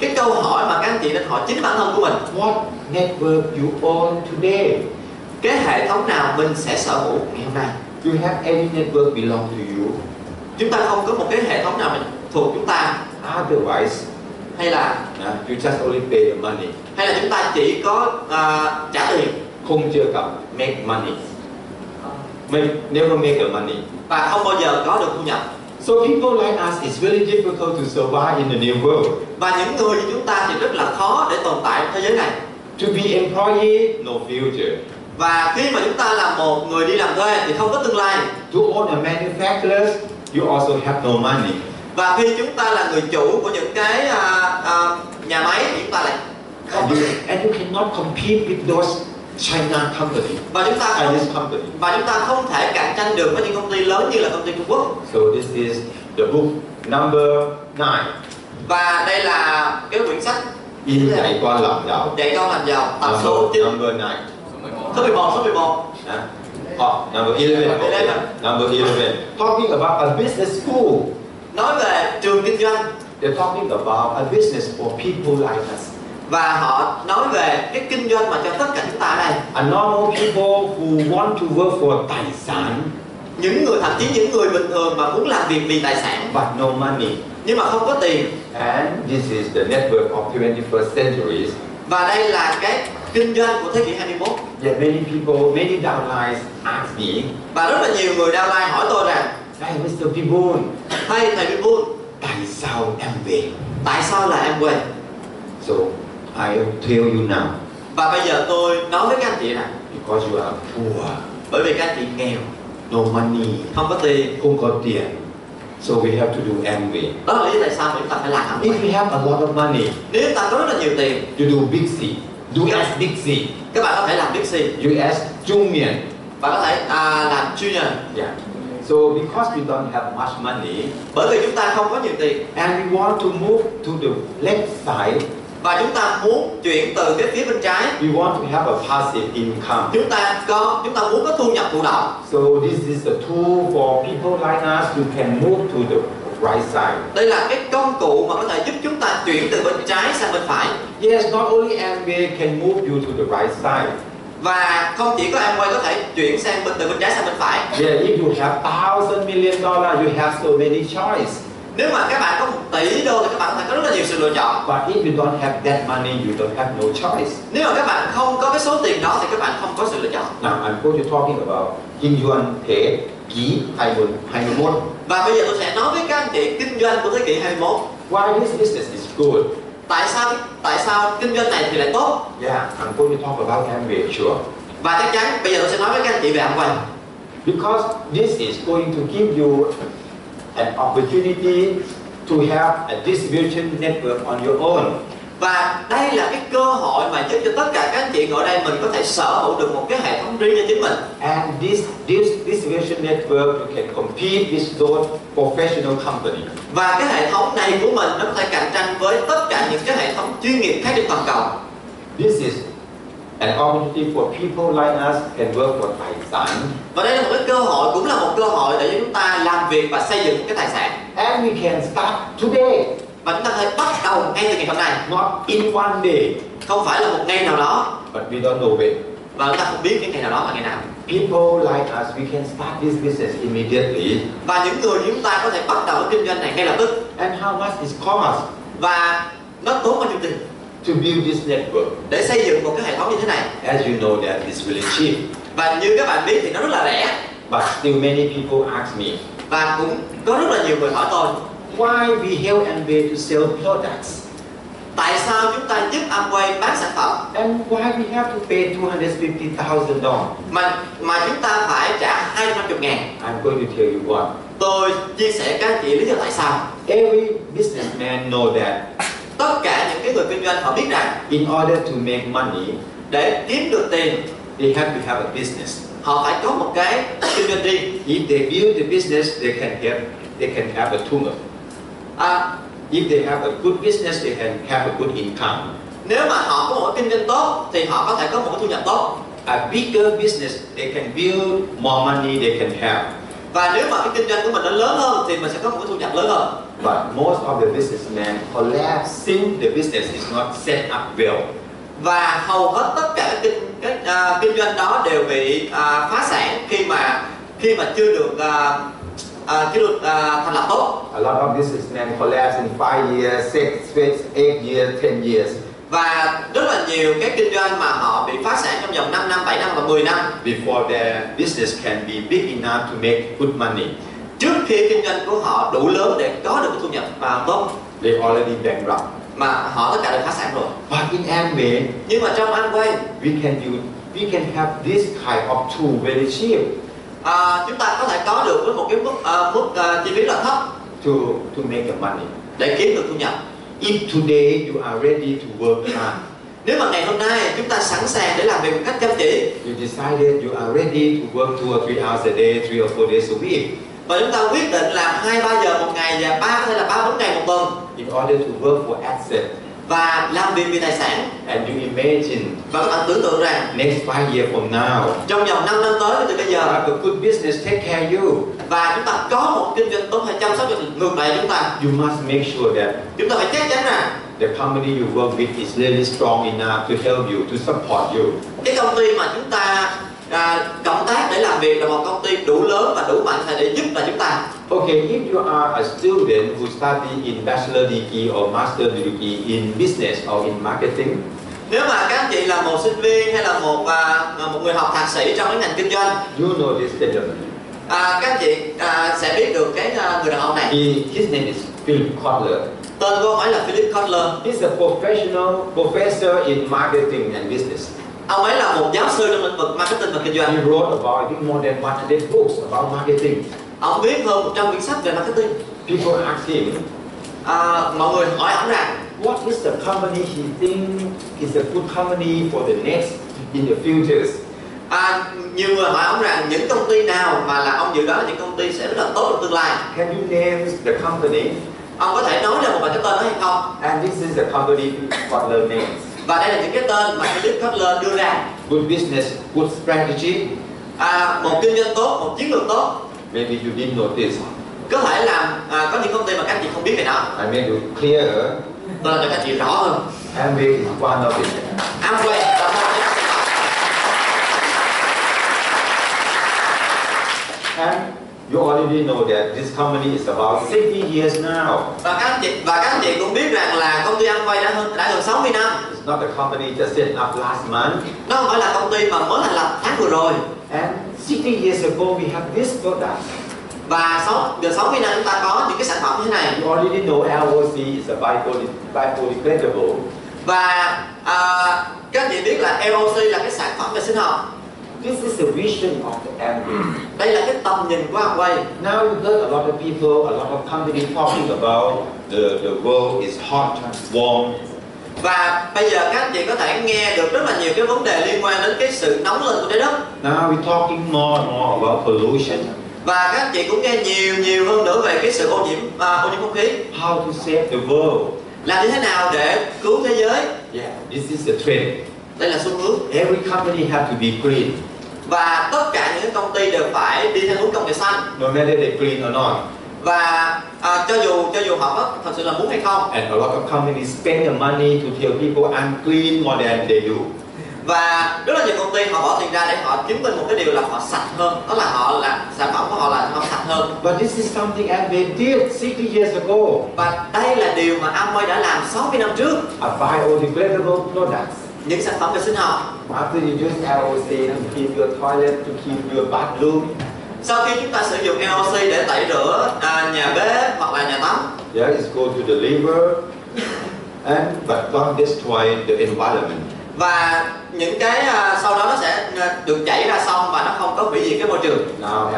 [SPEAKER 2] cái câu hỏi mà các anh chị nên hỏi chính bản thân của mình
[SPEAKER 1] What network you own today?
[SPEAKER 2] cái hệ thống nào mình sẽ sở hữu ngày hôm nay
[SPEAKER 1] Do you have any network belong to you?
[SPEAKER 2] chúng ta không có một cái hệ thống nào mình thuộc chúng ta
[SPEAKER 1] Otherwise,
[SPEAKER 2] hay là
[SPEAKER 1] uh, you just only pay the money.
[SPEAKER 2] hay là chúng ta chỉ có à, trả tiền
[SPEAKER 1] Không chưa gặp make money. Make, never make the money.
[SPEAKER 2] và không bao giờ có được thu nhập
[SPEAKER 1] So people like us, it's very difficult to survive in the new world.
[SPEAKER 2] và những người như chúng ta thì rất là khó để tồn tại trong thế giới này
[SPEAKER 1] To be employee, no future.
[SPEAKER 2] và khi mà chúng ta là một người đi làm thuê thì không có tương lai
[SPEAKER 1] To own a manufacturer, you also have no money.
[SPEAKER 2] và khi chúng ta là người chủ của những cái à, à, nhà máy thì chúng ta lại không
[SPEAKER 1] And
[SPEAKER 2] có
[SPEAKER 1] you,
[SPEAKER 2] tiền.
[SPEAKER 1] and you cannot compete with those China company,
[SPEAKER 2] và chúng ta không
[SPEAKER 1] Chinese company.
[SPEAKER 2] và chúng ta không thể cạnh tranh được với những công ty lớn như là công ty Trung Quốc
[SPEAKER 1] So this is the book number nine.
[SPEAKER 2] và đây là cái quyển sách
[SPEAKER 1] In Dạy qua lòng đạo.
[SPEAKER 2] dạy con làm giàu tập số
[SPEAKER 1] Number,
[SPEAKER 2] 9
[SPEAKER 1] number nine.
[SPEAKER 2] số 11 số 11
[SPEAKER 1] Huh? Oh, number 11. Okay. Number 11. Talking about a business school.
[SPEAKER 2] nói về trường kinh doanh
[SPEAKER 1] They're talking about a business for people like us.
[SPEAKER 2] và họ nói về cái kinh doanh mà cho tất cả chúng ta ở đây
[SPEAKER 1] A normal people who want to work for tài sản
[SPEAKER 2] những người thậm chí những người bình thường mà muốn làm việc vì tài sản
[SPEAKER 1] but no money.
[SPEAKER 2] nhưng mà không có tiền
[SPEAKER 1] And this is the network of 21st centuries.
[SPEAKER 2] và đây là cái kinh doanh của thế kỷ 21
[SPEAKER 1] Yet many people, many downlines ask me,
[SPEAKER 2] và rất là nhiều người downline hỏi tôi rằng
[SPEAKER 1] Hey, Mr. Pibun,
[SPEAKER 2] hey thầy Vinh Buôn
[SPEAKER 1] tại sao em về?
[SPEAKER 2] tại sao là em quên
[SPEAKER 1] So I tell you now,
[SPEAKER 2] và bây giờ tôi nói với các anh chị rằng
[SPEAKER 1] because you are poor,
[SPEAKER 2] bởi vì các anh chị nghèo
[SPEAKER 1] no money,
[SPEAKER 2] không có tiền
[SPEAKER 1] không có tiền, So we have to do envy.
[SPEAKER 2] đó là lý do tại sao mà chúng ta phải làm hàng
[SPEAKER 1] If
[SPEAKER 2] quán
[SPEAKER 1] you have a lot of money,
[SPEAKER 2] nếu chúng ta có rất là nhiều tiền
[SPEAKER 1] you do big C. Do as big C.
[SPEAKER 2] các bạn có thể làm Bixi
[SPEAKER 1] You as Jumian.
[SPEAKER 2] bạn có thể à, làm junior
[SPEAKER 1] Yeah. So because we don't have much money
[SPEAKER 2] bởi vì chúng ta không có nhiều tiền
[SPEAKER 1] and we want to move to the left side,
[SPEAKER 2] và chúng ta muốn chuyển từ cái phía bên trái
[SPEAKER 1] we want to have a passive income.
[SPEAKER 2] chúng ta có chúng ta muốn có thu nhập thụ động
[SPEAKER 1] So this is a tool for people like us who can move to the right side.
[SPEAKER 2] đây là cái công cụ mà có thể giúp chúng ta chuyển từ bên trái sang bên phải
[SPEAKER 1] Yes, not only MBA can move you to the right side.
[SPEAKER 2] và không chỉ có Amway có thể chuyển sang bên từ bên trái sang bên phải
[SPEAKER 1] Yeah, if you have thousand million dollar, you have so many choice.
[SPEAKER 2] nếu mà các bạn có một tỷ đô thì các bạn có thể có rất là nhiều sự lựa chọn
[SPEAKER 1] But if you don't have that money, you don't have no choice.
[SPEAKER 2] nếu mà các bạn không có cái số tiền đó thì các bạn không có sự lựa chọn
[SPEAKER 1] Now I'm going to talking about Kim Yuan Thế Ký 20 21.
[SPEAKER 2] và bây giờ tôi sẽ nói với các anh chị kinh doanh của thế kỷ 21
[SPEAKER 1] Why this business is good?
[SPEAKER 2] tại sao tại sao kinh doanh này thì lại tốt
[SPEAKER 1] Yeah, I'm going to talk about MBA, sure.
[SPEAKER 2] và chắc chắn bây giờ tôi sẽ nói với các anh chị về Amway
[SPEAKER 1] Because this is going to give you an opportunity to have a distribution network on your own.
[SPEAKER 2] và đây là cái cơ hội mà giúp cho tất cả các anh chị ngồi đây mình có thể sở hữu được một cái hệ thống riêng cho chính mình
[SPEAKER 1] And this, this distribution network, you can compete with those professional company.
[SPEAKER 2] và cái hệ thống này của mình nó có thể cạnh tranh với tất cả những cái hệ thống chuyên nghiệp khác trên toàn cầu
[SPEAKER 1] This is an opportunity for people like us can work for Thai San.
[SPEAKER 2] và đây là một cái cơ hội cũng là một cơ hội để cho chúng ta làm việc và xây dựng cái tài sản
[SPEAKER 1] And we can start today,
[SPEAKER 2] và chúng ta có thể bắt đầu ngay từ ngày hôm nay
[SPEAKER 1] not in one day,
[SPEAKER 2] không phải là một ngày nào đó
[SPEAKER 1] but we don't know when.
[SPEAKER 2] và chúng ta không biết cái ngày nào đó là ngày nào
[SPEAKER 1] People like us, we can start this business immediately.
[SPEAKER 2] và những người như chúng ta có thể bắt đầu cái kinh doanh này ngay lập tức
[SPEAKER 1] And how much it costs
[SPEAKER 2] và nó tốn bao nhiêu tiền
[SPEAKER 1] to build this network?
[SPEAKER 2] để xây dựng một cái hệ thống như thế này
[SPEAKER 1] As you know, that is really cheap.
[SPEAKER 2] và như các bạn biết thì nó rất là rẻ
[SPEAKER 1] But still, many people ask me,
[SPEAKER 2] và cũng có rất là nhiều người hỏi tôi
[SPEAKER 1] why we help MBA to sell products?
[SPEAKER 2] tại sao chúng ta giúp Amway bán sản phẩm
[SPEAKER 1] And why we have to pay $250,000?
[SPEAKER 2] mà mà chúng ta phải trả 250 ngàn
[SPEAKER 1] I'm going to tell you what.
[SPEAKER 2] tôi chia sẻ các anh chị lý do tại sao
[SPEAKER 1] Every businessman know that
[SPEAKER 2] tất cả những cái người kinh doanh họ biết rằng
[SPEAKER 1] in order to make money,
[SPEAKER 2] để kiếm được tiền
[SPEAKER 1] they have to have a business.
[SPEAKER 2] họ phải có một cái kinh doanh riêng
[SPEAKER 1] If they build the business, they can have they can have a tumor. Ah,
[SPEAKER 2] à,
[SPEAKER 1] If they have a good business, they can have a good income.
[SPEAKER 2] nếu mà họ có một cái kinh doanh tốt thì họ có thể có một cái thu nhập tốt
[SPEAKER 1] A bigger business, they can build more money they can have.
[SPEAKER 2] và nếu mà cái kinh doanh của mình nó lớn hơn thì mình sẽ có một cái thu nhập lớn hơn
[SPEAKER 1] But most of the businessmen collapse since the business is not set up well.
[SPEAKER 2] và hầu hết tất cả các kinh các, à, kinh doanh đó đều bị à, phá sản khi mà khi mà chưa được à, à, chưa được à, thành lập tốt
[SPEAKER 1] A lot of businessmen collapse in five years, six, six, eight years, ten years
[SPEAKER 2] và rất là nhiều các kinh doanh mà họ bị phá sản trong vòng 5 năm, 7 năm và 10 năm
[SPEAKER 1] before their business can be big enough to make good money.
[SPEAKER 2] trước khi kinh doanh của họ đủ lớn để có được cái thu nhập mà tốt
[SPEAKER 1] They already bankrupt.
[SPEAKER 2] mà họ tất cả đều phá sản rồi
[SPEAKER 1] But in Amway,
[SPEAKER 2] nhưng mà trong Amway
[SPEAKER 1] we can use, we can have this kind of tool very cheap
[SPEAKER 2] à, chúng ta có thể có được với một cái mức à, mức à, chi phí rất là thấp
[SPEAKER 1] to to make the money.
[SPEAKER 2] để kiếm được thu nhập
[SPEAKER 1] If today you are ready to work hard,
[SPEAKER 2] nếu mà ngày hôm nay chúng ta sẵn sàng để làm việc một cách chăm chỉ
[SPEAKER 1] you decided you are ready to work two or three hours a day, three or four days a week.
[SPEAKER 2] và chúng ta quyết định làm hai ba giờ một ngày và ba có thể là ba bốn ngày một tuần
[SPEAKER 1] In order to work for asset,
[SPEAKER 2] và làm việc vì tài sản
[SPEAKER 1] and you imagine
[SPEAKER 2] và các bạn tưởng tượng rằng
[SPEAKER 1] next five years from now,
[SPEAKER 2] trong vòng 5 năm tới từ bây
[SPEAKER 1] You
[SPEAKER 2] giờ
[SPEAKER 1] have a good business, take care of you.
[SPEAKER 2] và chúng ta có một kinh doanh tốt hay chăm sóc cho ngược lại chúng ta
[SPEAKER 1] You must make sure that
[SPEAKER 2] chúng ta phải chắc chắn rằng
[SPEAKER 1] the company you work with is really strong enough to help you, to support you.
[SPEAKER 2] cái công ty mà chúng ta à, cộng tác để làm việc là một công ty đủ lớn và đủ mạnh để giúp là chúng ta
[SPEAKER 1] Okay, if you are a student who study in bachelor degree or master degree in business or in marketing,
[SPEAKER 2] nếu mà các anh chị là một sinh viên hay là một à, một người học thạc sĩ trong cái ngành kinh doanh
[SPEAKER 1] you know this gentleman.
[SPEAKER 2] à, các anh chị à, sẽ biết được cái à, người đàn ông này
[SPEAKER 1] He, his name is Philip Kotler.
[SPEAKER 2] tên của ông ấy là Philip Kotler
[SPEAKER 1] He's a professional professor in marketing and business.
[SPEAKER 2] Ông ấy là một giáo sư trong lĩnh vực marketing và kinh
[SPEAKER 1] He
[SPEAKER 2] doanh.
[SPEAKER 1] wrote about I think more than 100 books about marketing.
[SPEAKER 2] Ông biết hơn 100 quyển sách về marketing.
[SPEAKER 1] People ask him,
[SPEAKER 2] à, mọi người hỏi ông rằng
[SPEAKER 1] what is the company he think is a good company for the next in the futures?
[SPEAKER 2] à, nhiều người hỏi ông rằng những công ty nào mà là ông dự đoán là những công ty sẽ rất là tốt trong tương lai
[SPEAKER 1] Can you name the company?
[SPEAKER 2] ông có thể nói ra một vài cái tên đó hay không
[SPEAKER 1] And this is the company Butler names.
[SPEAKER 2] và đây là những cái tên mà Philip Kotler đưa ra
[SPEAKER 1] Good business, good strategy.
[SPEAKER 2] à, một kinh doanh tốt một chiến lược tốt
[SPEAKER 1] Maybe you didn't notice.
[SPEAKER 2] có thể là à, có những công ty mà các anh chị không biết về nó
[SPEAKER 1] I made it clearer.
[SPEAKER 2] tôi là cho các anh chị rõ hơn
[SPEAKER 1] Amway is one of it.
[SPEAKER 2] Amway là một trong những
[SPEAKER 1] And you already know that this company is about 60 years now.
[SPEAKER 2] và các anh chị và các anh chị cũng biết rằng là công ty Amway đã hơn đã gần 60 năm
[SPEAKER 1] It's not a company just set up last month.
[SPEAKER 2] nó không phải là công ty mà mới thành lập tháng vừa rồi
[SPEAKER 1] And 60 years ago, we have this product.
[SPEAKER 2] và sáu gần 60 năm chúng ta có những cái sản phẩm như thế này
[SPEAKER 1] You already know LOC is a biopoly- biodegradable.
[SPEAKER 2] và à, các anh chị biết là LOC là cái sản phẩm về sinh học
[SPEAKER 1] This is the vision of the Amway.
[SPEAKER 2] đây là cái tầm nhìn của Amway
[SPEAKER 1] Now you heard a lot of people, a lot of companies talking about the, the world is hot, warm,
[SPEAKER 2] và bây giờ các anh chị có thể nghe được rất là nhiều cái vấn đề liên quan đến cái sự nóng lên của trái đất
[SPEAKER 1] Now we're talking more and more about pollution,
[SPEAKER 2] và các anh chị cũng nghe nhiều nhiều hơn nữa về cái sự ô nhiễm à, ô nhiễm không khí
[SPEAKER 1] how to save the world.
[SPEAKER 2] làm như thế nào để cứu thế giới
[SPEAKER 1] Yeah, this is the trend.
[SPEAKER 2] đây là xu hướng
[SPEAKER 1] Every company have to be green,
[SPEAKER 2] và tất cả những công ty đều phải đi theo hướng công nghệ xanh
[SPEAKER 1] no matter they green or not.
[SPEAKER 2] và à, cho dù cho dù họ có thật sự là muốn hay không
[SPEAKER 1] And a lot of companies spend the money to tell people I'm green more than they do.
[SPEAKER 2] và rất là nhiều công ty họ bỏ tiền ra để họ chứng minh một cái điều là họ sạch hơn đó là họ là sản phẩm của họ là họ sạch hơn
[SPEAKER 1] But this is something Amway did 60 years ago.
[SPEAKER 2] và đây là điều mà Amway đã làm 60 năm trước
[SPEAKER 1] A biodegradable product.
[SPEAKER 2] những sản phẩm về sinh học
[SPEAKER 1] After you use LOC to keep your toilet, to keep your bathroom,
[SPEAKER 2] sau khi chúng ta sử dụng LOC để tẩy rửa à, nhà bếp hoặc là nhà tắm
[SPEAKER 1] yeah, it's go to the liver, and but don't destroy the environment.
[SPEAKER 2] và những cái à, sau đó nó sẽ à, được chảy ra xong và nó không có hủy diệt cái môi trường
[SPEAKER 1] Now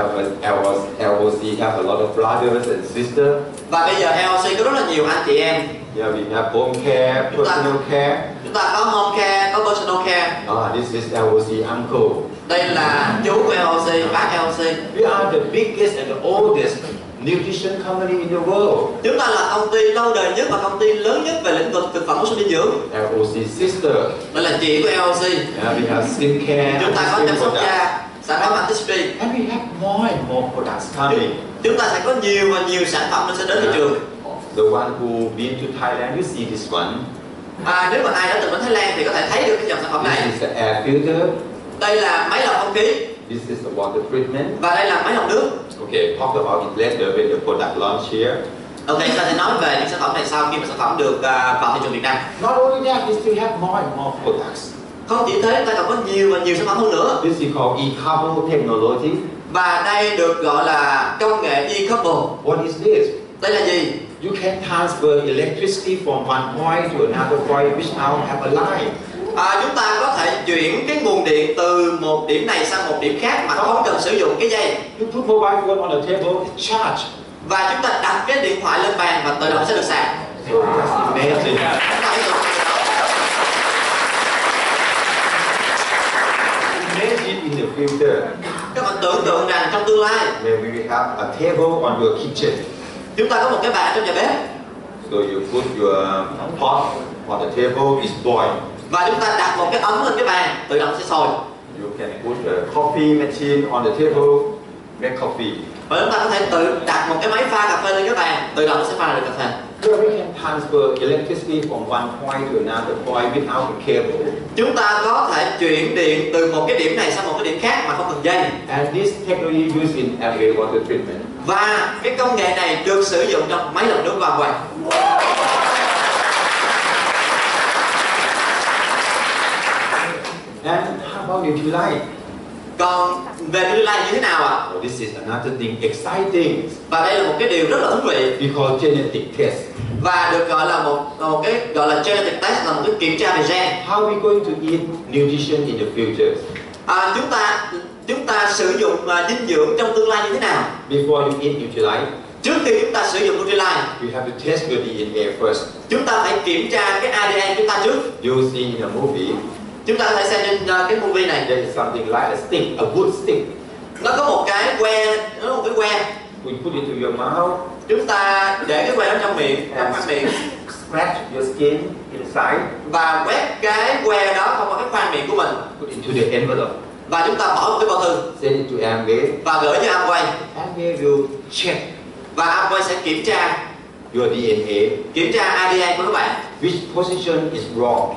[SPEAKER 1] LOC, LOC have a lot of brothers and sisters.
[SPEAKER 2] và bây giờ LOC có rất là nhiều anh chị em
[SPEAKER 1] Yeah, we have home care, personal care.
[SPEAKER 2] chúng ta có home care có personal care
[SPEAKER 1] Ah, this is LOC uncle.
[SPEAKER 2] đây là chú của LOC bác LOC
[SPEAKER 1] We are the biggest and the oldest nutrition company in the world.
[SPEAKER 2] chúng ta là công ty lâu đời nhất và công ty lớn nhất về lĩnh vực thực phẩm bổ sung dinh dưỡng
[SPEAKER 1] LOC sister.
[SPEAKER 2] đây là chị của LOC
[SPEAKER 1] Yeah, we have skincare.
[SPEAKER 2] chúng ta có chăm sóc
[SPEAKER 1] products.
[SPEAKER 2] da sản phẩm anti
[SPEAKER 1] And we have more and more products coming.
[SPEAKER 2] chúng ta sẽ có nhiều và nhiều sản phẩm nó sẽ đến thị trường
[SPEAKER 1] The one who been to Thailand, you see this one.
[SPEAKER 2] À, nếu mà ai đã từng đến Thái Lan thì có thể thấy được cái dòng sản phẩm này.
[SPEAKER 1] This is the air filter.
[SPEAKER 2] Đây là máy lọc không khí
[SPEAKER 1] This is the water treatment.
[SPEAKER 2] và đây là máy lọc nước.
[SPEAKER 1] Okay, talk about it later when the product launch here.
[SPEAKER 2] Ok, chúng ta sẽ nói về những sản phẩm này sau khi mà sản phẩm được à, vào thị trường Việt Nam.
[SPEAKER 1] Not only that, we still have more and more products.
[SPEAKER 2] Không chỉ thế, ta còn có nhiều và nhiều sản phẩm hơn nữa.
[SPEAKER 1] This is called e-carbon technology.
[SPEAKER 2] Và đây được gọi là công nghệ e-couple.
[SPEAKER 1] What is this?
[SPEAKER 2] Đây là gì?
[SPEAKER 1] You can transfer electricity from one point to another point without have a line.
[SPEAKER 2] À, chúng ta có thể chuyển cái nguồn điện từ một điểm này sang một điểm khác mà không cần sử dụng cái dây.
[SPEAKER 1] You put mobile phone on the table, it's charged.
[SPEAKER 2] Và chúng ta đặt cái điện thoại lên bàn và tự động sẽ được sạc.
[SPEAKER 1] So just imagine.
[SPEAKER 2] Chúng ta hãy tưởng-
[SPEAKER 1] Imagine in the future,
[SPEAKER 2] Các bạn tưởng tượng rằng trong tương lai
[SPEAKER 1] maybe we have a table on your kitchen.
[SPEAKER 2] chúng ta có một cái bàn trong nhà bếp
[SPEAKER 1] So you put your uh, pot on the table, it's boiled.
[SPEAKER 2] và chúng ta đặt một cái ấm lên cái bàn tự động sẽ sôi
[SPEAKER 1] You can put the coffee machine on the table, make coffee.
[SPEAKER 2] và chúng ta có thể tự đặt một cái máy pha cà phê lên cái bàn tự động nó sẽ pha ra được cà phê
[SPEAKER 1] Here we can transfer electricity from one point to another point without a cable.
[SPEAKER 2] chúng ta có thể chuyển điện từ một cái điểm này sang một cái điểm khác mà không cần dây
[SPEAKER 1] And this technology used in every water treatment.
[SPEAKER 2] và cái công nghệ này được sử dụng trong máy lọc nước và quầy
[SPEAKER 1] And how about Nutrilite?
[SPEAKER 2] còn về tương lai như thế nào ạ
[SPEAKER 1] Oh, this is another thing exciting.
[SPEAKER 2] và đây là một cái điều rất là thú vị
[SPEAKER 1] We call genetic test.
[SPEAKER 2] và được gọi là một một cái gọi là genetic test là một cái kiểm tra về gen
[SPEAKER 1] How are we going to eat nutrition in the future?
[SPEAKER 2] à, chúng ta chúng ta ta sử dụng à, dinh dưỡng trong tương lai như thế nào
[SPEAKER 1] Before you eat Nutrilite,
[SPEAKER 2] trước khi chúng ta sử dụng Nutrilite
[SPEAKER 1] you have to test your DNA first.
[SPEAKER 2] chúng ta phải kiểm tra cái ADN chúng ta trước
[SPEAKER 1] You'll see in a movie
[SPEAKER 2] chúng ta có thể xem trên à, cái movie này
[SPEAKER 1] there is something like a stick, a wood stick.
[SPEAKER 2] nó có một cái que nó có một cái que
[SPEAKER 1] We put it to your mouth,
[SPEAKER 2] chúng ta để cái que đó trong miệng trong khoang miệng
[SPEAKER 1] scratch your skin inside,
[SPEAKER 2] và quét cái que đó không vào cái khoang miệng của mình
[SPEAKER 1] put it into the envelope,
[SPEAKER 2] và chúng ta bỏ một cái bao thư
[SPEAKER 1] send it to Amway.
[SPEAKER 2] và gửi cho Amway
[SPEAKER 1] Amway will check
[SPEAKER 2] và Amway sẽ kiểm tra
[SPEAKER 1] your DNA,
[SPEAKER 2] kiểm tra ADN của các bạn
[SPEAKER 1] which position is wrong,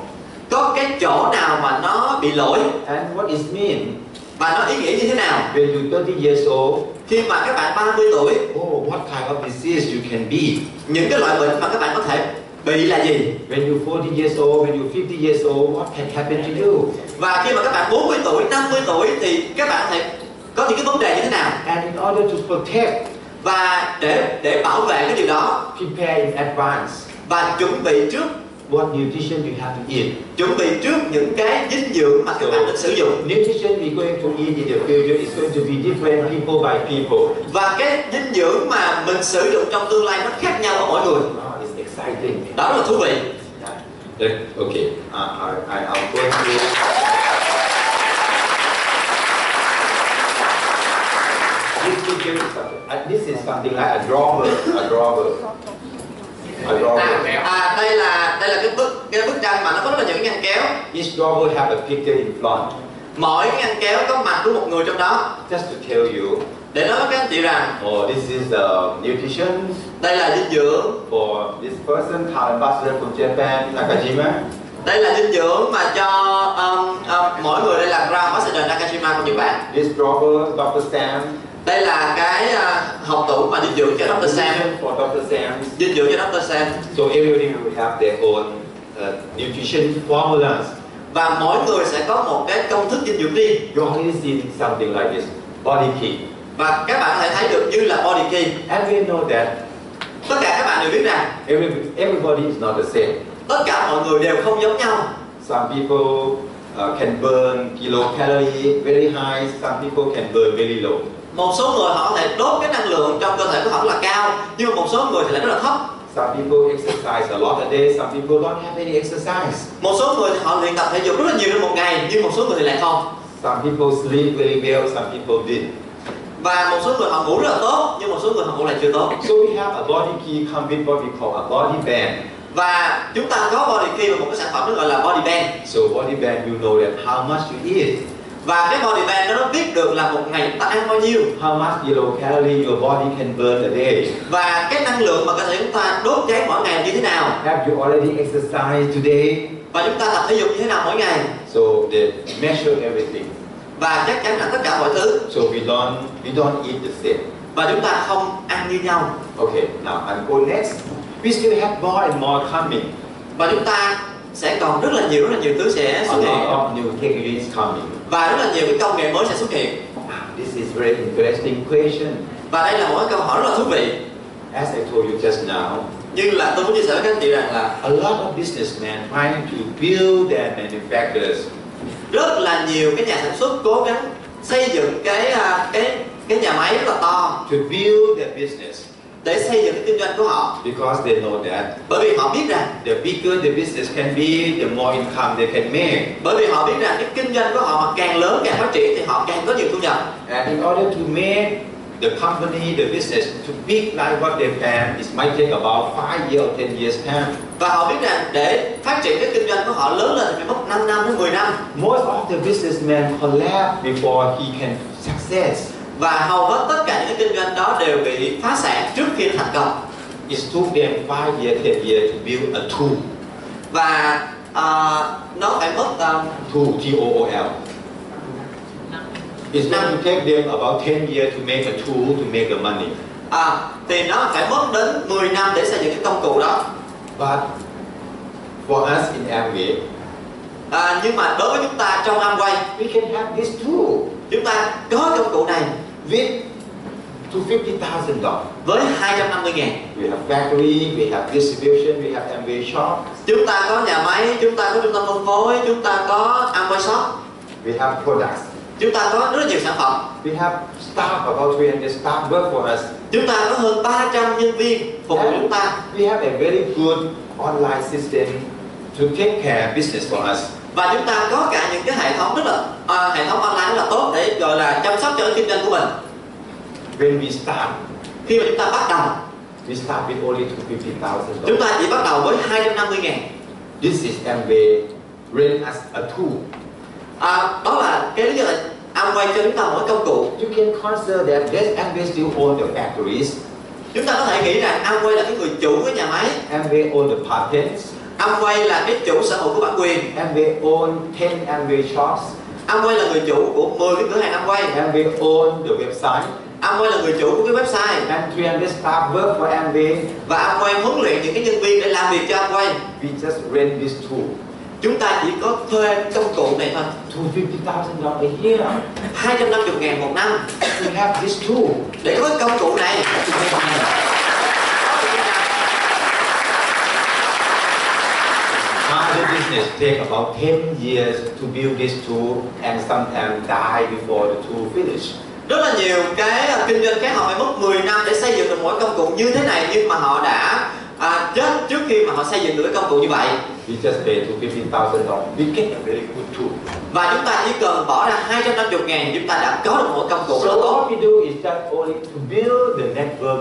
[SPEAKER 2] có cái chỗ nào mà nó bị lỗi
[SPEAKER 1] and what is mean.
[SPEAKER 2] và nó ý nghĩa như thế nào
[SPEAKER 1] When you're 30 years old,
[SPEAKER 2] khi mà các bạn 30 tuổi
[SPEAKER 1] oh, what kind of disease you can be.
[SPEAKER 2] những cái loại bệnh mà các bạn có thể bị là gì
[SPEAKER 1] When you're 40 years old, when you're 50 years old, what can happen to you?
[SPEAKER 2] và khi mà các bạn 40 tuổi 50 tuổi thì các bạn thể có những cái vấn đề như thế nào
[SPEAKER 1] And in order to protect,
[SPEAKER 2] và để để bảo vệ cái điều đó
[SPEAKER 1] prepare in advance
[SPEAKER 2] và chuẩn bị trước
[SPEAKER 1] what nutrition you have to eat.
[SPEAKER 2] chuẩn bị trước những cái dinh dưỡng mà các bạn định sử dụng
[SPEAKER 1] Nutrition we're going to eat in the future is going to be different people by people.
[SPEAKER 2] và cái dinh dưỡng mà mình sử dụng trong tương lai nó khác nhau ở mỗi người
[SPEAKER 1] Wow, it's exciting.
[SPEAKER 2] đó rất là thú vị
[SPEAKER 1] Yeah. Yeah, Okay, uh, I, I, I'm going to. This picture is something, uh, this is something like a drawer, a drawer, a drawer.
[SPEAKER 2] à đây là đây là cái bức cái bức tranh mà nó có rất là những cái ngăn kéo
[SPEAKER 1] Each drawer have a picture in front,
[SPEAKER 2] mỗi cái ngăn kéo có mặt của một người trong đó
[SPEAKER 1] just to tell you,
[SPEAKER 2] để nói với các anh chị rằng
[SPEAKER 1] oh, this is the nutrition
[SPEAKER 2] đây là dinh dưỡng
[SPEAKER 1] for this person, Thai ambassador from Japan, Nakajima.
[SPEAKER 2] đây là dinh dưỡng mà cho um, um, mỗi người đây là Grand Ambassador Nakashima của Nhật Bản
[SPEAKER 1] This drawer, Dr. Sam,
[SPEAKER 2] đây là cái à, học tủ mà dinh dưỡng cho Dr. Sam
[SPEAKER 1] nutrition for Dr. Sam.
[SPEAKER 2] dinh dưỡng cho Dr. Sam
[SPEAKER 1] So everybody will have their own uh, nutrition formulas.
[SPEAKER 2] và mỗi người sẽ có một cái công thức dinh dưỡng riêng
[SPEAKER 1] You already seen something like this, body key.
[SPEAKER 2] và các bạn có thể thấy được như là body key
[SPEAKER 1] And we know that
[SPEAKER 2] tất cả các bạn đều biết rằng
[SPEAKER 1] every, everybody is not the same.
[SPEAKER 2] tất cả mọi người đều không giống nhau
[SPEAKER 1] Some people uh, can burn kilocalorie very high, some people can burn very low.
[SPEAKER 2] một số người họ có thể đốt cái năng lượng trong cơ thể của họ rất là cao nhưng mà một số người thì lại rất là thấp
[SPEAKER 1] Some people exercise a lot a day, some people don't have any exercise.
[SPEAKER 2] một số người thì họ luyện tập thể dục rất là nhiều trong một ngày nhưng một số người thì lại không
[SPEAKER 1] Some people sleep very well, some people didn't.
[SPEAKER 2] và một số người họ ngủ rất là tốt nhưng một số người họ ngủ lại chưa tốt
[SPEAKER 1] So we have a body key come with what we call a body band.
[SPEAKER 2] và chúng ta có body key và một cái sản phẩm nó gọi là body band
[SPEAKER 1] So body band, you know that how much you eat.
[SPEAKER 2] và cái body band đó nó biết được là một ngày chúng ta ăn bao nhiêu
[SPEAKER 1] How much kilocalorie your body can burn a day?
[SPEAKER 2] và cái năng lượng mà cơ thể chúng ta đốt cháy mỗi ngày như thế nào
[SPEAKER 1] Have you already exercised today?
[SPEAKER 2] và chúng ta tập thể dục như thế nào mỗi ngày
[SPEAKER 1] So they measure everything.
[SPEAKER 2] và chắc chắn là tất cả mọi thứ
[SPEAKER 1] So we don't we don't eat the same.
[SPEAKER 2] và chúng ta không ăn như nhau
[SPEAKER 1] Okay, now I'm go next. We still have more and more coming.
[SPEAKER 2] và chúng ta sẽ còn rất là nhiều rất là nhiều thứ sẽ
[SPEAKER 1] A
[SPEAKER 2] xuất hiện
[SPEAKER 1] lot of new technologies coming.
[SPEAKER 2] và rất là nhiều cái công nghệ mới sẽ xuất hiện
[SPEAKER 1] Ah, This is very interesting question.
[SPEAKER 2] và đây là một cái câu hỏi rất là thú vị
[SPEAKER 1] As I told you just now,
[SPEAKER 2] nhưng là tôi muốn chia sẻ với các anh chị rằng là
[SPEAKER 1] a lot of businessmen trying to build their manufacturers.
[SPEAKER 2] rất là nhiều cái nhà sản xuất cố gắng xây dựng cái à, cái cái nhà máy rất là to
[SPEAKER 1] To build their business
[SPEAKER 2] để xây dựng cái kinh doanh của họ
[SPEAKER 1] because they know that
[SPEAKER 2] bởi vì họ biết rằng
[SPEAKER 1] the bigger the business can be, the more income they can make.
[SPEAKER 2] bởi vì họ biết rằng cái kinh doanh của họ mà càng lớn càng phát triển thì họ càng có nhiều thu nhập
[SPEAKER 1] And in order to make the company, the business to big like what they plan, it might take about five years or ten years time.
[SPEAKER 2] và họ biết rằng để phát triển cái kinh doanh của họ lớn lên thì phải mất 5 năm đến 10 năm
[SPEAKER 1] Most of the businessmen collapse before he can success.
[SPEAKER 2] và hầu hết tất cả những cái kinh doanh đó đều bị phá sản trước khi nó thành công
[SPEAKER 1] It took them five years, ten years to build a tool.
[SPEAKER 2] và à, nó phải mất à,
[SPEAKER 1] Tool, T-O-O-L. It's going to take them about 10 years to make a tool to make the money.
[SPEAKER 2] à, thì nó phải mất đến 10 năm để xây dựng cái công cụ đó
[SPEAKER 1] But for us in Amway,
[SPEAKER 2] à, nhưng mà đối với chúng ta trong Amway
[SPEAKER 1] we can have this tool
[SPEAKER 2] chúng ta có công cụ này
[SPEAKER 1] with $250,000.
[SPEAKER 2] với 250 ngàn
[SPEAKER 1] We have factory, we have distribution, we have MV shop,
[SPEAKER 2] chúng ta có nhà máy chúng ta có trung tâm phân phối chúng ta có Amway shop
[SPEAKER 1] we have products.
[SPEAKER 2] chúng ta có rất là nhiều sản phẩm
[SPEAKER 1] We have staff, about 300 staff work for us.
[SPEAKER 2] chúng ta có hơn 300 nhân viên phục vụ chúng ta
[SPEAKER 1] We have a very good online system to take care of business for us.
[SPEAKER 2] và chúng ta có cả những cái hệ thống rất là à, hệ thống online rất là tốt để gọi là chăm sóc cho cái kinh doanh của mình
[SPEAKER 1] When we start,
[SPEAKER 2] khi mà chúng ta bắt đầu
[SPEAKER 1] we start with only
[SPEAKER 2] chúng
[SPEAKER 1] $250,000.
[SPEAKER 2] ta chỉ bắt đầu với 250 ngàn
[SPEAKER 1] This is Amway rent us a tool.
[SPEAKER 2] à, đó là cái lý do là Amway cho chúng ta một cái công cụ
[SPEAKER 1] You can consider that this Amway still own the factories,
[SPEAKER 2] chúng ta có thể nghĩ rằng Amway là cái người chủ của nhà máy
[SPEAKER 1] Amway own the patents,
[SPEAKER 2] Amway là cái chủ sở hữu của bản quyền
[SPEAKER 1] Amway own 10 Amway shops,
[SPEAKER 2] Amway là người chủ của 10 cái cửa hàng Amway
[SPEAKER 1] Amway own the website,
[SPEAKER 2] Amway là người chủ của cái website
[SPEAKER 1] and 300 staff work for Amway.
[SPEAKER 2] và Amway huấn luyện những cái nhân viên để làm việc cho Amway
[SPEAKER 1] We just rent this tool.
[SPEAKER 2] chúng ta chỉ có thuê công cụ này thôi
[SPEAKER 1] $250,000 a year.
[SPEAKER 2] 250 ngàn một năm
[SPEAKER 1] We have this tool.
[SPEAKER 2] để có cái công cụ này
[SPEAKER 1] Other business take about 10 years to build this tool and sometimes die before the tool finish.
[SPEAKER 2] rất là nhiều cái à, kinh doanh khác họ phải mất 10 năm để xây dựng được mỗi công cụ như thế này nhưng mà họ đã à, chết trước khi mà họ xây dựng được cái công cụ như vậy
[SPEAKER 1] We just pay $250,000. We get a very good tool.
[SPEAKER 2] và chúng ta chỉ cần bỏ ra 250 ngàn chúng ta đã có được mỗi công cụ đó
[SPEAKER 1] So
[SPEAKER 2] tốt
[SPEAKER 1] all we do is just only to build the network.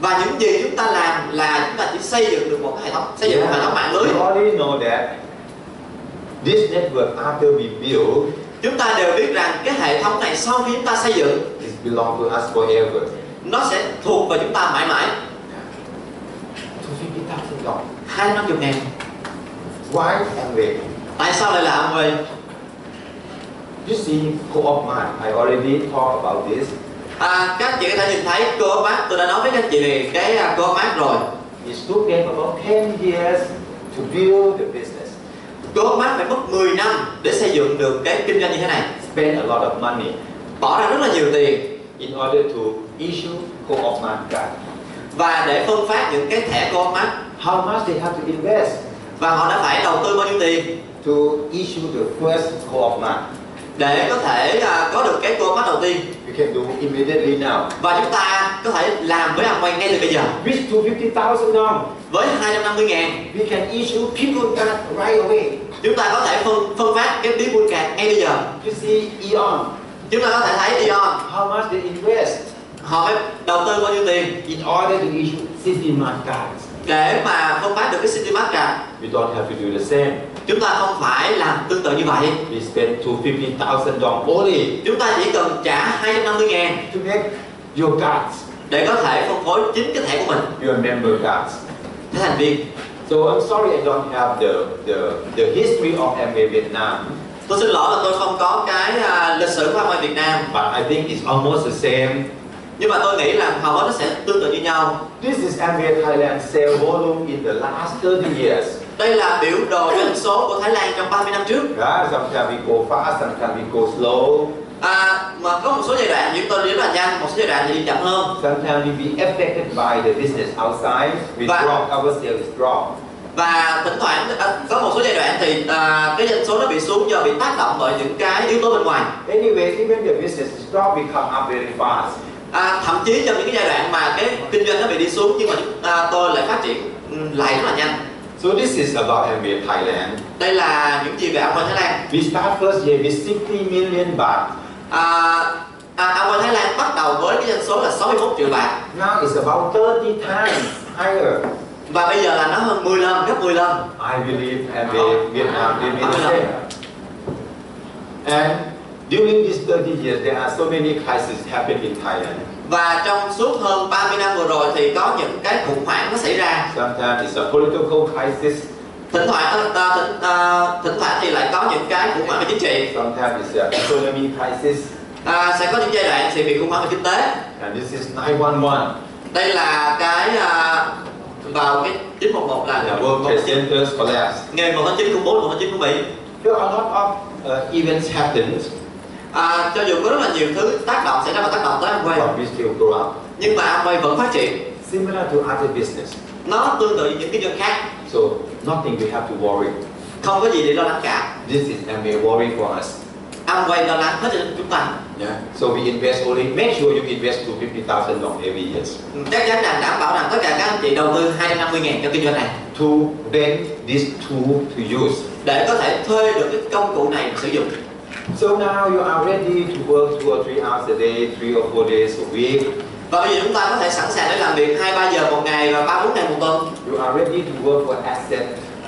[SPEAKER 2] và những gì chúng ta làm là chúng ta chỉ xây dựng được một cái hệ thống xây dựng một hệ thống mạng lưới
[SPEAKER 1] We already know that this network after we build
[SPEAKER 2] chúng ta đều biết rằng cái hệ thống này sau khi chúng ta xây dựng
[SPEAKER 1] is belong to us forever.
[SPEAKER 2] nó sẽ thuộc về chúng ta mãi mãi
[SPEAKER 1] $250,000.
[SPEAKER 2] 250 ngàn
[SPEAKER 1] Why Amway?
[SPEAKER 2] tại sao lại là Amway
[SPEAKER 1] You see, co-op mine, I already talked about this.
[SPEAKER 2] à, các chị có thể nhìn thấy cô bác tôi đã nói với các chị về cái à, cô bác rồi
[SPEAKER 1] It took them about 10 years to build the business,
[SPEAKER 2] Cô mắt phải mất 10 năm để xây dựng được cái kinh doanh như thế này
[SPEAKER 1] spend a lot of money
[SPEAKER 2] Bỏ ra rất là nhiều tiền
[SPEAKER 1] in order to issue co-op mine card.
[SPEAKER 2] Và để phân phát những cái thẻ cô mắt
[SPEAKER 1] How much they have to invest
[SPEAKER 2] Và họ đã phải đầu tư bao nhiêu tiền
[SPEAKER 1] to issue the first co-op mine?
[SPEAKER 2] Để có thể à, có được cái cô mắt đầu tiên
[SPEAKER 1] You can do immediately now.
[SPEAKER 2] Và chúng ta có thể làm với Amway ngay từ bây giờ
[SPEAKER 1] With 250,000 now,
[SPEAKER 2] Với 250 ngàn
[SPEAKER 1] we can issue people card right away.
[SPEAKER 2] Chúng ta có thể phân phân phát cái tiếng buôn cạc ngay bây giờ
[SPEAKER 1] You see Eon,
[SPEAKER 2] Chúng ta có thể thấy Dion
[SPEAKER 1] how much they invest
[SPEAKER 2] Họ phải đầu tư bao nhiêu tiền
[SPEAKER 1] in order to issue city mine cards.
[SPEAKER 2] Để mà phân phát được cái City Mark ra
[SPEAKER 1] We don't have to do the same.
[SPEAKER 2] Chúng ta không phải làm tương tự như vậy
[SPEAKER 1] We spend 250,000 dong only
[SPEAKER 2] Chúng ta chỉ cần trả 250 ngàn
[SPEAKER 1] to make your cards,
[SPEAKER 2] để có thể phân phối chính cái thẻ của mình
[SPEAKER 1] your member cards.
[SPEAKER 2] cho thành viên
[SPEAKER 1] So I'm sorry I don't have the, the, the history of MA Vietnam,
[SPEAKER 2] tôi xin lỗi là tôi không có cái à, lịch sử của Amway Việt Nam
[SPEAKER 1] but I think it's almost the same.
[SPEAKER 2] nhưng mà tôi nghĩ là hầu hết nó sẽ tương tự như nhau
[SPEAKER 1] This is MA Thailand sale volume in the last 30 years.
[SPEAKER 2] đây là biểu đồ doanh số của Thái Lan trong 30 năm trước
[SPEAKER 1] Right? Sometimes we go fast, sometimes we go slow,
[SPEAKER 2] à, mà có một số giai đoạn những tôi đi rất là nhanh một số giai đoạn thì đi chậm hơn
[SPEAKER 1] sometimes we be affected by the business outside, we
[SPEAKER 2] Và-
[SPEAKER 1] drop, our sales drop.
[SPEAKER 2] và thỉnh thoảng à, có một số giai đoạn thì à, cái doanh số nó bị xuống do bị tác động bởi những cái yếu tố bên ngoài
[SPEAKER 1] Anyway, even the business drop, we come up very fast.
[SPEAKER 2] à, thậm chí trong những cái giai đoạn mà cái kinh doanh nó bị đi xuống nhưng mà chúng- à, tôi lại phát triển ừ, lại rất là nhanh
[SPEAKER 1] So this is about MA Thailand.
[SPEAKER 2] đây là những gì về Amway Thái Lan
[SPEAKER 1] We start first year with 60 million baht.
[SPEAKER 2] À, à, Amway Thái Lan bắt đầu với cái doanh số là 61 triệu bạc
[SPEAKER 1] Now it's about 30 times higher.
[SPEAKER 2] và bây giờ là nó hơn 10 lần, gấp 10 lần.
[SPEAKER 1] I believe and they, Vietnam, they be the same. And during these 30 years, there are so many crises happened in Thailand.
[SPEAKER 2] Và trong suốt hơn 30 năm vừa rồi thì có những cái khủng hoảng nó xảy ra.
[SPEAKER 1] Sometimes it's a political crisis,
[SPEAKER 2] Thỉnh thoảng ờ, ta- thỉnh, à, thỉnh thoảng thì lại có những cái khủng hoảng về chính trị.
[SPEAKER 1] sometimes it's an economy crisis,
[SPEAKER 2] À, sẽ có những giai đoạn thì bị khủng hoảng về kinh tế.
[SPEAKER 1] and this is 911.
[SPEAKER 2] Đây là cái à, vào cái 911 là
[SPEAKER 1] The Dạ, World Trade Centers collapse.
[SPEAKER 2] ngày 1 tháng 9 của 4 1 tháng 9 của Mỹ.
[SPEAKER 1] There are a lot of uh, events happened,
[SPEAKER 2] À, cho dù có rất là nhiều thứ tác động xảy ra và tác động tới Amway
[SPEAKER 1] but we still grow up.
[SPEAKER 2] nhưng mà Amway vẫn phát triển.
[SPEAKER 1] Similar to other business.
[SPEAKER 2] Nó tương tự như những cái doanh khác.
[SPEAKER 1] So nothing we have to worry.
[SPEAKER 2] không có gì để lo lắng cả
[SPEAKER 1] This is MA worry for us.
[SPEAKER 2] Amway lo lắng hết cho chúng ta
[SPEAKER 1] Yeah. So we invest only, make sure you invest to 50,000 dong every year
[SPEAKER 2] chắc chắn rằng đảm bảo rằng tất cả các anh chị đầu tư 250 ngàn cho kinh doanh này
[SPEAKER 1] to rent this tool to use.
[SPEAKER 2] để có thể thuê được cái công cụ này sử dụng
[SPEAKER 1] So now you are ready to work two or three hours a day, three or four days a week.
[SPEAKER 2] và bây giờ chúng ta có thể sẵn sàng để làm việc 2 3 giờ một ngày và 3 4 ngày một tuần
[SPEAKER 1] You are ready to work for asset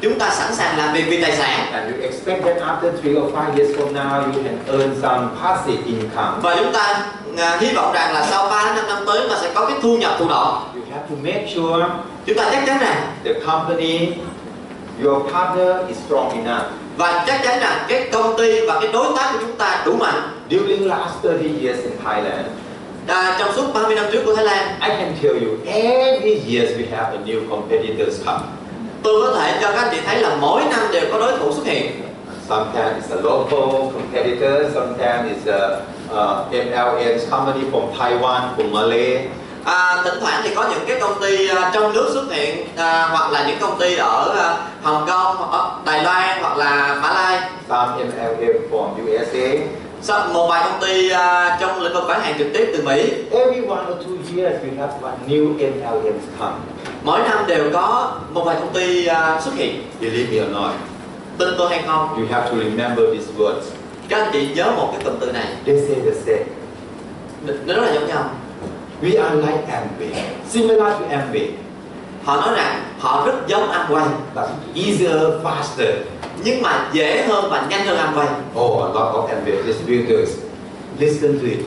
[SPEAKER 2] chúng ta sẵn sàng làm việc vì tài sản
[SPEAKER 1] and you expect that after three or five years from now you can earn some passive income.
[SPEAKER 2] và chúng ta à, hy vọng rằng là sau 3 đến 5 năm tới mà sẽ có cái thu nhập thụ động
[SPEAKER 1] You have to make sure
[SPEAKER 2] chúng ta chắc chắn rằng
[SPEAKER 1] the company, your partner is strong enough.
[SPEAKER 2] và chắc chắn rằng cái công ty và cái đối tác của chúng ta đủ mạnh
[SPEAKER 1] During last 30 years in Thailand,
[SPEAKER 2] à, trong suốt 30 năm trước của Thái Lan
[SPEAKER 1] I can tell you every year we have a new competitors come.
[SPEAKER 2] tôi có thể cho các anh chị thấy là mỗi năm đều có đối thủ xuất hiện
[SPEAKER 1] Sometimes it's a local competitor, sometimes it's a uh, MLM company from Taiwan, from Malay.
[SPEAKER 2] À, thỉnh thoảng thì có những cái công ty à, trong nước xuất hiện à, hoặc là những công ty ở à, Hồng Kông, hoặc ở Đài Loan hoặc là Mã Lai.
[SPEAKER 1] some MLM from USA.
[SPEAKER 2] Sau một vài công ty à, trong lĩnh vực bán hàng trực tiếp từ Mỹ.
[SPEAKER 1] Every one or two years we have one new MLMs come.
[SPEAKER 2] Mỗi năm đều có một vài công ty à, xuất hiện.
[SPEAKER 1] Believe me or not,
[SPEAKER 2] Tin tôi hay không?
[SPEAKER 1] you have to remember these words.
[SPEAKER 2] Các anh chị nhớ một cái cụm từ này.
[SPEAKER 1] They say the same.
[SPEAKER 2] Nó rất là giống nhau.
[SPEAKER 1] We are like Amway, similar to Amway,
[SPEAKER 2] Họ nói rằng họ rất giống Amway
[SPEAKER 1] but easier, faster.
[SPEAKER 2] nhưng mà dễ hơn và nhanh hơn Amway
[SPEAKER 1] Oh, a lot of Amway distributors. Listen to it.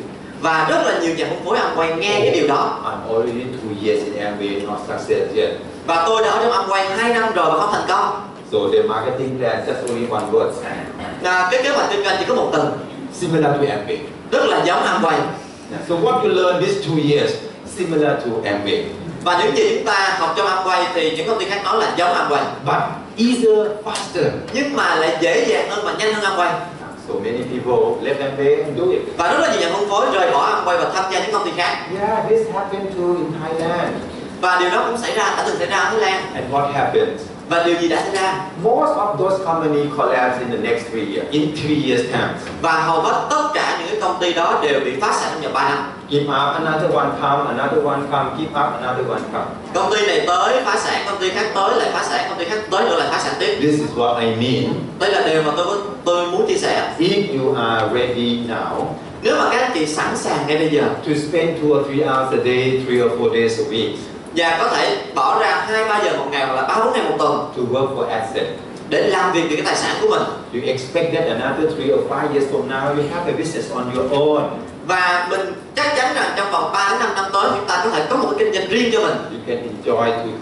[SPEAKER 2] và rất là nhiều nhà phân phối Amway nghe cái điều đó
[SPEAKER 1] I'm already two years in Amway, not success yet.
[SPEAKER 2] và tôi đã ở trong Amway 2 năm rồi và không thành công.
[SPEAKER 1] So their marketing plan just only one word.
[SPEAKER 2] À, cái kế hoạch kinh doanh chỉ có một từ
[SPEAKER 1] Similar to Amway.
[SPEAKER 2] rất là giống Amway
[SPEAKER 1] So what you learn these two years, similar to Amway.
[SPEAKER 2] và những gì chúng ta học trong Amway thì những công ty khác nói là giống Amway
[SPEAKER 1] but easier, faster.
[SPEAKER 2] nhưng mà lại dễ dàng hơn và nhanh hơn Amway
[SPEAKER 1] So many people left and pay and do it.
[SPEAKER 2] và rất là nhiều nhà phân phối rời bỏ Amway và tham gia những công ty khác
[SPEAKER 1] Yeah, this happened too in Thailand.
[SPEAKER 2] và điều đó cũng xảy ra đã từng xảy ra ở Thái Lan
[SPEAKER 1] And what happened?
[SPEAKER 2] và điều gì đã xảy ra
[SPEAKER 1] Most of those companies collapse in the next three years, in three years' time.
[SPEAKER 2] và hầu hết tất cả những cái công ty đó đều bị phá sản trong vòng 3 năm
[SPEAKER 1] Give up, another one come, another one come, give up, another one come.
[SPEAKER 2] công ty này tới phá sản công ty khác tới lại phá sản công ty khác tới nữa lại phá sản tiếp
[SPEAKER 1] This is what I mean.
[SPEAKER 2] đây là điều mà tôi có- tôi muốn chia sẻ
[SPEAKER 1] If you are ready now
[SPEAKER 2] nếu mà các anh chị sẵn sàng ngay bây giờ
[SPEAKER 1] to spend two or three hours a day, three or four days a week
[SPEAKER 2] và có thể bỏ ra 2 3 giờ một ngày hoặc là 3 4 ngày một tuần
[SPEAKER 1] to work for asset,
[SPEAKER 2] để làm việc về cái tài sản của mình
[SPEAKER 1] you expect that another three or five years from now you have a business on your own.
[SPEAKER 2] và mình chắc chắn rằng trong vòng 3 đến 5 năm tới chúng ta có thể có một cái kinh doanh riêng cho mình
[SPEAKER 1] You can enjoy 2,000,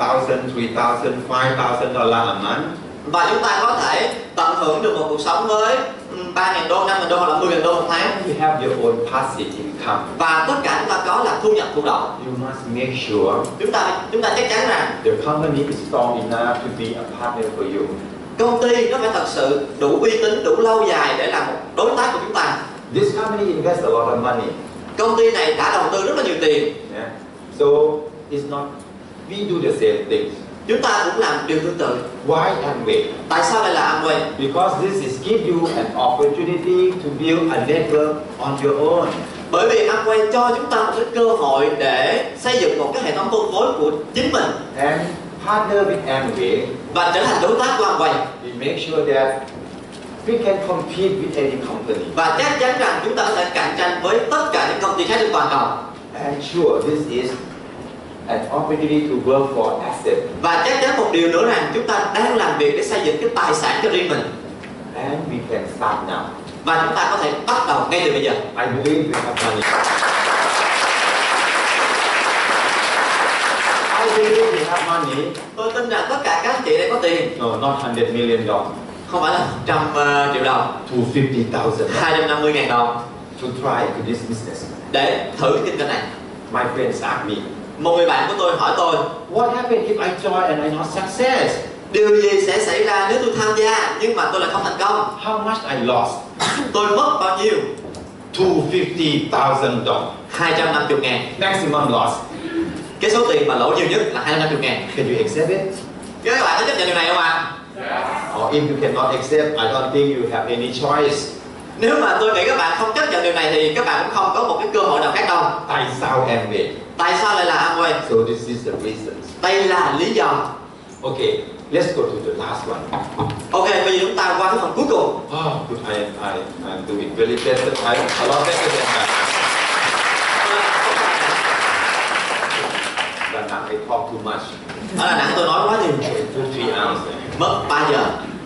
[SPEAKER 1] 3,000, 5,000 dollars a month.
[SPEAKER 2] và chúng ta có thể tận hưởng được một cuộc sống với ừ, 3.000 đô, 5.000 đô hoặc là 10.000 đô một tháng
[SPEAKER 1] And you have your own passive income.
[SPEAKER 2] và tất cả chúng ta có là thu nhập thụ động
[SPEAKER 1] You must make sure
[SPEAKER 2] chúng ta chúng ta chắc chắn rằng
[SPEAKER 1] the company is strong enough to be a partner for you.
[SPEAKER 2] công ty nó phải thật sự đủ uy tín đủ lâu dài để là một đối tác của chúng ta
[SPEAKER 1] This company invests a lot of money.
[SPEAKER 2] công ty này đã đầu tư rất là nhiều tiền
[SPEAKER 1] yeah? So it's not, we do the same thing.
[SPEAKER 2] chúng ta cũng làm điều tương tự
[SPEAKER 1] Why and wait?
[SPEAKER 2] tại sao lại là Amway
[SPEAKER 1] Because this is give you an opportunity to build a network on your own.
[SPEAKER 2] Bởi vì Amway cho chúng ta một cái cơ hội để xây dựng một cái hệ thống phân phối của chính mình
[SPEAKER 1] And partner with Amway,
[SPEAKER 2] và trở thành đối tác của Amway
[SPEAKER 1] we make sure that we can compete with any company.
[SPEAKER 2] và chắc chắn rằng chúng ta có thể cạnh tranh với tất cả những công ty khác trên toàn cầu
[SPEAKER 1] And sure, this is an opportunity to work for asset.
[SPEAKER 2] và chắc chắn một điều nữa rằng chúng ta đang làm việc để xây dựng cái tài sản cho riêng mình
[SPEAKER 1] And we can start now.
[SPEAKER 2] và chúng ta có thể bắt đầu ngay từ bây giờ
[SPEAKER 1] I believe we have money. I believe we have money.
[SPEAKER 2] tôi tin rằng tất cả các anh chị đây có tiền
[SPEAKER 1] No, not 100 million dollars.
[SPEAKER 2] không phải là trăm ờ, triệu đồng
[SPEAKER 1] 250,000
[SPEAKER 2] 250 ngàn đồng
[SPEAKER 1] to try to this business.
[SPEAKER 2] để thử kinh doanh này
[SPEAKER 1] My friends ask me,
[SPEAKER 2] một người bạn của tôi hỏi tôi
[SPEAKER 1] what happened if I join and I not success?
[SPEAKER 2] điều gì sẽ xảy ra nếu tôi tham gia nhưng mà tôi lại không thành công
[SPEAKER 1] How much I lost?
[SPEAKER 2] tôi mất bao nhiêu
[SPEAKER 1] 250,000 dollars.
[SPEAKER 2] 250 ngàn
[SPEAKER 1] Maximum loss.
[SPEAKER 2] Cái số tiền mà lỗ nhiều nhất là 250 ngàn
[SPEAKER 1] Can you accept it?
[SPEAKER 2] Các bạn có chấp nhận điều này không ạ?
[SPEAKER 1] Or if you cannot accept, I don't think you have any choice.
[SPEAKER 2] nếu mà tôi nghĩ các bạn không chấp nhận điều này thì các bạn cũng không có một cái cơ hội nào khác đâu
[SPEAKER 1] Tại sao em về?
[SPEAKER 2] tại sao lại là Amway
[SPEAKER 1] So this is the reasons.
[SPEAKER 2] đây là lý do
[SPEAKER 1] Okay, let's go to the last one.
[SPEAKER 2] ok bây giờ chúng ta qua cái phần cuối cùng
[SPEAKER 1] Oh, good. I, I, I'm doing really better. I, a lot better than that. But now I talk too much.
[SPEAKER 2] ở Đà Nẵng tôi nói quá nhiều
[SPEAKER 1] It took three hours.
[SPEAKER 2] mất 3 giờ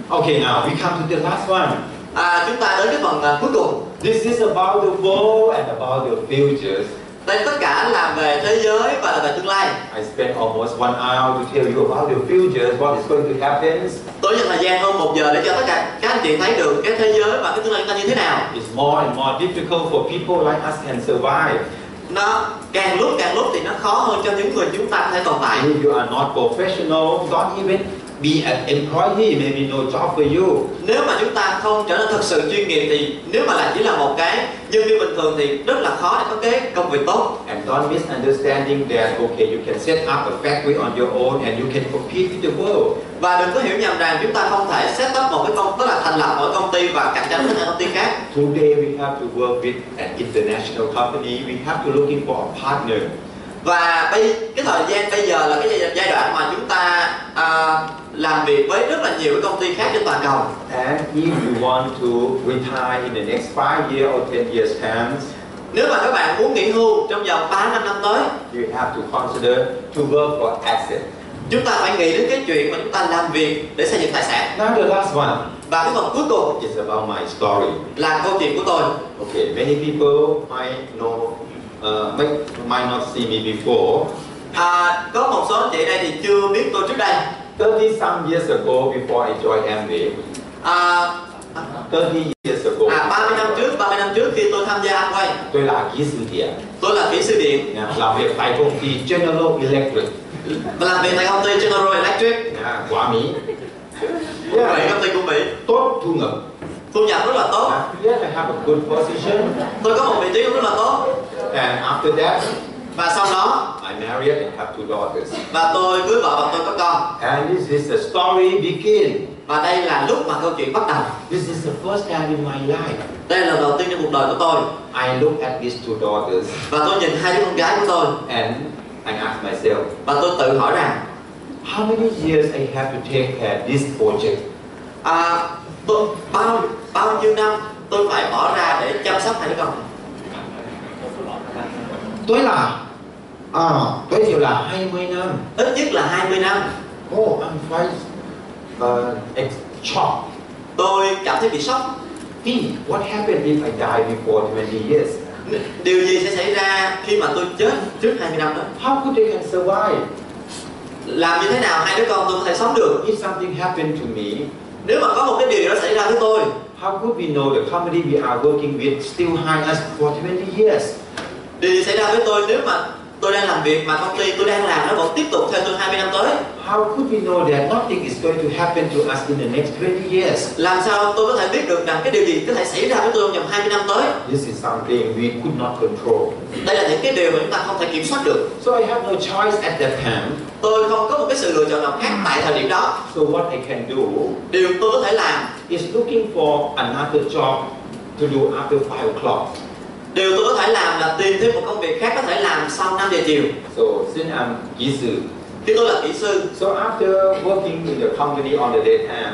[SPEAKER 1] Okay, now we come to the last one.
[SPEAKER 2] à, chúng ta đến cái phần à, cuối cùng
[SPEAKER 1] This is about the world and about the futures.
[SPEAKER 2] đây tất cả là về thế giới và là về tương lai
[SPEAKER 1] I spent almost one hour to tell you about the futures, what is going to happen.
[SPEAKER 2] tôi dành thời gian hơn một giờ để cho tất cả các anh chị thấy được cái thế giới và cái tương lai chúng ta như thế nào
[SPEAKER 1] It's more and more difficult for people like us can survive.
[SPEAKER 2] nó càng lúc càng lúc thì nó khó hơn cho những người chúng ta có thể tồn tại
[SPEAKER 1] If you are not professional, don't even be an employee, maybe no job for you.
[SPEAKER 2] nếu mà chúng ta không trở nên thật sự chuyên nghiệp thì nếu mà là chỉ là một cái nhân viên bình thường thì rất là khó để có cái công việc tốt
[SPEAKER 1] And don't misunderstanding that, okay, you can set up a factory on your own and you can compete with the world.
[SPEAKER 2] và đừng có hiểu nhầm rằng chúng ta không thể set up một cái công tức là thành lập một cái công ty và cạnh tranh với những công ty khác
[SPEAKER 1] Today we have to work with an international company. We have to looking for a partner.
[SPEAKER 2] và bây cái thời gian bây giờ là cái giai- giai đoạn mà chúng ta à, làm việc với rất là nhiều cái công ty khác trên toàn cầu
[SPEAKER 1] And if you want to retire in the next five year or ten years time,
[SPEAKER 2] nếu mà các bạn muốn nghỉ hưu trong vòng 3 năm năm tới
[SPEAKER 1] you have to consider to work for asset.
[SPEAKER 2] chúng ta phải nghĩ đến cái chuyện mà chúng ta làm việc để xây dựng tài sản
[SPEAKER 1] Now the last one
[SPEAKER 2] và cái phần cuối cùng
[SPEAKER 1] is about my story.
[SPEAKER 2] là câu chuyện của tôi
[SPEAKER 1] Okay, many people might know, uh, might, might not see me before.
[SPEAKER 2] à, có một số anh chị ở đây thì chưa biết tôi trước đây
[SPEAKER 1] 30 some years ago, before I joined MBA,
[SPEAKER 2] à,
[SPEAKER 1] 30 years ago,
[SPEAKER 2] à, 30 năm trước 30 năm trước khi tôi tham gia quay
[SPEAKER 1] tôi là kỹ sư điện,
[SPEAKER 2] tôi là kỹ sư điện
[SPEAKER 1] nha, làm việc tại công ty General Electric,
[SPEAKER 2] và làm việc tại công ty General Electric
[SPEAKER 1] nha, của Mỹ.
[SPEAKER 2] cũng vậy công ty của Mỹ
[SPEAKER 1] Tốt thu nhập.
[SPEAKER 2] thu nhập rất là tốt
[SPEAKER 1] Yes, I have a good position.
[SPEAKER 2] tôi có một vị trí cũng rất là tốt
[SPEAKER 1] And after that,
[SPEAKER 2] và sau đó
[SPEAKER 1] I married and have two daughters.
[SPEAKER 2] và tôi cưới vợ và tôi có con
[SPEAKER 1] And this is the story begin.
[SPEAKER 2] và đây là lúc mà câu chuyện bắt đầu
[SPEAKER 1] This is the first time in my life
[SPEAKER 2] đây là lần đầu tiên trong cuộc đời của tôi
[SPEAKER 1] I look at these two daughters
[SPEAKER 2] và tôi nhìn hai đứa con gái của tôi
[SPEAKER 1] and I ask myself,
[SPEAKER 2] và tôi tự hỏi rằng
[SPEAKER 1] how many years I have to take care of this project?
[SPEAKER 2] à, tôi, bao bao nhiêu năm tôi phải bỏ ra để chăm sóc hai đứa con
[SPEAKER 1] Tôi là à, tối thiểu là 20 năm.
[SPEAKER 2] ít nhất là 20 năm
[SPEAKER 1] Oh, I'm quite uh, ex- shocked.
[SPEAKER 2] tôi cảm thấy bị sốc
[SPEAKER 1] Think, what happened if I die before 20 years?
[SPEAKER 2] điều gì sẽ xảy ra khi mà tôi chết trước 20 năm đó
[SPEAKER 1] How could they can survive?
[SPEAKER 2] làm như thế nào hai đứa con tôi có thể sống được
[SPEAKER 1] If something happened to me,
[SPEAKER 2] nếu mà có một cái điều gì đó xảy ra với tôi
[SPEAKER 1] how could we know the company we are working with still hire us for 20 years?
[SPEAKER 2] điều gì xảy ra với tôi nếu mà tôi đang làm việc mà công ty tôi đang làm nó vẫn tiếp tục theo tôi 20 năm tới
[SPEAKER 1] How could we know that nothing is going to happen to us in the next 20 years?
[SPEAKER 2] làm sao tôi có thể biết được rằng cái điều gì có thể xảy ra với tôi trong vòng 20 năm tới
[SPEAKER 1] This is something we could not control.
[SPEAKER 2] đây là những cái điều mà chúng ta không thể kiểm soát được
[SPEAKER 1] So I have no choice at that time.
[SPEAKER 2] tôi không có một cái sự lựa chọn nào khác tại thời điểm đó
[SPEAKER 1] So what I can do
[SPEAKER 2] điều tôi có thể làm
[SPEAKER 1] is looking for another job to do after 5 o'clock.
[SPEAKER 2] điều tôi có thể làm là tìm thêm một công việc khác có thể làm sau 5 giờ chiều
[SPEAKER 1] So since I'm Gizu,
[SPEAKER 2] khi tôi là kỹ sư
[SPEAKER 1] so after working in the company on the daytime,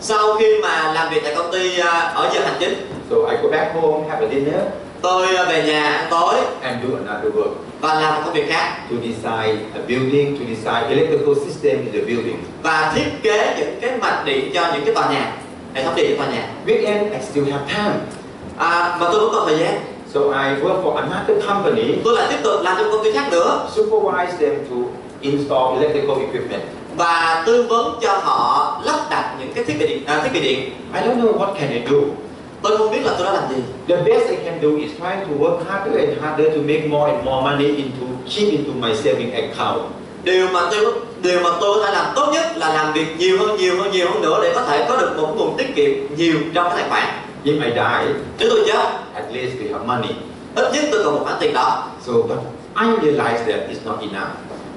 [SPEAKER 2] sau khi mà làm việc tại công ty à, ở giờ hành chính
[SPEAKER 1] so I go back home, have a dinner,
[SPEAKER 2] tôi à, về nhà ăn tối
[SPEAKER 1] and do another work.
[SPEAKER 2] và làm một công việc khác
[SPEAKER 1] to design a building, to design electrical system in the building.
[SPEAKER 2] và thiết kế những cái mạch điện cho những cái tòa nhà hệ thống điện cho tòa nhà
[SPEAKER 1] Weekend, I still have time.
[SPEAKER 2] à, và tôi vẫn còn thời gian
[SPEAKER 1] So I work for another company,
[SPEAKER 2] tôi lại tiếp tục làm cho một công ty khác nữa
[SPEAKER 1] supervise them to install electrical equipment.
[SPEAKER 2] và tư vấn cho họ lắp đặt những cái thiết bị điện à, thiết bị điện
[SPEAKER 1] I don't know what can I do.
[SPEAKER 2] tôi không biết là tôi đã làm gì
[SPEAKER 1] The best I can do is trying to work harder and harder to make more and more money into keep into my saving account.
[SPEAKER 2] điều mà tôi điều mà tôi có thể làm tốt nhất là làm việc nhiều hơn nhiều hơn nhiều hơn nữa để có thể có được một nguồn tiết kiệm nhiều trong cái tài khoản
[SPEAKER 1] If I die,
[SPEAKER 2] nếu tôi chết
[SPEAKER 1] at least we have money.
[SPEAKER 2] ít nhất tôi còn một khoản tiền đó
[SPEAKER 1] So, but I realize that it's not enough.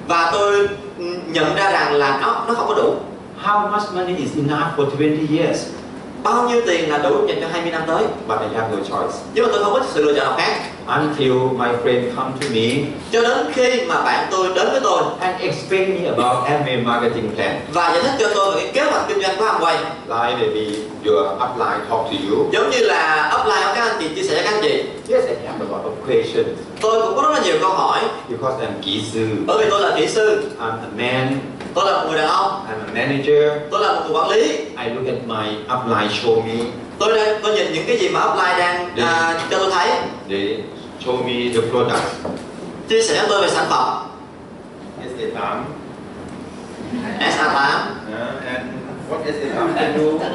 [SPEAKER 2] và tôi nhận ra rằng là nó nó không có đủ
[SPEAKER 1] How much money is enough for 20 years?
[SPEAKER 2] bao nhiêu tiền là đủ dành cho 20 năm tới
[SPEAKER 1] but I have no choice.
[SPEAKER 2] nhưng mà tôi không có sự lựa chọn nào khác
[SPEAKER 1] Until my friend come to me
[SPEAKER 2] cho đến khi mà bạn tôi đến với tôi
[SPEAKER 1] and explain me about Amway marketing plan.
[SPEAKER 2] và giải thích cho tôi về cái kế hoạch kinh doanh của Amway
[SPEAKER 1] Like maybe your upline talk to you.
[SPEAKER 2] giống như là upline của các anh chị chia sẻ với các anh chị
[SPEAKER 1] Yes, I have a lot of questions
[SPEAKER 2] tôi cũng có rất là nhiều câu hỏi
[SPEAKER 1] because I'm Gizu.
[SPEAKER 2] bởi vì tôi là kỹ sư
[SPEAKER 1] I'm a man,
[SPEAKER 2] tôi là một người đàn ông
[SPEAKER 1] I'm a manager.
[SPEAKER 2] tôi là một người quản lý
[SPEAKER 1] I look at my upline show me.
[SPEAKER 2] tôi đang tôi nhìn những cái gì mà upline đang à, cho tôi thấy
[SPEAKER 1] They show me the product.
[SPEAKER 2] chia sẻ với tôi về sản phẩm
[SPEAKER 1] Yes, they come.
[SPEAKER 2] SA8
[SPEAKER 1] Uh, and what is it come to do?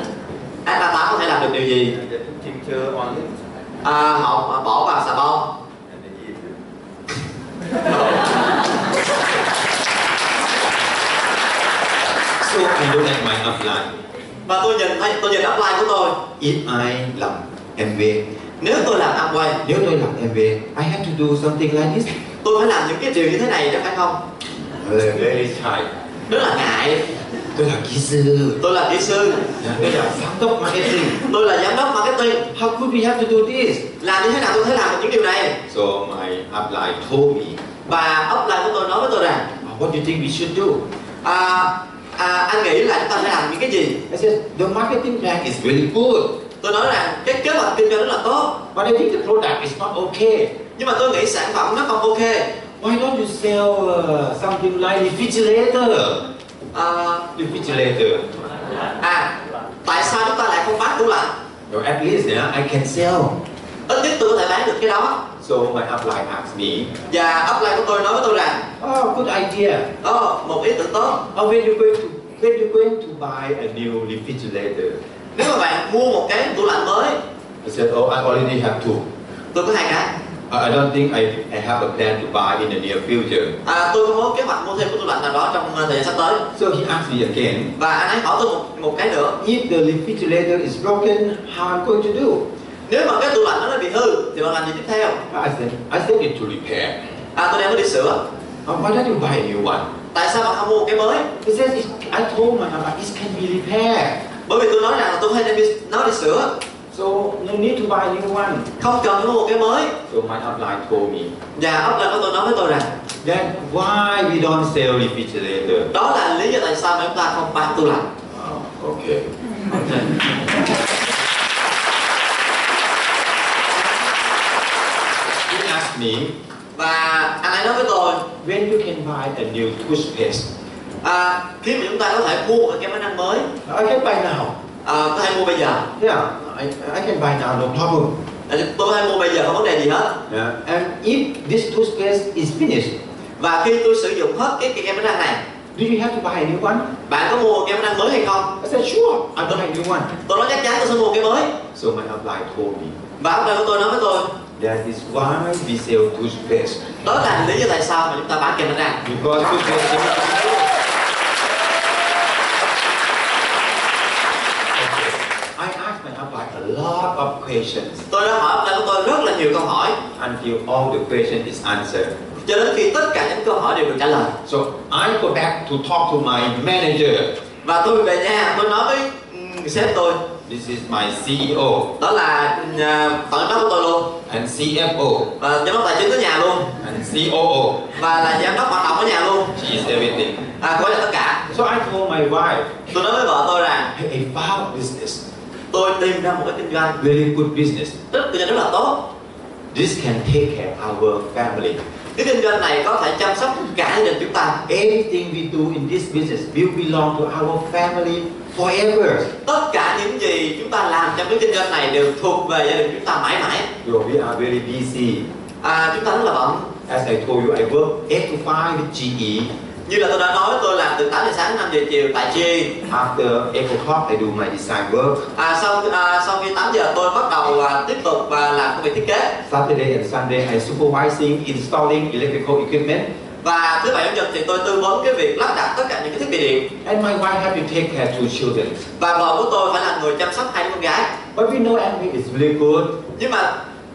[SPEAKER 2] SA8 có thể làm được điều gì
[SPEAKER 1] And They put tincture on it
[SPEAKER 2] à, họ bỏ vào xà bông
[SPEAKER 1] and they eat it. So I look at my upline.
[SPEAKER 2] và tôi nhìn thấy tôi nhìn upline của tôi
[SPEAKER 1] If I làm MV,
[SPEAKER 2] nếu tôi làm Amway
[SPEAKER 1] nếu tôi làm MV, I have to do something like this.
[SPEAKER 2] tôi phải làm những cái điều như thế này đó phải không
[SPEAKER 1] Uh, very shy.
[SPEAKER 2] rất là ngại
[SPEAKER 1] Tôi là kỹ sư.
[SPEAKER 2] tôi là kỹ sư
[SPEAKER 1] Tôi là giám đốc marketing.
[SPEAKER 2] tôi là giám đốc marketing
[SPEAKER 1] How could we have to do this?
[SPEAKER 2] làm như thế nào tôi phải làm được những điều này
[SPEAKER 1] So my upline told me,
[SPEAKER 2] và upline của tôi nói với tôi rằng
[SPEAKER 1] what do you think we should do?
[SPEAKER 2] à, à, anh nghĩ là chúng ta phải làm những cái gì
[SPEAKER 1] I said, the marketing plan is really good,
[SPEAKER 2] tôi nói rằng cái kế hoạch kinh doanh rất là tốt
[SPEAKER 1] but I think the product is not okay.
[SPEAKER 2] nhưng mà tôi nghĩ sản phẩm nó không ok
[SPEAKER 1] Why don't you sell uh, something like refrigerator?
[SPEAKER 2] à,
[SPEAKER 1] Refrigerator.
[SPEAKER 2] à tại sao chúng ta lại không bán tủ lạnh
[SPEAKER 1] Or at least yeah, I can sell.
[SPEAKER 2] ít nhất tôi có thể bán được cái đó
[SPEAKER 1] So my upline asked me,
[SPEAKER 2] và upline của tôi nói với tôi rằng
[SPEAKER 1] oh, good idea.
[SPEAKER 2] đó một ý tưởng tốt
[SPEAKER 1] Oh, when you going to when you going to buy a new refrigerator?
[SPEAKER 2] nếu mà bạn mua một cái tủ lạnh mới
[SPEAKER 1] I said, oh, I already have two.
[SPEAKER 2] tôi có hai cái
[SPEAKER 1] I I don't think I, I have a plan to buy in the near future.
[SPEAKER 2] à, tôi không có kế hoạch mua thêm cái tủ lạnh nào đó trong ờ, thời gian sắp tới
[SPEAKER 1] So he asked me again,
[SPEAKER 2] và anh ấy hỏi tôi một, một cái nữa
[SPEAKER 1] If the refrigerator is broken, how I'm going to do?
[SPEAKER 2] nếu mà cái tủ lạnh đó nó bị hư thì bạn làm gì tiếp theo
[SPEAKER 1] I said, I send it to repair.
[SPEAKER 2] à, tôi đem nó đi sửa
[SPEAKER 1] Uh, why don't you buy a new one?
[SPEAKER 2] tại sao bạn không mua một cái mới
[SPEAKER 1] He said, it, I told my husband, it can be repaired.
[SPEAKER 2] bởi vì tôi nói rằng là tôi phải đem đi, nó đi sửa
[SPEAKER 1] So no need to buy a new one.
[SPEAKER 2] không cần mua một cái mới
[SPEAKER 1] So my upline told me,
[SPEAKER 2] và upline của tôi nói với tôi rằng
[SPEAKER 1] then why we don't sell refrigerator?
[SPEAKER 2] đó là lý do tại sao mà chúng ta không bán tủ lạnh
[SPEAKER 1] Oh, okay. he asked me,
[SPEAKER 2] và anh ấy nói với tôi
[SPEAKER 1] when you can buy a new toothpaste?
[SPEAKER 2] à, khi mà chúng ta có thể mua một cái kem đánh răng mới
[SPEAKER 1] I can buy now.
[SPEAKER 2] à, có thể mua bây giờ
[SPEAKER 1] Yeah, I, I can buy now, no problem.
[SPEAKER 2] À, tôi có thể mua bây giờ không vấn đề gì hết
[SPEAKER 1] Yeah. And if this toothpaste is finished,
[SPEAKER 2] và khi tôi sử dụng hết cái cái kem đánh răng này
[SPEAKER 1] do you have to buy a new one?
[SPEAKER 2] bạn có mua kem đánh răng mới hay không
[SPEAKER 1] I said, sure, I'll buy a new one.
[SPEAKER 2] tôi nói chắc chắn tôi sẽ mua cái mới
[SPEAKER 1] So my upline told me,
[SPEAKER 2] và ông của tôi nói với tôi
[SPEAKER 1] that is why we sell toothpaste.
[SPEAKER 2] đó là lý do tại sao mà chúng ta bán kem đánh răng
[SPEAKER 1] Because toothpaste I asked my upline a lot of questions
[SPEAKER 2] tôi đã hỏi ông của tôi rất là nhiều câu hỏi
[SPEAKER 1] until all the question is answered.
[SPEAKER 2] cho đến khi tất cả những câu hỏi đều được trả lời
[SPEAKER 1] So I go back to talk to my manager.
[SPEAKER 2] và tôi về nhà tôi nói với ừ, sếp tôi
[SPEAKER 1] This is my CEO.
[SPEAKER 2] đó là ừ, à, tổng giám đốc của tôi luôn
[SPEAKER 1] and CFO
[SPEAKER 2] và giám đốc tài chính của nhà luôn
[SPEAKER 1] and COO.
[SPEAKER 2] và là giám đốc hoạt động của nhà luôn
[SPEAKER 1] She is everything.
[SPEAKER 2] à, có là tất cả
[SPEAKER 1] So I told my wife,
[SPEAKER 2] tôi nói với vợ tôi rằng
[SPEAKER 1] hey, I found business,
[SPEAKER 2] tôi tìm ra một cái kinh doanh
[SPEAKER 1] very good business.
[SPEAKER 2] rất kinh doanh rất là tốt
[SPEAKER 1] This can take care of our family.
[SPEAKER 2] cái kinh doanh này có thể chăm sóc cả gia đình chúng ta
[SPEAKER 1] Everything we do in this business will belong to our family forever.
[SPEAKER 2] tất cả những gì chúng ta làm trong cái kinh doanh này đều thuộc về gia đình chúng ta mãi mãi
[SPEAKER 1] So we are very busy.
[SPEAKER 2] à, chúng ta rất là bận
[SPEAKER 1] As I told you, I work 8 to E. 5 with GE.
[SPEAKER 2] như là tôi đã nói tôi làm từ 8 giờ sáng đến 5 giờ chiều tại chi
[SPEAKER 1] After 8 o'clock, I do my design work.
[SPEAKER 2] à, sau à, sau khi 8 giờ tôi bắt đầu à, tiếp tục và làm công việc thiết kế
[SPEAKER 1] Saturday and Sunday, I supervising installing electrical equipment.
[SPEAKER 2] và thứ bảy chủ nhật thì tôi tư vấn cái việc lắp đặt tất cả những cái thiết bị điện
[SPEAKER 1] And my wife have to take care two children.
[SPEAKER 2] và vợ của tôi phải là người chăm sóc hai đứa con gái
[SPEAKER 1] But we know Amway is really good.
[SPEAKER 2] nhưng mà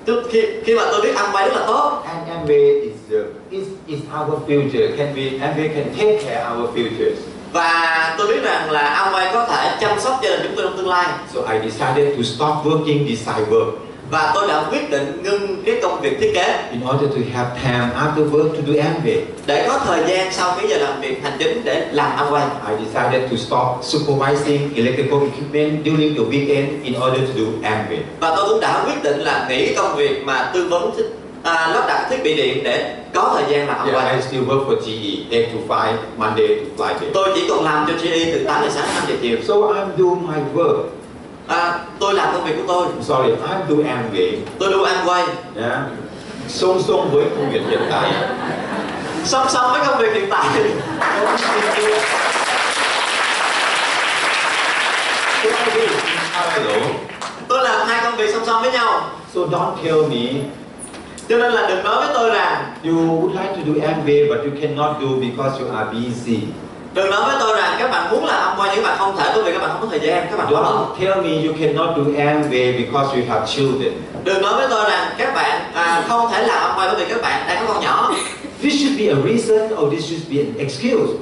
[SPEAKER 2] tôi- khi, khi mà tôi biết ăn quay rất là tốt
[SPEAKER 1] And uh, Amway is the is is our future. Can we Amway can take care our futures.
[SPEAKER 2] và tôi biết rằng là Amway có thể chăm sóc gia đình chúng tôi trong tương lai
[SPEAKER 1] So I decided to stop working this side work
[SPEAKER 2] và tôi đã quyết định ngưng cái công việc thiết kế
[SPEAKER 1] in order to have time after work to do MBA.
[SPEAKER 2] để có thời gian sau cái giờ làm việc hành chính để làm Amway
[SPEAKER 1] I decided to stop supervising electrical equipment during the weekend in order to do MBA.
[SPEAKER 2] và tôi cũng đã quyết định là nghỉ công việc mà tư vấn thiết- à, lắp đặt thiết bị điện để có thời gian làm
[SPEAKER 1] Yeah,
[SPEAKER 2] Amway
[SPEAKER 1] I still work for GE, 8 to 5, Monday to Friday.
[SPEAKER 2] tôi chỉ còn làm cho GE từ 8 giờ sáng đến 5 giờ chiều
[SPEAKER 1] So I'm doing my work.
[SPEAKER 2] à, tôi làm công việc của tôi
[SPEAKER 1] I'm sorry, I'm doing MBA.
[SPEAKER 2] tôi đu Amway
[SPEAKER 1] Yeah. Song song với công việc hiện tại.
[SPEAKER 2] song song với công việc hiện tại
[SPEAKER 1] So I do parallel.
[SPEAKER 2] tôi làm hai công việc song song với nhau
[SPEAKER 1] So don't tell me
[SPEAKER 2] cho nên là đừng nói với tôi rằng
[SPEAKER 1] you would like to do MBA but you cannot do because you are busy.
[SPEAKER 2] đừng nói với tôi rằng các bạn muốn làm Amway nhưng các bạn không thể bởi vì các bạn không có thời gian các bạn có bận
[SPEAKER 1] Don't tell me you cannot do MBA because you have children.
[SPEAKER 2] đừng nói với tôi rằng các bạn à, không thể làm Amway bởi vì các bạn đang có con nhỏ
[SPEAKER 1] This should be a reason or this should be an excuse.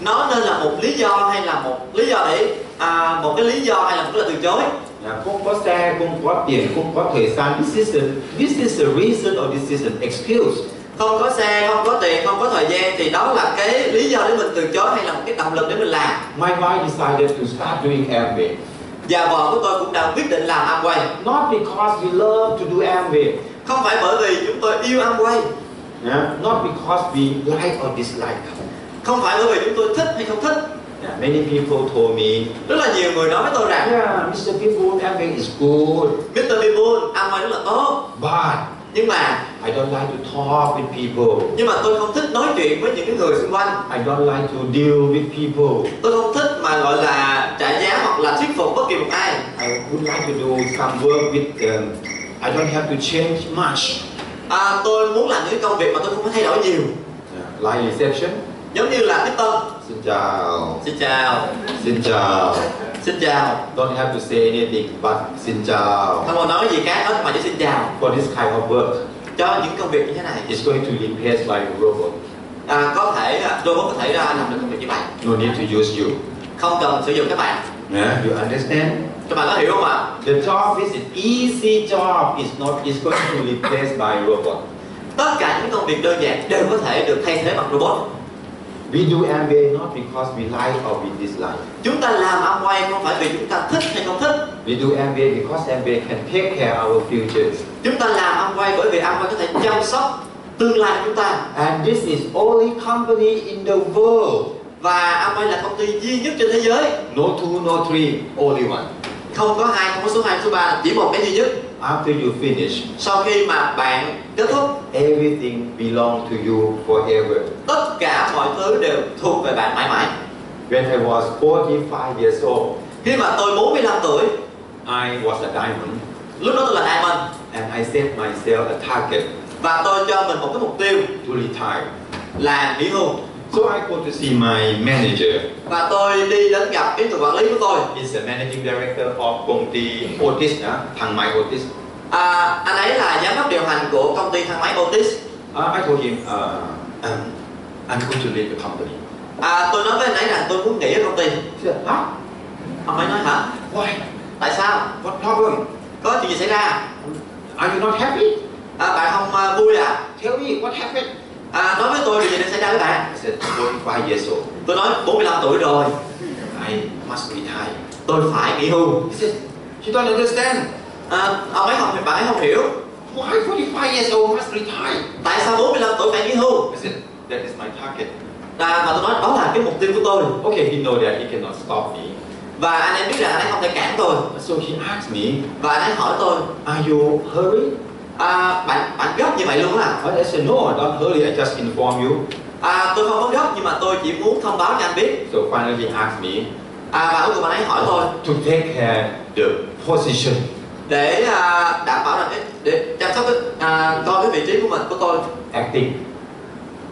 [SPEAKER 2] nó nên là một lý do hay là một lý do để à, một cái lý do hay là một cái lời từ chối
[SPEAKER 1] Yeah, không có xe, không có tiền, không có thời gian. This is a, this is a reason or this is an excuse.
[SPEAKER 2] không có xe không có tiền không có thời gian thì đó là cái lý do để mình từ chối hay là một cái động lực để mình làm
[SPEAKER 1] My wife decided to start doing MBA.
[SPEAKER 2] và vợ của tôi cũng đã quyết định làm Amway
[SPEAKER 1] Not because we love to do MBA.
[SPEAKER 2] không phải bởi vì chúng tôi yêu Amway
[SPEAKER 1] Yeah? Not because we like or dislike.
[SPEAKER 2] không phải bởi vì chúng tôi thích hay không thích
[SPEAKER 1] Yeah, many people told me,
[SPEAKER 2] rất là nhiều người nói với tôi rằng
[SPEAKER 1] yeah, Mr. People, MBA is good,
[SPEAKER 2] Mr. Bibul Amway rất là tốt
[SPEAKER 1] but
[SPEAKER 2] nhưng mà
[SPEAKER 1] I don't like to talk with people.
[SPEAKER 2] nhưng mà tôi không thích nói chuyện với những cái người xung quanh
[SPEAKER 1] I don't like to deal with people.
[SPEAKER 2] tôi không thích mà gọi là trả giá hoặc là thuyết phục bất kỳ một ai
[SPEAKER 1] I would like to do some work with them. I don't have to change much.
[SPEAKER 2] à, tôi muốn làm những cái công việc mà tôi không có thay đổi nhiều
[SPEAKER 1] Yeah, Like reception.
[SPEAKER 2] giống như là tiếp tân
[SPEAKER 1] Xin chào.
[SPEAKER 2] xin chào
[SPEAKER 1] Xin chào.
[SPEAKER 2] xin chào
[SPEAKER 1] Don't have to say anything but xin chào.
[SPEAKER 2] không còn nói gì khác hết mà chỉ xin chào
[SPEAKER 1] For this kind of work,
[SPEAKER 2] cho những công việc như thế này
[SPEAKER 1] it's going to replace my robot.
[SPEAKER 2] à, có thể à, robot có thể à, làm được công việc như vậy
[SPEAKER 1] No need to use you.
[SPEAKER 2] không cần sử dụng các bạn
[SPEAKER 1] Yeah, you understand?
[SPEAKER 2] các bạn có hiểu không ạ
[SPEAKER 1] The job is an easy job. It's not. It's going to replace by robot.
[SPEAKER 2] tất cả những công việc đơn giản đều có thể được thay thế bằng robot
[SPEAKER 1] We do MBA not because we like or we dislike.
[SPEAKER 2] chúng ta làm Amway không phải vì chúng ta thích hay không thích
[SPEAKER 1] We do MBA because MBA can take care of our futures.
[SPEAKER 2] chúng ta làm Amway bởi vì Amway có thể chăm sóc tương lai của chúng ta
[SPEAKER 1] And this is only company in the world.
[SPEAKER 2] và Amway là công ty duy nhất trên thế giới
[SPEAKER 1] No two, no three, only one.
[SPEAKER 2] không có hai không có số hai số ba chỉ một cái duy nhất
[SPEAKER 1] After you finish,
[SPEAKER 2] sau khi mà bạn kết thúc
[SPEAKER 1] everything belongs to you forever.
[SPEAKER 2] tất cả mọi thứ đều thuộc về bạn mãi mãi
[SPEAKER 1] When I was 45 years old,
[SPEAKER 2] khi mà tôi 45 tuổi
[SPEAKER 1] I was a diamond
[SPEAKER 2] lúc đó tôi là Diamond
[SPEAKER 1] and I set myself a target
[SPEAKER 2] và tôi cho mình một cái mục tiêu
[SPEAKER 1] to retire.
[SPEAKER 2] là nghỉ hưu
[SPEAKER 1] So I go to see my manager.
[SPEAKER 2] và tôi đi đến gặp cái người quản lý của tôi
[SPEAKER 1] He's the managing director of công ty Otis, uh, thằng Mike Otis.
[SPEAKER 2] À, anh ấy là giám đốc điều hành của công ty thang máy Otis.
[SPEAKER 1] Uh, I told him, uh, um, I'm going to leave the company.
[SPEAKER 2] À, tôi nói với anh ấy rằng tôi muốn nghỉ ở công ty.
[SPEAKER 1] He said, huh?
[SPEAKER 2] Ông ấy nói hả?
[SPEAKER 1] Why?
[SPEAKER 2] Tại sao?
[SPEAKER 1] What problem?
[SPEAKER 2] Có chuyện gì xảy ra?
[SPEAKER 1] Are you not happy?
[SPEAKER 2] À, bạn không à, vui à?
[SPEAKER 1] Tell me what happened.
[SPEAKER 2] à? Nói với tôi điều gì đã xảy ra với bạn?
[SPEAKER 1] I said, 45 years old.
[SPEAKER 2] Tôi nói 45 tuổi rồi,
[SPEAKER 1] I must retire.
[SPEAKER 2] tôi phải nghỉ hưu.
[SPEAKER 1] He said, you don't understand.
[SPEAKER 2] À, ông ấy không, bạn ấy không hiểu.
[SPEAKER 1] Why 45 years old must retire?
[SPEAKER 2] Tại sao 45 tuổi phải nghỉ hưu?
[SPEAKER 1] I said, that is my target.
[SPEAKER 2] À, mà tôi nói đó là cái mục tiêu của tôi.
[SPEAKER 1] Okay, he know that he cannot stop me.
[SPEAKER 2] Và anh ấy biết rằng anh ấy không thể cản tôi.
[SPEAKER 1] So he asked me,
[SPEAKER 2] Và anh ấy hỏi tôi,
[SPEAKER 1] are you hurry?
[SPEAKER 2] à, bạn bạn gấp như vậy luôn á à?
[SPEAKER 1] But I said, no, I don't hurry. I just inform you.
[SPEAKER 2] à? Tôi không có gấp nhưng mà tôi chỉ muốn thông báo cho anh biết
[SPEAKER 1] So finally he asked me
[SPEAKER 2] À, và cuối cùng anh ấy hỏi tôi
[SPEAKER 1] to take care the position
[SPEAKER 2] để à, đảm bảo rằng cái- để chăm sóc cái à, coi cái vị trí của mình của tôi
[SPEAKER 1] acting.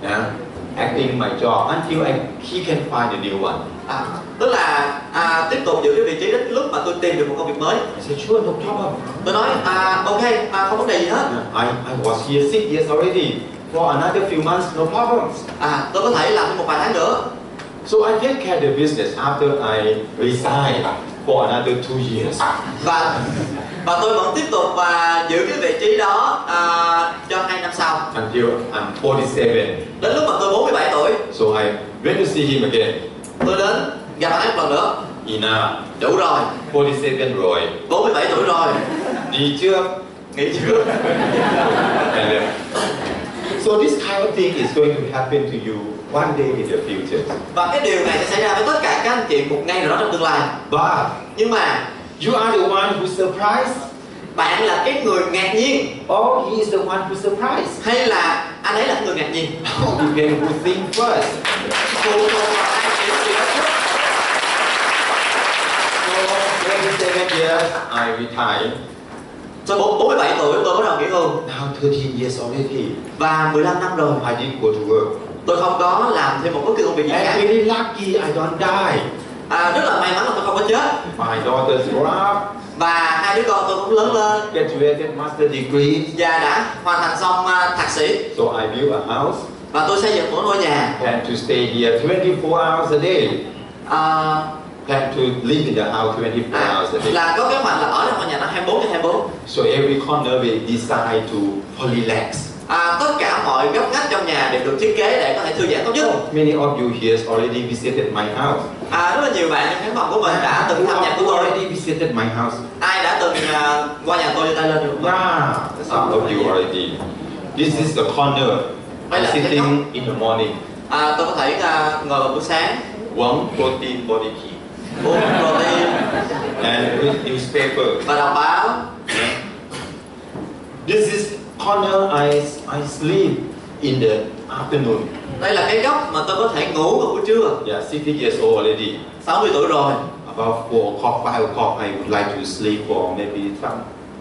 [SPEAKER 1] Yeah, acting my job until I, he can find a new one.
[SPEAKER 2] à, tức là à, tiếp tục giữ cái vị trí đến lúc mà tôi tìm được một công việc mới
[SPEAKER 1] I said, sure, no problem.
[SPEAKER 2] tôi nói à, ok à, không vấn đề gì hết
[SPEAKER 1] I, I was here six years already. For another few months, no problems.
[SPEAKER 2] à, tôi có thể làm thêm một vài tháng nữa
[SPEAKER 1] So I take care of the business after I resign for another two years.
[SPEAKER 2] và và tôi vẫn tiếp tục và giữ cái vị trí đó à, cho hai năm sau
[SPEAKER 1] until I'm 47.
[SPEAKER 2] đến lúc mà tôi 47 tuổi
[SPEAKER 1] So I went to see him again
[SPEAKER 2] tôi đến gặp anh ấy một lần nữa
[SPEAKER 1] in a
[SPEAKER 2] đủ rồi
[SPEAKER 1] 47 Roy.
[SPEAKER 2] 47 tuổi rồi
[SPEAKER 1] Đi chưa?
[SPEAKER 2] nghỉ chưa
[SPEAKER 1] And then- so this kind of thing is going to happen to you one day in the future.
[SPEAKER 2] và cái điều này sẽ xảy ra với tất cả các anh chị một ngày nào đó trong tương lai
[SPEAKER 1] But
[SPEAKER 2] nhưng mà
[SPEAKER 1] you are the one who surprised,
[SPEAKER 2] bạn là cái người ngạc nhiên
[SPEAKER 1] or he is the one who surprised.
[SPEAKER 2] hay là anh ấy là người ngạc nhiên
[SPEAKER 1] Depends who think first.
[SPEAKER 2] phụ thuộc vào ai chỉ điều đó trước.
[SPEAKER 1] So 27 years I retired.
[SPEAKER 2] Tôi bốn- 47 tuổi tôi bắt đầu nghỉ hưu
[SPEAKER 1] Now 13 years already.
[SPEAKER 2] và 15 năm rồi
[SPEAKER 1] I didn't go to work.
[SPEAKER 2] tôi không có làm thêm một bất cứ công việc gì
[SPEAKER 1] I'm
[SPEAKER 2] khác
[SPEAKER 1] really lucky I don't die.
[SPEAKER 2] à, rất là may mắn là tôi không có chết
[SPEAKER 1] My daughters grew up,
[SPEAKER 2] và hai đứa con tôi cũng lớn lên
[SPEAKER 1] graduated master degree.
[SPEAKER 2] và đã hoàn thành xong à, thạc sĩ
[SPEAKER 1] So I built a house
[SPEAKER 2] và tôi xây dựng một ngôi nhà
[SPEAKER 1] plan to stay here 24 hours a day.
[SPEAKER 2] à,
[SPEAKER 1] Plan to live in the house 24
[SPEAKER 2] à,
[SPEAKER 1] hours a day.
[SPEAKER 2] là có kế hoạch là ở trong ngôi nhà nó 24 trên 24
[SPEAKER 1] So every corner we decide to relax.
[SPEAKER 2] à, tất cả mọi góc ngách trong nhà đều được thiết kế để có thể thư giãn tốt nhất
[SPEAKER 1] Many of you here has already visited my house.
[SPEAKER 2] à, rất là nhiều bạn trong khán phòng của mình đã từng thăm nhà của
[SPEAKER 1] Who
[SPEAKER 2] tôi
[SPEAKER 1] already visited my house?
[SPEAKER 2] ai đã từng à, qua nhà tôi đưa tay lên được không?
[SPEAKER 1] Yeah, some of you already. This is the corner. I'm sitting in the morning.
[SPEAKER 2] à, tôi có thể à, ngồi vào buổi sáng
[SPEAKER 1] One protein body key
[SPEAKER 2] uống protein
[SPEAKER 1] and with newspaper.
[SPEAKER 2] và đọc báo
[SPEAKER 1] This is corner I, I sleep in the afternoon.
[SPEAKER 2] đây là cái góc mà tôi có thể ngủ vào buổi trưa
[SPEAKER 1] Yeah, 60 years old already.
[SPEAKER 2] 60 tuổi rồi
[SPEAKER 1] About 4 o'clock, 5 o'clock, I would like to sleep for maybe some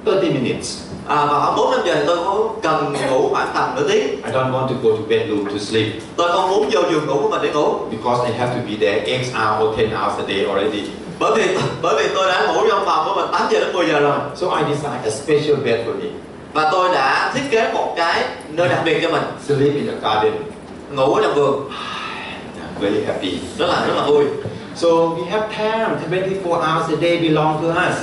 [SPEAKER 1] 30 minutes.
[SPEAKER 2] à, và khoảng 4 năm giờ thì tôi có cần ngủ khoảng tầm nửa tiếng
[SPEAKER 1] I don't want to go to bedroom to sleep
[SPEAKER 2] tôi không muốn vô giường ngủ của mình để ngủ
[SPEAKER 1] because I have to be there 8 hours or 10 hours a day already.
[SPEAKER 2] bởi vì bởi vì tôi đã ngủ trong phòng của mình 8 giờ đến 10 giờ rồi
[SPEAKER 1] So I designed a special bed for me.
[SPEAKER 2] và tôi đã thiết kế một cái nơi đặc biệt cho mình
[SPEAKER 1] Sleep in the garden.
[SPEAKER 2] ngủ ở trong vườn
[SPEAKER 1] I'm very happy.
[SPEAKER 2] rất là rất là vui
[SPEAKER 1] So we have time, 24 hours a day belong to us.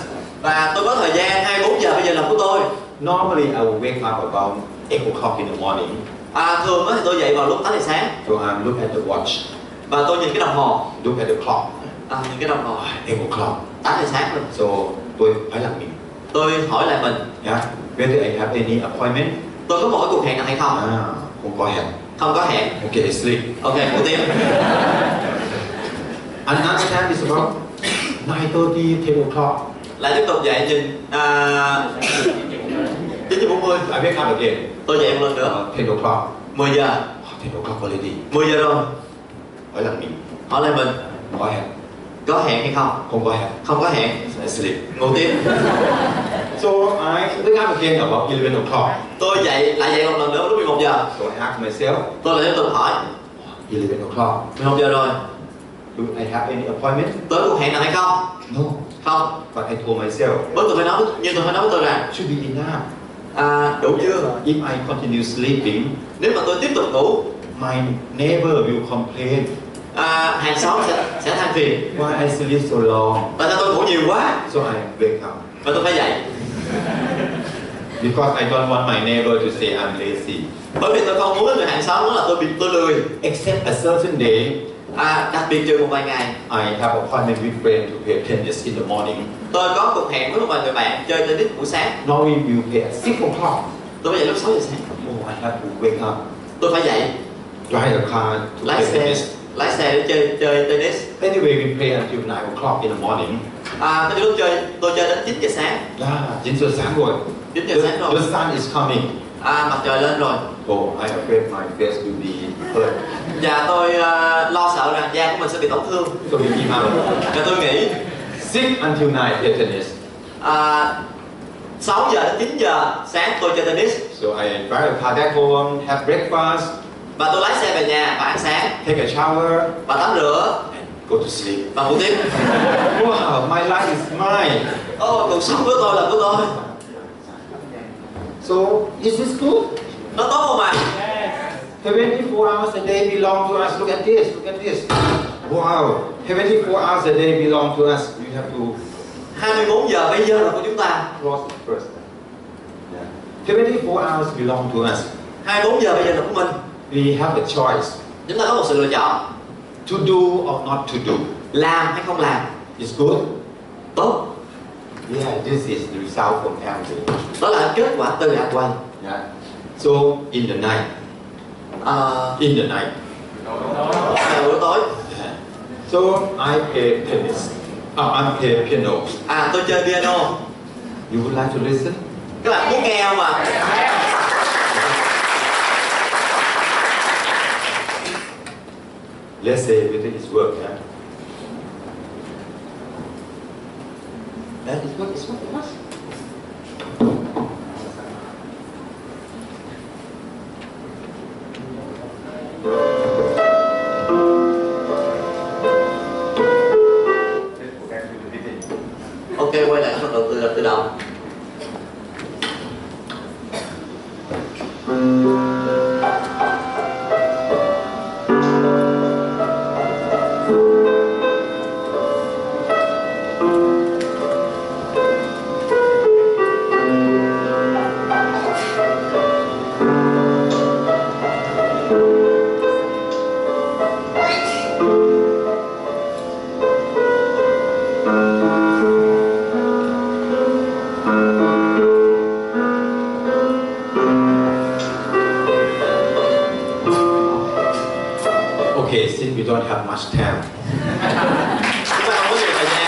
[SPEAKER 2] và tôi có thời gian 24 giờ bây giờ làm của tôi
[SPEAKER 1] Normally, I will wake up about 8 o'clock in the morning.
[SPEAKER 2] à, thường á thì tôi dậy vào lúc 8 giờ sáng
[SPEAKER 1] So I look at the watch,
[SPEAKER 2] và tôi nhìn cái đồng hồ
[SPEAKER 1] look at the clock,
[SPEAKER 2] à, nhìn cái đồng hồ
[SPEAKER 1] 8 o'clock.
[SPEAKER 2] 8 giờ sáng rồi
[SPEAKER 1] So tôi phải làm mình.
[SPEAKER 2] tôi hỏi lại mình
[SPEAKER 1] Yeah. Whether I have any appointment? Ah,
[SPEAKER 2] tôi có một cái cuộc hẹn nào hay không
[SPEAKER 1] À, không có hẹn.
[SPEAKER 2] không có hẹn
[SPEAKER 1] Okay, sleep.
[SPEAKER 2] ok ngủ tiếp
[SPEAKER 1] Another time is about 9.30, 10 o'clock.
[SPEAKER 2] lại tiếp tục dậy nhìn à, 9 giờ 40
[SPEAKER 1] I wake up again.
[SPEAKER 2] tôi dậy một lần nữa
[SPEAKER 1] Uh, 10 o'clock.
[SPEAKER 2] 10 giờ
[SPEAKER 1] Oh, 10 o'clock already.
[SPEAKER 2] 10 giờ rồi
[SPEAKER 1] Phải làm mình.
[SPEAKER 2] hỏi lại mình
[SPEAKER 1] Không có hẹn.
[SPEAKER 2] có hẹn hay không
[SPEAKER 1] Không có hẹn.
[SPEAKER 2] không có hẹn
[SPEAKER 1] I sleep.
[SPEAKER 2] ngủ tiếp
[SPEAKER 1] So I wake up again about 11 o'clock.
[SPEAKER 2] tôi dậy lại dậy một lần nữa lúc 11 giờ
[SPEAKER 1] So I ask myself,
[SPEAKER 2] tôi lại tiếp tục hỏi
[SPEAKER 1] 11 o'clock.
[SPEAKER 2] 11 giờ rồi
[SPEAKER 1] Do I have any appointment?
[SPEAKER 2] tới cuộc hẹn nào hay không
[SPEAKER 1] No.
[SPEAKER 2] không
[SPEAKER 1] But I told myself,
[SPEAKER 2] bởi tôi phải nói như tôi phải nói với tôi rằng
[SPEAKER 1] should be enough.
[SPEAKER 2] à, đủ chưa
[SPEAKER 1] If I continue sleeping,
[SPEAKER 2] nếu mà tôi tiếp tục ngủ
[SPEAKER 1] my neighbor will complain
[SPEAKER 2] à, hàng xóm sẽ sẽ than phiền
[SPEAKER 1] why I sleep so long.
[SPEAKER 2] tại sao tôi ngủ nhiều quá
[SPEAKER 1] So I wake up
[SPEAKER 2] và tôi phải dậy
[SPEAKER 1] because I don't want my neighbor to say I'm lazy.
[SPEAKER 2] bởi vì tôi không muốn người hàng xóm nói là tôi bị tôi lười
[SPEAKER 1] Except a certain day,
[SPEAKER 2] à, đặc biệt trừ một vài ngày
[SPEAKER 1] I have appointment with friend to play tennis in the morning.
[SPEAKER 2] tôi có cuộc hẹn với một vài người bạn chơi tennis buổi sáng
[SPEAKER 1] Normally we will play at six o'clock.
[SPEAKER 2] tôi phải dậy lúc 6 giờ sáng
[SPEAKER 1] Oh, I have to wake up,
[SPEAKER 2] tôi phải dậy
[SPEAKER 1] drive the car to
[SPEAKER 2] lái
[SPEAKER 1] play
[SPEAKER 2] xe
[SPEAKER 1] tennis.
[SPEAKER 2] lái xe để chơi chơi tennis
[SPEAKER 1] Anyway, we play until nine o'clock in the morning.
[SPEAKER 2] à tôi lúc chơi tôi chơi đến 9 giờ sáng
[SPEAKER 1] Yeah, chín giờ sáng rồi.
[SPEAKER 2] 9 giờ
[SPEAKER 1] The,
[SPEAKER 2] sáng rồi
[SPEAKER 1] the sun is coming.
[SPEAKER 2] à mặt trời lên rồi
[SPEAKER 1] Oh, I afraid my face will be hurt.
[SPEAKER 2] và tôi à, lo sợ rằng da của mình sẽ bị tổn thương
[SPEAKER 1] So we give up.
[SPEAKER 2] và tôi nghĩ
[SPEAKER 1] Six until nine play tennis.
[SPEAKER 2] à, 6 giờ đến 9 giờ sáng tôi chơi tennis
[SPEAKER 1] So I drive the car back home, have breakfast,
[SPEAKER 2] và tôi lái xe về nhà và ăn sáng
[SPEAKER 1] take a shower,
[SPEAKER 2] và tắm rửa
[SPEAKER 1] and go to sleep.
[SPEAKER 2] và ngủ tiếp
[SPEAKER 1] Wow, my life is mine.
[SPEAKER 2] ô cuộc sống của tôi là của tôi
[SPEAKER 1] So is this good?
[SPEAKER 2] nó tốt không ạ
[SPEAKER 1] 24 hours a day belong to us. Look at this, look at this. Wow, 24 hours a day belong to us. You have to
[SPEAKER 2] 24 giờ bây giờ là của chúng ta
[SPEAKER 1] cross it first. Yeah. 24 hours belong to us.
[SPEAKER 2] 24 giờ bây giờ là của mình
[SPEAKER 1] We have a choice
[SPEAKER 2] chúng ta có một sự lựa chọn
[SPEAKER 1] to do or not to do.
[SPEAKER 2] làm hay không làm
[SPEAKER 1] It's good.
[SPEAKER 2] tốt
[SPEAKER 1] Yeah, this is the result from everything.
[SPEAKER 2] đó là kết quả từ hạt quay
[SPEAKER 1] Yeah. So in the night,
[SPEAKER 2] à,
[SPEAKER 1] in the night.
[SPEAKER 2] ngày buổi tối
[SPEAKER 1] yeah. So I play tennis. Oh, I play piano.
[SPEAKER 2] à tôi chơi piano
[SPEAKER 1] You would like to listen?
[SPEAKER 2] các bạn muốn nghe không ạ
[SPEAKER 1] Let's say everything is work, yeah? That is work, it's work, it must.
[SPEAKER 2] ok quay lại bắt đầu từ từ đầu
[SPEAKER 1] Okay, since we don't have much time,
[SPEAKER 2] chúng ta không có nhiều thời gian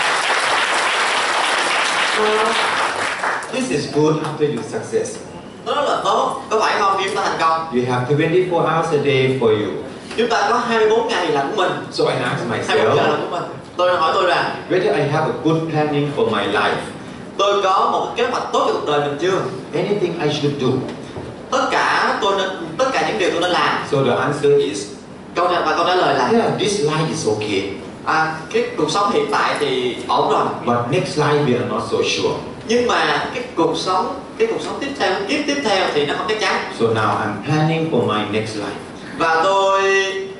[SPEAKER 1] this is good after your success.
[SPEAKER 2] nó rất là tốt có phải không khi chúng ta thành công
[SPEAKER 1] You have 24 hours a day for you.
[SPEAKER 2] chúng ta có 24 ngày là của mình
[SPEAKER 1] So I ask
[SPEAKER 2] 24 giờ là
[SPEAKER 1] myself
[SPEAKER 2] của mình tôi hỏi tôi là
[SPEAKER 1] whether I have a good planning for my life,
[SPEAKER 2] tôi có một kế hoạch tốt cho cuộc đời mình chưa
[SPEAKER 1] anything I should do.
[SPEAKER 2] tất cả tôi nên tất cả những điều tôi nên làm
[SPEAKER 1] So the answer is,
[SPEAKER 2] câu trả và câu trả lời là
[SPEAKER 1] yeah, this life is okay,
[SPEAKER 2] à, cái cuộc sống hiện tại thì ổn rồi
[SPEAKER 1] but next life we are not so sure.
[SPEAKER 2] nhưng mà cái cuộc sống cái cuộc sống tiếp theo kiếp tiếp theo thì nó không chắc chắn
[SPEAKER 1] So now I'm planning for my next life.
[SPEAKER 2] và tôi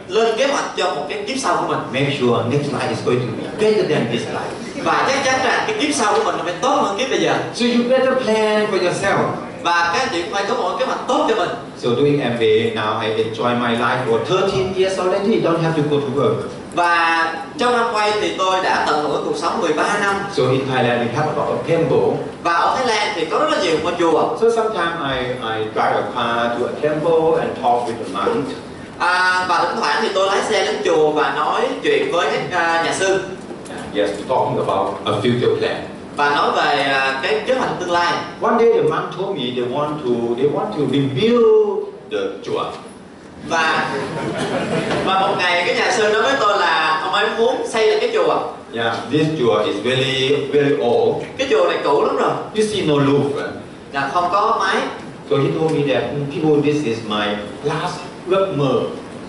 [SPEAKER 2] lên kế hoạch cho một cái kiếp sau của mình
[SPEAKER 1] Make sure next life is going to be better than this life.
[SPEAKER 2] và chắc chắn rằng cái kiếp sau của mình nó phải tốt hơn kiếp bây giờ
[SPEAKER 1] So you better plan for yourself.
[SPEAKER 2] và các anh chị cũng phải có một kế hoạch tốt cho mình
[SPEAKER 1] So doing MBA now, I enjoy my life for 13 years already. Don't have to go to work. So in Thailand, we have a lot of temple.
[SPEAKER 2] và ở Thái Lan thì có rất là nhiều ngôi chùa
[SPEAKER 1] So sometimes I, I drive a car to a temple and talk with the monk.
[SPEAKER 2] à, và thỉnh thoảng thì tôi lái xe đến chùa và nói chuyện với các à, nhà sư
[SPEAKER 1] Yes, we're talking about a future plan.
[SPEAKER 2] và nói về à, cái kế hoạch tương lai
[SPEAKER 1] One day the monk told me they want to they want to rebuild the chùa.
[SPEAKER 2] và và một ngày cái nhà sư nói với tôi là ông ấy muốn xây lại cái chùa
[SPEAKER 1] Yeah, this chùa is very very old.
[SPEAKER 2] cái chùa này cũ lắm rồi
[SPEAKER 1] You see no roof. eh?
[SPEAKER 2] là không có máy
[SPEAKER 1] So he told me that "Mm, people, this is my last ước mơ.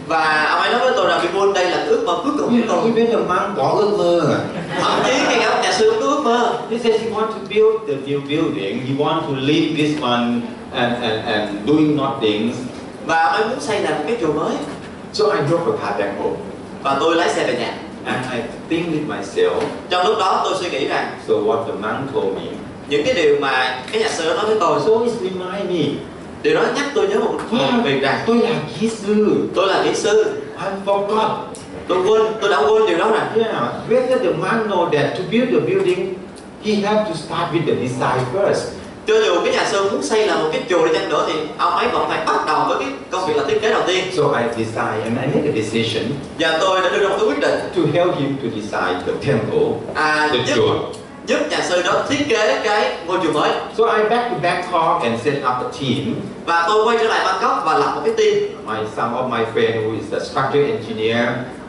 [SPEAKER 2] và ông ấy nói với tôi là Vipul đây là cái ước mơ cuối cùng của
[SPEAKER 1] Không
[SPEAKER 2] tôi
[SPEAKER 1] biết là mang có ước mơ. à?
[SPEAKER 2] thậm chí ngay cả nhà sư cũng có ước mơ
[SPEAKER 1] eh? He says he want to build the new building. He want to leave this one and, and, and doing nothing.
[SPEAKER 2] và ông ấy muốn xây lại một cái chùa mới
[SPEAKER 1] So I drove a car back home
[SPEAKER 2] và tôi lái xe về nhà À,
[SPEAKER 1] and I think with myself.
[SPEAKER 2] trong lúc đó tôi suy nghĩ rằng
[SPEAKER 1] So what the monk told me. "Oh,
[SPEAKER 2] những cái điều mà cái nhà sư nói với tôi
[SPEAKER 1] So it remind me.
[SPEAKER 2] điều đó nhắc tôi nhớ một một
[SPEAKER 1] Wow,
[SPEAKER 2] việc rằng
[SPEAKER 1] tôi là kỹ sư.
[SPEAKER 2] tôi là kỹ sư
[SPEAKER 1] I forgot.
[SPEAKER 2] tôi quên tôi đã quên điều đó rồi
[SPEAKER 1] Yeah, whether the monk know that to build the building, he have to start with the design first.
[SPEAKER 2] cho dù cái nhà sư muốn xây là một cái chùa đi chăng nữa thì ông ấy vẫn phải bắt đầu với cái công việc là thiết kế đầu tiên
[SPEAKER 1] So I decide and I make a decision
[SPEAKER 2] và tôi đã đưa ra một cái quyết định
[SPEAKER 1] to help him to design the temple,
[SPEAKER 2] à,
[SPEAKER 1] the
[SPEAKER 2] giúp
[SPEAKER 1] chùa.
[SPEAKER 2] giúp nhà sư đó thiết kế cái ngôi chùa mới
[SPEAKER 1] So I back to Bangkok and set up a team.
[SPEAKER 2] và tôi quay trở lại Bangkok và lập một cái team
[SPEAKER 1] My some of my friend who is a structural engineer,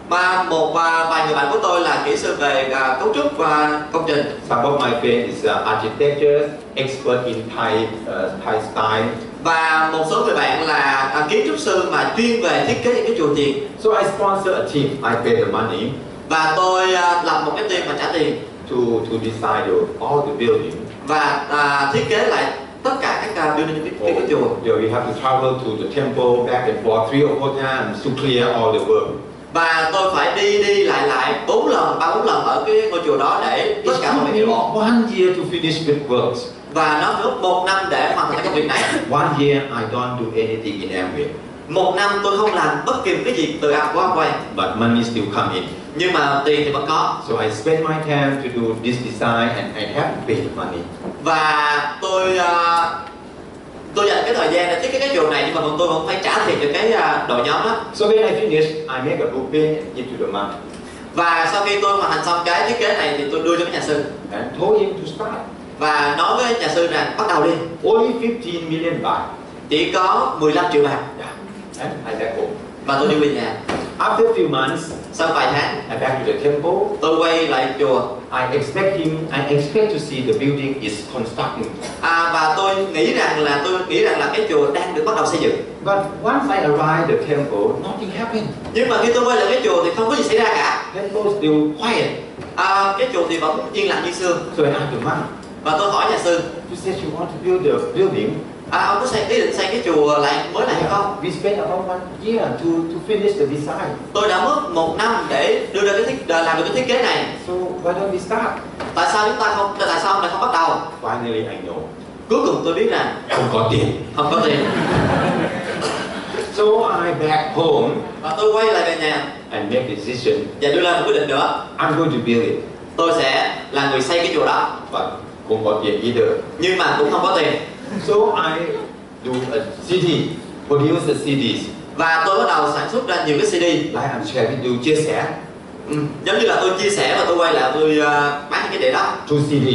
[SPEAKER 2] và một và vài người bạn của tôi là kỹ sư về à, cấu trúc và công trình
[SPEAKER 1] some of my friend is uh, architecture expert in Thai uh, Thai style.
[SPEAKER 2] và một số người bạn là à, kiến trúc sư mà chuyên về thiết kế những cái chùa chiền
[SPEAKER 1] So I sponsor a team. I pay the money
[SPEAKER 2] và tôi à, lập một cái team mà trả tiền
[SPEAKER 1] to to design the, all the building.
[SPEAKER 2] và à, thiết kế lại tất cả các uh, building in Pikachu.
[SPEAKER 1] Or, yeah, we have to travel to the temple back and forth three or four times to clear all the work.
[SPEAKER 2] Và tôi phải đi đi lại lại bốn lần, ba bốn lần ở cái ngôi chùa đó để tất
[SPEAKER 1] It
[SPEAKER 2] cả mọi
[SPEAKER 1] took
[SPEAKER 2] việc
[SPEAKER 1] me
[SPEAKER 2] đều ổn.
[SPEAKER 1] one year to finish with works.
[SPEAKER 2] Và nó mất một năm để hoàn thành công việc này.
[SPEAKER 1] One year I don't do anything in Amway,
[SPEAKER 2] Một năm tôi không làm bất kỳ một cái gì từ ăn của ông quay.
[SPEAKER 1] but money still come in.
[SPEAKER 2] Nhưng mà tiền thì vẫn có.
[SPEAKER 1] So I spend my time to do this design and I haven't paid money.
[SPEAKER 2] Và tôi ờ, tôi dành cái thời gian để thiết kế cái chùa này nhưng mà tôi vẫn phải trả tiền cho cái ờ, đội nhóm đó.
[SPEAKER 1] So when I finish, I make a blueprint and give to the man
[SPEAKER 2] Và sau khi tôi hoàn thành xong cái thiết kế này thì tôi đưa cho cái nhà sư
[SPEAKER 1] and told him to start.
[SPEAKER 2] và nói với nhà sư rằng bắt đầu đi.
[SPEAKER 1] Only 15 million baht.
[SPEAKER 2] Chỉ có 15 triệu bạc
[SPEAKER 1] Yeah. And I let go.
[SPEAKER 2] và tôi đi về nhà.
[SPEAKER 1] After a few months,
[SPEAKER 2] Sau vài tháng
[SPEAKER 1] I back to the temple.
[SPEAKER 2] tôi quay lại chùa
[SPEAKER 1] I expect him, I expect to see the building is constructing.
[SPEAKER 2] à, và tôi nghĩ rằng là tôi nghĩ rằng là cái chùa đang được bắt đầu xây dựng.
[SPEAKER 1] But once I arrive the temple, nothing happened.
[SPEAKER 2] Nhưng mà khi tôi quay lại cái chùa thì không có gì xảy ra cả.
[SPEAKER 1] Temple still quiet.
[SPEAKER 2] À, cái chùa thì vẫn yên lặng như xưa
[SPEAKER 1] So I asked the man,
[SPEAKER 2] và tôi hỏi nhà sư
[SPEAKER 1] you said you want to build the building.
[SPEAKER 2] à, ông có xây ý định xây cái chùa lại mới lại hay không?
[SPEAKER 1] We spent about one year to, to finish the design.
[SPEAKER 2] Tôi đã mất một năm để đưa ra cái thiết để làm được cái thiết kế này.
[SPEAKER 1] So why don't we start?
[SPEAKER 2] Tại sao chúng ta không tại sao ông lại không bắt đầu?
[SPEAKER 1] Finally, I know.
[SPEAKER 2] Cuối cùng tôi biết rằng
[SPEAKER 1] Không có tiền.
[SPEAKER 2] không có tiền
[SPEAKER 1] So I back home
[SPEAKER 2] và tôi quay lại về nhà
[SPEAKER 1] and make decision.
[SPEAKER 2] và đưa ra một quyết định nữa.
[SPEAKER 1] I'm going to build it.
[SPEAKER 2] Tôi sẽ là người xây cái chùa đó
[SPEAKER 1] But không có tiền either.
[SPEAKER 2] nhưng mà cũng không có tiền
[SPEAKER 1] So I do a CD, produce a CDs.
[SPEAKER 2] và tôi bắt đầu sản xuất ra nhiều cái CD
[SPEAKER 1] Like I'm sharing with you, chia sẻ
[SPEAKER 2] ừ. giống như là tôi chia sẻ và tôi quay lại tôi ờ, bán những cái đĩa đó
[SPEAKER 1] two CD.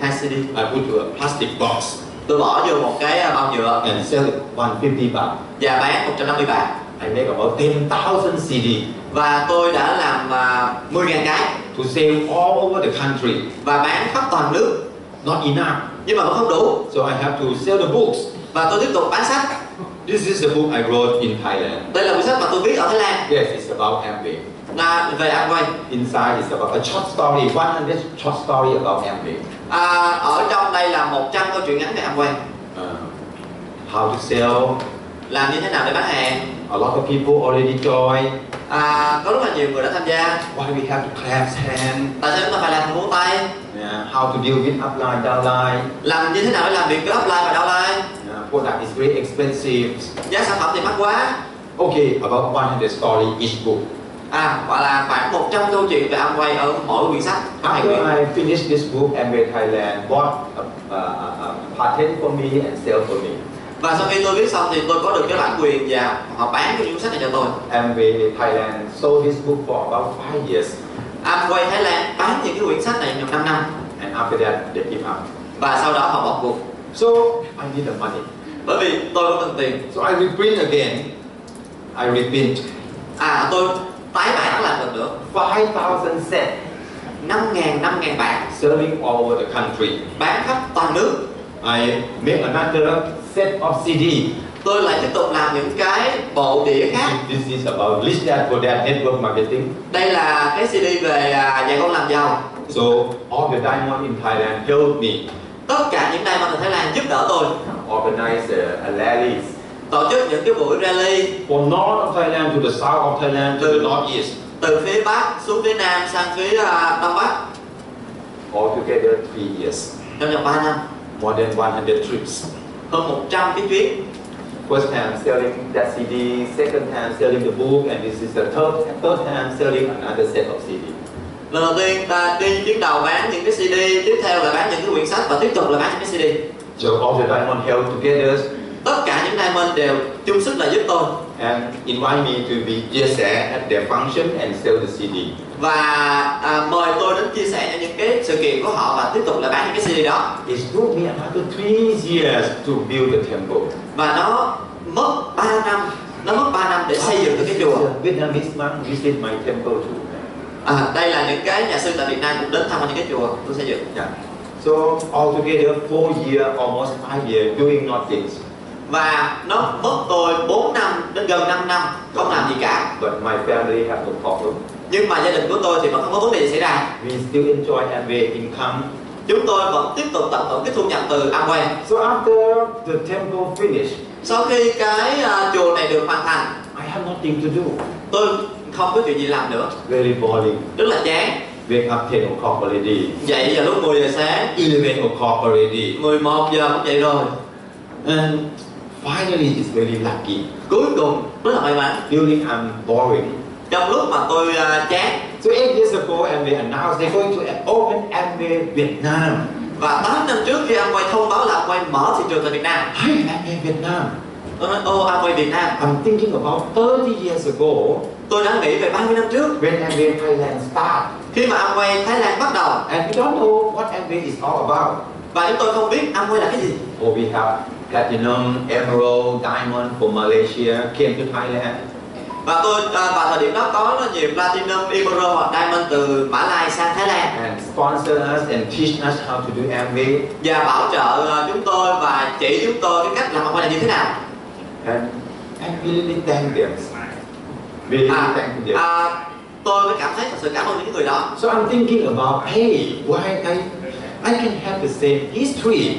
[SPEAKER 2] hai CD
[SPEAKER 1] I put to a plastic box
[SPEAKER 2] tôi bỏ vô một cái ờ, bao nhựa
[SPEAKER 1] and sell it 150 baht.
[SPEAKER 2] và bán 150 bạc
[SPEAKER 1] I make about 10,000 CD
[SPEAKER 2] và tôi đã làm uh, 10.000 cái
[SPEAKER 1] to sell all over the country.
[SPEAKER 2] và bán khắp toàn nước
[SPEAKER 1] Not enough.
[SPEAKER 2] nhưng mà vẫn không đủ
[SPEAKER 1] So I have to sell the books.
[SPEAKER 2] và tôi tiếp tục bán sách
[SPEAKER 1] This is the book I wrote in Thailand.
[SPEAKER 2] Đây là cuốn sách mà tôi viết ở Thái Lan
[SPEAKER 1] Yes, it's about Amway.
[SPEAKER 2] là về Amway.
[SPEAKER 1] Inside is about a short story, 100 short story about Amway.
[SPEAKER 2] À, ở trong đây là 100 câu chuyện ngắn về Amway.
[SPEAKER 1] Uh, how to sell.
[SPEAKER 2] Làm như thế nào để bán hàng?
[SPEAKER 1] A lot of people already join.
[SPEAKER 2] À, có rất là nhiều người đã tham gia.
[SPEAKER 1] Why we have to clasp hand.
[SPEAKER 2] Tại sao chúng ta phải làm vỗ tay?
[SPEAKER 1] Yeah, how to deal with upline, downline.
[SPEAKER 2] Làm như thế nào để làm việc với offline và downline?
[SPEAKER 1] Yeah, product is very expensive.
[SPEAKER 2] Giá sản phẩm thì mắc quá.
[SPEAKER 1] Okay, about 100 story each book.
[SPEAKER 2] À, hoặc là khoảng 100 câu chuyện về Amway ở mỗi quyển sách. Mỗi
[SPEAKER 1] After
[SPEAKER 2] quyển.
[SPEAKER 1] I finished this book, Amway Thailand bought a, a, a, a patent for me and sell for me.
[SPEAKER 2] Và sau khi tôi viết xong thì tôi có được cái bản quyền và họ bán cái cuốn sách này cho tôi.
[SPEAKER 1] Amway Thailand sold this book for about five years,
[SPEAKER 2] Amway Thái Lan bán những cái quyển sách này trong 5 năm
[SPEAKER 1] and after that they give up.
[SPEAKER 2] và sau đó họ bỏ cuộc.
[SPEAKER 1] So I need the money.
[SPEAKER 2] Bởi vì tôi có cần tiền.
[SPEAKER 1] So I reprint again. I reprint
[SPEAKER 2] À tôi tái bản làm lần nữa
[SPEAKER 1] 5,000 cents,
[SPEAKER 2] 5 ngàn, 5 ngàn bản
[SPEAKER 1] selling all over the country.
[SPEAKER 2] Bán khắp toàn nước
[SPEAKER 1] I make another set of CD.
[SPEAKER 2] Tôi lại tiếp tục làm những cái bộ đĩa khác
[SPEAKER 1] This is about list that for that network marketing.
[SPEAKER 2] Đây là cái CD về à, dạy con làm giàu
[SPEAKER 1] So all the diamond in Thailand helped me
[SPEAKER 2] Tất cả những diamond ở Thái Lan giúp đỡ tôi
[SPEAKER 1] organize a, a rallies
[SPEAKER 2] Tổ chức những cái buổi rally
[SPEAKER 1] from north of Thailand to the south of Thailand to the northeast,
[SPEAKER 2] Từ phía Bắc xuống phía Nam sang phía à, Đông Bắc
[SPEAKER 1] all together three years,
[SPEAKER 2] Trong vòng 3 năm
[SPEAKER 1] more than 100 trips.
[SPEAKER 2] Hơn 100 cái chuyến
[SPEAKER 1] First time selling that CD, second time selling the book, and this is the third third time selling another set of CD.
[SPEAKER 2] Lần đầu tiên ta đi chuyến đầu bán những cái CD Tiếp theo là bán những cái quyển sách và tiếp tục là bán những cái CD
[SPEAKER 1] So all the diamond held together
[SPEAKER 2] Tất cả những diamond đều chung sức là giúp tôi
[SPEAKER 1] and invite me to be GSA at their function and sell the CD.
[SPEAKER 2] và à, mời tôi đến chia sẻ những cái sự kiện của họ và tiếp tục là bán những cái CD đó
[SPEAKER 1] It took me another three years to build the temple.
[SPEAKER 2] và nó mất 3 năm nó mất 3 năm để xây dựng được cái chùa
[SPEAKER 1] The Vietnamese monk visit my temple too.
[SPEAKER 2] à, đây là những cái nhà sư tại Việt Nam cũng đến thăm những cái chùa tôi xây dựng
[SPEAKER 1] Yeah. So altogether, four year, almost five year, doing nothing.
[SPEAKER 2] và nó mất tôi 4 năm đến gần 5 năm không làm gì cả
[SPEAKER 1] But my family have no problem.
[SPEAKER 2] nhưng mà gia đình của tôi thì vẫn không có vấn đề gì xảy ra
[SPEAKER 1] We still enjoy Amway income
[SPEAKER 2] chúng tôi vẫn tiếp tục tận hưởng cái thu nhập từ Amway
[SPEAKER 1] So after the temple finished,
[SPEAKER 2] sau khi cái à, chùa này được hoàn thành
[SPEAKER 1] I have nothing to do.
[SPEAKER 2] tôi không có chuyện gì làm nữa
[SPEAKER 1] Very boring.
[SPEAKER 2] rất là chán
[SPEAKER 1] Wake up 10 o'clock already.
[SPEAKER 2] dậy vào lúc 10 giờ sáng
[SPEAKER 1] 11 o'clock already.
[SPEAKER 2] 11 giờ cũng dậy rồi
[SPEAKER 1] And finally, it's very lucky.
[SPEAKER 2] cuối cùng rất là may mắn
[SPEAKER 1] During I'm boring.
[SPEAKER 2] trong lúc mà tôi à, chán
[SPEAKER 1] So eight years ago, Amway announced they're going to open Amway Vietnam.
[SPEAKER 2] và 8 năm trước khi Amway thông báo là Amway mở thị trường tại Việt Nam
[SPEAKER 1] Hi, Amway Vietnam.
[SPEAKER 2] tôi nói ô Amway Việt Nam
[SPEAKER 1] I'm thinking about 30 years ago
[SPEAKER 2] tôi đã nghĩ về 30 năm trước
[SPEAKER 1] when Amway Thailand started.
[SPEAKER 2] khi mà Amway Thái Lan bắt đầu
[SPEAKER 1] And we don't know what Amway is all about.
[SPEAKER 2] và chúng tôi không biết Amway là cái gì
[SPEAKER 1] Oh, we have platinum, emerald, diamond from Malaysia came to Thailand.
[SPEAKER 2] và tôi à, vào thời điểm đó có rất nhiều platinum, emerald hoặc diamond từ Mã Lai sang Thái Lan
[SPEAKER 1] and sponsor us and teach us how to do Amway.
[SPEAKER 2] và bảo trợ à, chúng tôi và chỉ chúng tôi cái cách làm Amway là như thế nào
[SPEAKER 1] And I really thank them. Really thank them.
[SPEAKER 2] à, tôi mới cảm thấy thật sự cảm ơn những người đó
[SPEAKER 1] So I'm thinking about, hey, why I, I can have the same history.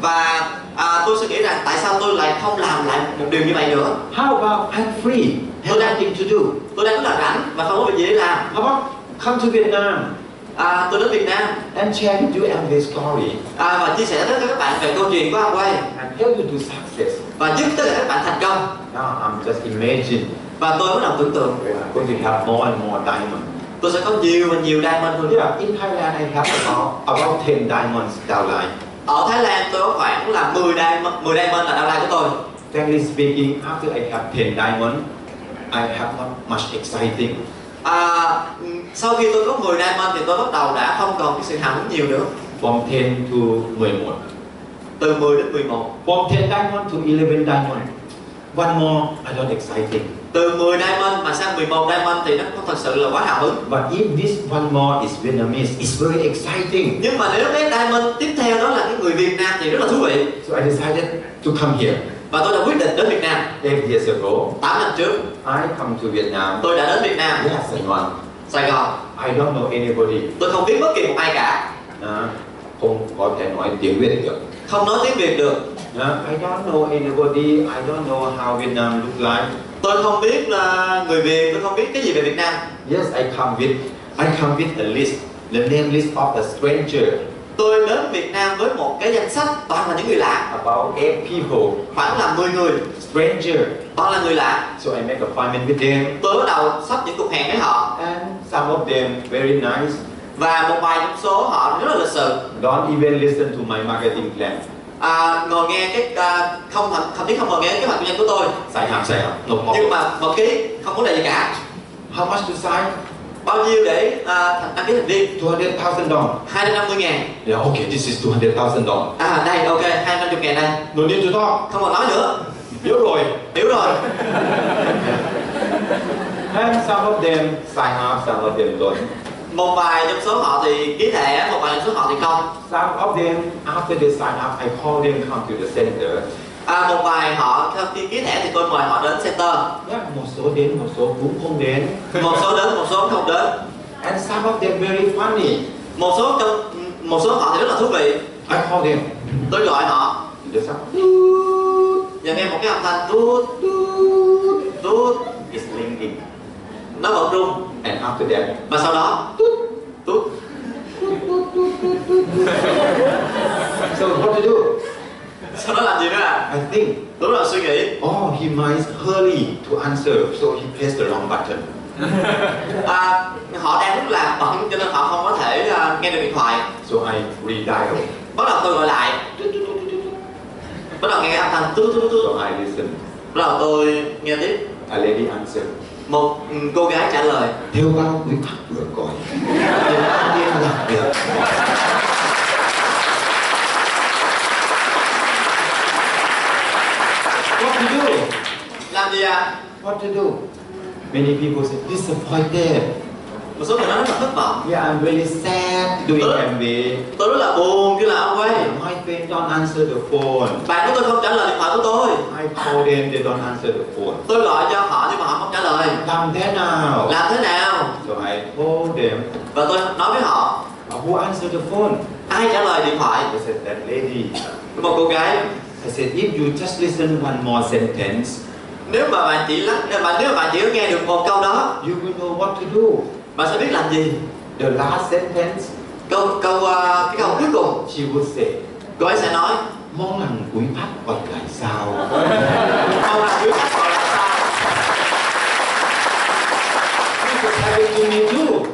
[SPEAKER 2] và à, tôi suy nghĩ rằng tại sao tôi lại không làm lại một điều như vậy nữa
[SPEAKER 1] How about I'm free, have nothing to do?
[SPEAKER 2] tôi đang rất là rảnh và không có việc gì để làm
[SPEAKER 1] How about come to Vietnam
[SPEAKER 2] à, tôi đến Việt Nam
[SPEAKER 1] and share with you Amway story
[SPEAKER 2] à, và chia sẻ với các bạn về câu chuyện của Amway
[SPEAKER 1] and help you to success?
[SPEAKER 2] và giúp tất cả các bạn thành công
[SPEAKER 1] Now I'm just imagining
[SPEAKER 2] và tôi bắt đầu tưởng tượng
[SPEAKER 1] we are going to have more and more diamond.
[SPEAKER 2] tôi sẽ có nhiều và nhiều diamond hơn nữa
[SPEAKER 1] Yeah, in Thailand I have about, about 10 diamonds downline.
[SPEAKER 2] ở Thái Lan tôi có khoảng là 10 diamond 10 diamond là đau lai của tôi
[SPEAKER 1] Frankly speaking, after I have 10 diamond, I have not much exciting.
[SPEAKER 2] à, ừm, sau khi tôi có 10 diamond thì tôi bắt đầu đã không còn cái sự hào hứng nhiều nữa
[SPEAKER 1] From 10 to 11.
[SPEAKER 2] từ 10 đến 11
[SPEAKER 1] From 10 diamond to 11 diamond. One more, I don't exciting.
[SPEAKER 2] từ 10 diamond mà sang 11 diamond thì nó không thật sự là quá hào hứng
[SPEAKER 1] But if this one more is Vietnamese, it's very exciting.
[SPEAKER 2] nhưng mà nếu cái diamond tiếp theo đó là cái người Việt Nam thì rất là thú vị
[SPEAKER 1] So I decided to come here.
[SPEAKER 2] và tôi đã quyết định đến Việt Nam
[SPEAKER 1] Eight years ago,
[SPEAKER 2] 8 năm trước
[SPEAKER 1] I come to Vietnam.
[SPEAKER 2] tôi đã đến Việt Nam
[SPEAKER 1] Yes, and one.
[SPEAKER 2] Sài Gòn
[SPEAKER 1] I don't know anybody.
[SPEAKER 2] tôi không biết bất kỳ một ai cả
[SPEAKER 1] À, không có thể nói tiếng Việt được.
[SPEAKER 2] không nói tiếng Việt được
[SPEAKER 1] À, I don't know anybody. I don't know how Vietnam look like.
[SPEAKER 2] tôi không biết là người Việt tôi không biết cái gì về Việt Nam
[SPEAKER 1] Yes, I come with I come with a list, the name list of a stranger,
[SPEAKER 2] tôi đến Việt Nam với một cái danh sách toàn là những người lạ
[SPEAKER 1] about eight people,
[SPEAKER 2] khoảng là 10 người
[SPEAKER 1] stranger.
[SPEAKER 2] toàn là người lạ
[SPEAKER 1] So I make appointment with them,
[SPEAKER 2] tôi bắt đầu sắp những cuộc hẹn với họ
[SPEAKER 1] and some of them very nice.
[SPEAKER 2] và một vài trong số họ rất là lịch sự
[SPEAKER 1] Don't even listen to my marketing plan.
[SPEAKER 2] à, ngồi nghe cái à, không thậm, thậm chí không ngồi nghe cái hoạch kinh doanh của tôi
[SPEAKER 1] Sign up, sign up, no
[SPEAKER 2] nhưng
[SPEAKER 1] problem.
[SPEAKER 2] mà bật ký không vấn đề gì cả
[SPEAKER 1] How much to sign?
[SPEAKER 2] bao nhiêu để à, thành- đăng ký thành viên
[SPEAKER 1] Two hundred thousand dollars.
[SPEAKER 2] 250 ngàn
[SPEAKER 1] Yeah, okay, this is two hundred thousand dollars.
[SPEAKER 2] à đây ok 250 ngàn đây
[SPEAKER 1] No need to talk.
[SPEAKER 2] không còn nói nữa
[SPEAKER 1] Hiểu rồi.
[SPEAKER 2] hiểu rồi
[SPEAKER 1] And some of them sign up, some of them don't.
[SPEAKER 2] một vài trong số họ thì ký thẻ một vài trong số họ thì không
[SPEAKER 1] Some of them after they sign up, I call them come to the center.
[SPEAKER 2] À, một vài họ sau khi ký thẻ thì tôi mời họ đến center
[SPEAKER 1] Yeah, một số đến, một số cũng không đến.
[SPEAKER 2] một số đến một số không đến
[SPEAKER 1] And some of them very funny.
[SPEAKER 2] một số trong một số họ thì rất là thú vị
[SPEAKER 1] I call them.
[SPEAKER 2] tôi gọi họ
[SPEAKER 1] They say,
[SPEAKER 2] và nghe một cái âm thanh tút tút tút
[SPEAKER 1] It's linking.
[SPEAKER 2] nó bật rung
[SPEAKER 1] And after that,
[SPEAKER 2] và sau đó tút tút
[SPEAKER 1] so what to do?
[SPEAKER 2] sau đó làm gì nữa à
[SPEAKER 1] I think,
[SPEAKER 2] đúng là suy nghĩ
[SPEAKER 1] oh, he might hurry to answer, so he pressed the wrong button.
[SPEAKER 2] à, họ đang rất là bận cho nên họ không có thể à, nghe được điện thoại
[SPEAKER 1] So I redial.
[SPEAKER 2] bắt đầu tôi gọi lại Tút, tút, tút, tút. bắt đầu nghe cái âm thanh tút tút tút
[SPEAKER 1] So I listen.
[SPEAKER 2] bắt đầu tôi nghe tiếp
[SPEAKER 1] A lady answered.
[SPEAKER 2] một ừ, cô gái trả lời
[SPEAKER 1] Theo bao quy tắc vừa gọi. Đừng ăn điên làm việc. What to do?
[SPEAKER 2] làm gì ạ à?
[SPEAKER 1] What to do? Many people say disappointed.
[SPEAKER 2] một số người nói rất là thất vọng
[SPEAKER 1] Yeah, I'm really sad doing MBA.
[SPEAKER 2] tôi rất là buồn khi là ông quay
[SPEAKER 1] My friend don't answer the phone.
[SPEAKER 2] bạn của tôi không trả lời điện thoại của tôi
[SPEAKER 1] I call them, they don't answer the phone.
[SPEAKER 2] tôi gọi cho họ nhưng mà họ không trả lời
[SPEAKER 1] Làm thế nào?
[SPEAKER 2] làm thế nào
[SPEAKER 1] So I call them.
[SPEAKER 2] và tôi nói với họ
[SPEAKER 1] Who answer the phone?
[SPEAKER 2] ai ai trả lời điện thoại
[SPEAKER 1] I said, that lady.
[SPEAKER 2] một cô gái
[SPEAKER 1] I said, if you just listen one more sentence,
[SPEAKER 2] nếu mà bạn chỉ lắng mà nếu mà bạn chỉ có nghe được một câu đó
[SPEAKER 1] you will know what to do.
[SPEAKER 2] bạn sẽ biết làm gì
[SPEAKER 1] The last sentence,
[SPEAKER 2] câu câu à, cái câu cuối cùng
[SPEAKER 1] she will say,
[SPEAKER 2] cô ấy sẽ nói
[SPEAKER 1] món ăn cuối mắt còn lại sao?
[SPEAKER 2] câu là dưới cách gọi là sao
[SPEAKER 1] This is happening to me too.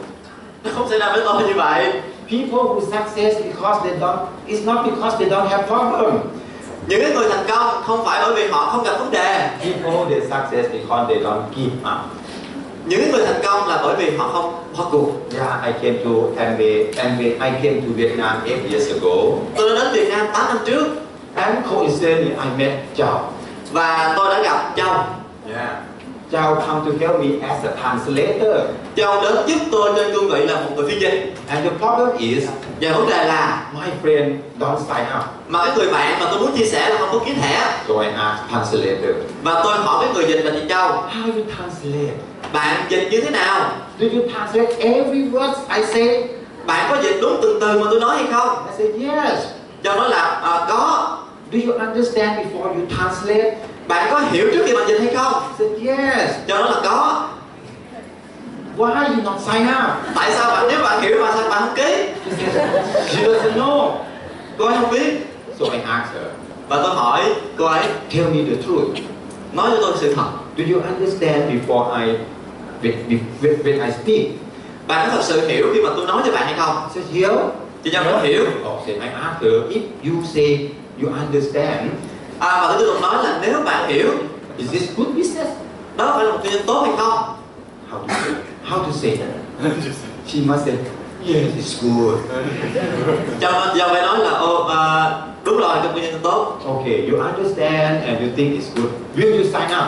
[SPEAKER 2] nó không xảy ra với tôi như vậy
[SPEAKER 1] People who success because they don't, it's not because they don't have problem.
[SPEAKER 2] những cái người thành công không phải bởi vì họ không gặp vấn đề
[SPEAKER 1] People they success because they don't give up.
[SPEAKER 2] những cái người thành công là bởi vì họ không bỏ cuộc
[SPEAKER 1] Yeah, I came to MBA, MBA, I came to Vietnam eight years ago.
[SPEAKER 2] tôi đã đến Việt Nam 8 năm trước
[SPEAKER 1] And coincidentally, I met Chao.
[SPEAKER 2] và tôi đã gặp Châu
[SPEAKER 1] Yeah. Chao come to help me as a translator.
[SPEAKER 2] Châu đến giúp tôi trên cương vị là một người phiên dịch
[SPEAKER 1] And the problem is,
[SPEAKER 2] và vấn đề là
[SPEAKER 1] my friend don't sign up.
[SPEAKER 2] mà cái người bạn mà tôi muốn chia sẻ là không có ký thẻ
[SPEAKER 1] So I asked translator,
[SPEAKER 2] và tôi hỏi cái người dịch là chị Châu
[SPEAKER 1] how you translate?
[SPEAKER 2] bạn dịch như thế nào
[SPEAKER 1] Do you translate every word I say?
[SPEAKER 2] bạn có dịch đúng từng từ mà tôi nói hay không
[SPEAKER 1] I said, yes.
[SPEAKER 2] Châu nói là "Ờ, có
[SPEAKER 1] Do you understand before you translate?
[SPEAKER 2] bạn có hiểu trước khi bạn dịch hay không
[SPEAKER 1] I said, yes.
[SPEAKER 2] Châu nói là có
[SPEAKER 1] Why you not sign up?
[SPEAKER 2] tại sao bạn nếu bạn hiểu mà sao bạn không ký
[SPEAKER 1] She said, she doesn't know.
[SPEAKER 2] cô ấy không biết
[SPEAKER 1] So I asked her,
[SPEAKER 2] và tôi hỏi cô ấy
[SPEAKER 1] tell me the truth.
[SPEAKER 2] nói cho tôi sự thật
[SPEAKER 1] Do you understand before I when, when, when I speak?
[SPEAKER 2] bạn có thật sự hiểu khi mà tôi nói cho bạn hay không
[SPEAKER 1] I said, yeah.
[SPEAKER 2] chị Châu có hiểu
[SPEAKER 1] Okay, I asked her, if you say you understand,
[SPEAKER 2] à, và tôi tiếp tục nói là nếu bạn hiểu
[SPEAKER 1] is this good business?
[SPEAKER 2] đó phải là một kinh doanh tốt hay không
[SPEAKER 1] How to say, how to say that? she must say, yes, it's good.
[SPEAKER 2] Châu Châu phải nói là ô à, đúng rồi trong kinh doanh tốt
[SPEAKER 1] Okay, you understand and you think it's good. Will you sign up?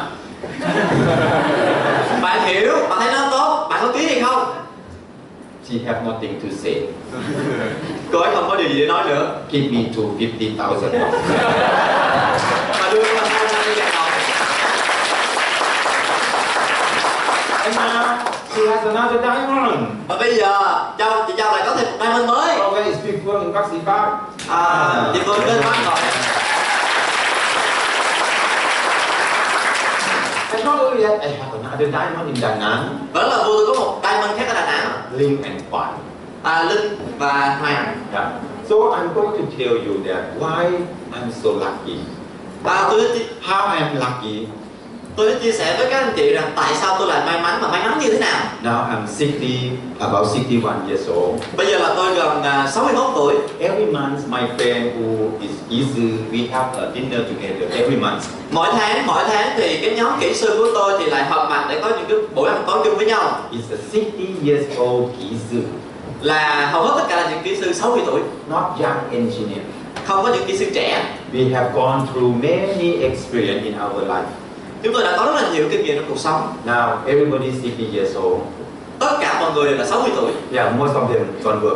[SPEAKER 2] bạn hiểu bạn thấy nó tốt bạn có ký hay không
[SPEAKER 1] She have nothing to say.
[SPEAKER 2] cô ấy không có điều gì để nói nữa
[SPEAKER 1] Give me to 50,000 dollars.
[SPEAKER 2] mà đưa cho hai năm đi đồng
[SPEAKER 1] And now she has another diamond.
[SPEAKER 2] và bây giờ Châu chị Châu lại có thêm một diamond mới
[SPEAKER 1] How many people in Baxi Park?
[SPEAKER 2] à, chị Phương đến bán rồi
[SPEAKER 1] And not only that, I have another diamond in Da Nang.
[SPEAKER 2] vẫn là vô tôi có một diamond khác ở Đà Nẵng
[SPEAKER 1] Ling and Huan.
[SPEAKER 2] à, Linh và Hoàng
[SPEAKER 1] Yeah. So I'm going to tell you that why I'm so lucky.
[SPEAKER 2] à, tôi đã chia-
[SPEAKER 1] How I'm lucky.
[SPEAKER 2] tôi đã chia sẻ với các anh chị rằng tại sao tôi lại may mắn và may mắn như thế nào
[SPEAKER 1] Now I'm 60, about 61 years old.
[SPEAKER 2] Bây giờ là tôi gần à, 61 tuổi
[SPEAKER 1] Every month, my friend who is easy, we have a dinner together every month.
[SPEAKER 2] Mỗi tháng, mỗi tháng thì cái nhóm kỹ sư của tôi thì lại họp mặt để có những cái buổi ăn tối chung với nhau
[SPEAKER 1] It's a 60 years old Kizu,
[SPEAKER 2] Là hầu hết tất cả là những kỹ sư 60 tuổi
[SPEAKER 1] not young engineer.
[SPEAKER 2] Không có những kỹ sư trẻ
[SPEAKER 1] We have gone through many experience in our life.
[SPEAKER 2] Chúng tôi đã có rất là nhiều kinh nghiệm trong cuộc sống
[SPEAKER 1] Now everybody 60 years old.
[SPEAKER 2] Tất cả mọi người đều là 60 tuổi
[SPEAKER 1] Yeah, most of them don't work.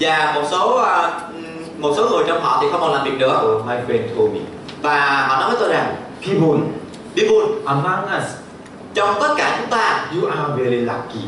[SPEAKER 2] Và một số à, ừm, một số người trong họ thì không còn làm việc nữa
[SPEAKER 1] So my friend told me,
[SPEAKER 2] Và họ nói với tôi rằng
[SPEAKER 1] people
[SPEAKER 2] Đi buồn,
[SPEAKER 1] among us,
[SPEAKER 2] trong tất cả chúng ta
[SPEAKER 1] you are very lucky.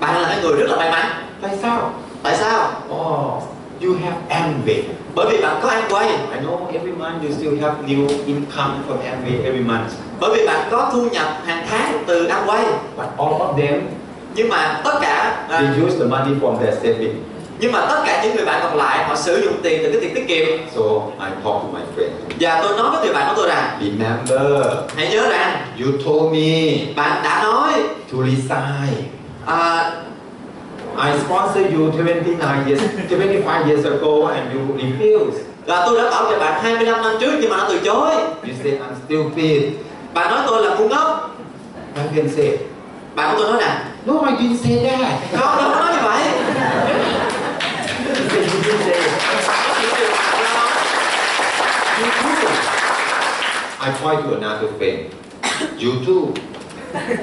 [SPEAKER 2] Bạn là cái người rất là may mắn
[SPEAKER 1] Tại sao?
[SPEAKER 2] Tại sao?
[SPEAKER 1] Oh, you have Amway.
[SPEAKER 2] Bởi vì bạn có ăn quay
[SPEAKER 1] I know every month you still have new income from Amway every month.
[SPEAKER 2] Bởi vì bạn có thu nhập hàng tháng từ ăn quay
[SPEAKER 1] But all of them,
[SPEAKER 2] Nhưng mà tất cả à,
[SPEAKER 1] they use the money from their saving.
[SPEAKER 2] Nhưng mà tất cả những người bạn còn lại họ sử dụng tiền từ cái tiền tiết kiệm
[SPEAKER 1] So I talk to my friend.
[SPEAKER 2] Và tôi nói với người bạn của tôi rằng
[SPEAKER 1] Remember,
[SPEAKER 2] Hãy nhớ rằng
[SPEAKER 1] you told me
[SPEAKER 2] bạn đã nói
[SPEAKER 1] to resign.
[SPEAKER 2] à,
[SPEAKER 1] I sponsor you 29 years, 25 years ago and you refused.
[SPEAKER 2] là tôi đã bảo vệ bạn 25 năm trước nhưng mà nó từ chối
[SPEAKER 1] You say I'm stupid.
[SPEAKER 2] Bạn nói tôi là ngu ngốc
[SPEAKER 1] My friend said,
[SPEAKER 2] Bạn của tôi nói rằng
[SPEAKER 1] No, I didn't say that.
[SPEAKER 2] Không, đâu có nói như vậy
[SPEAKER 1] You said you didn't say it.
[SPEAKER 2] Có những điều mà bạn nói.
[SPEAKER 1] You too. I point to another friend. You too.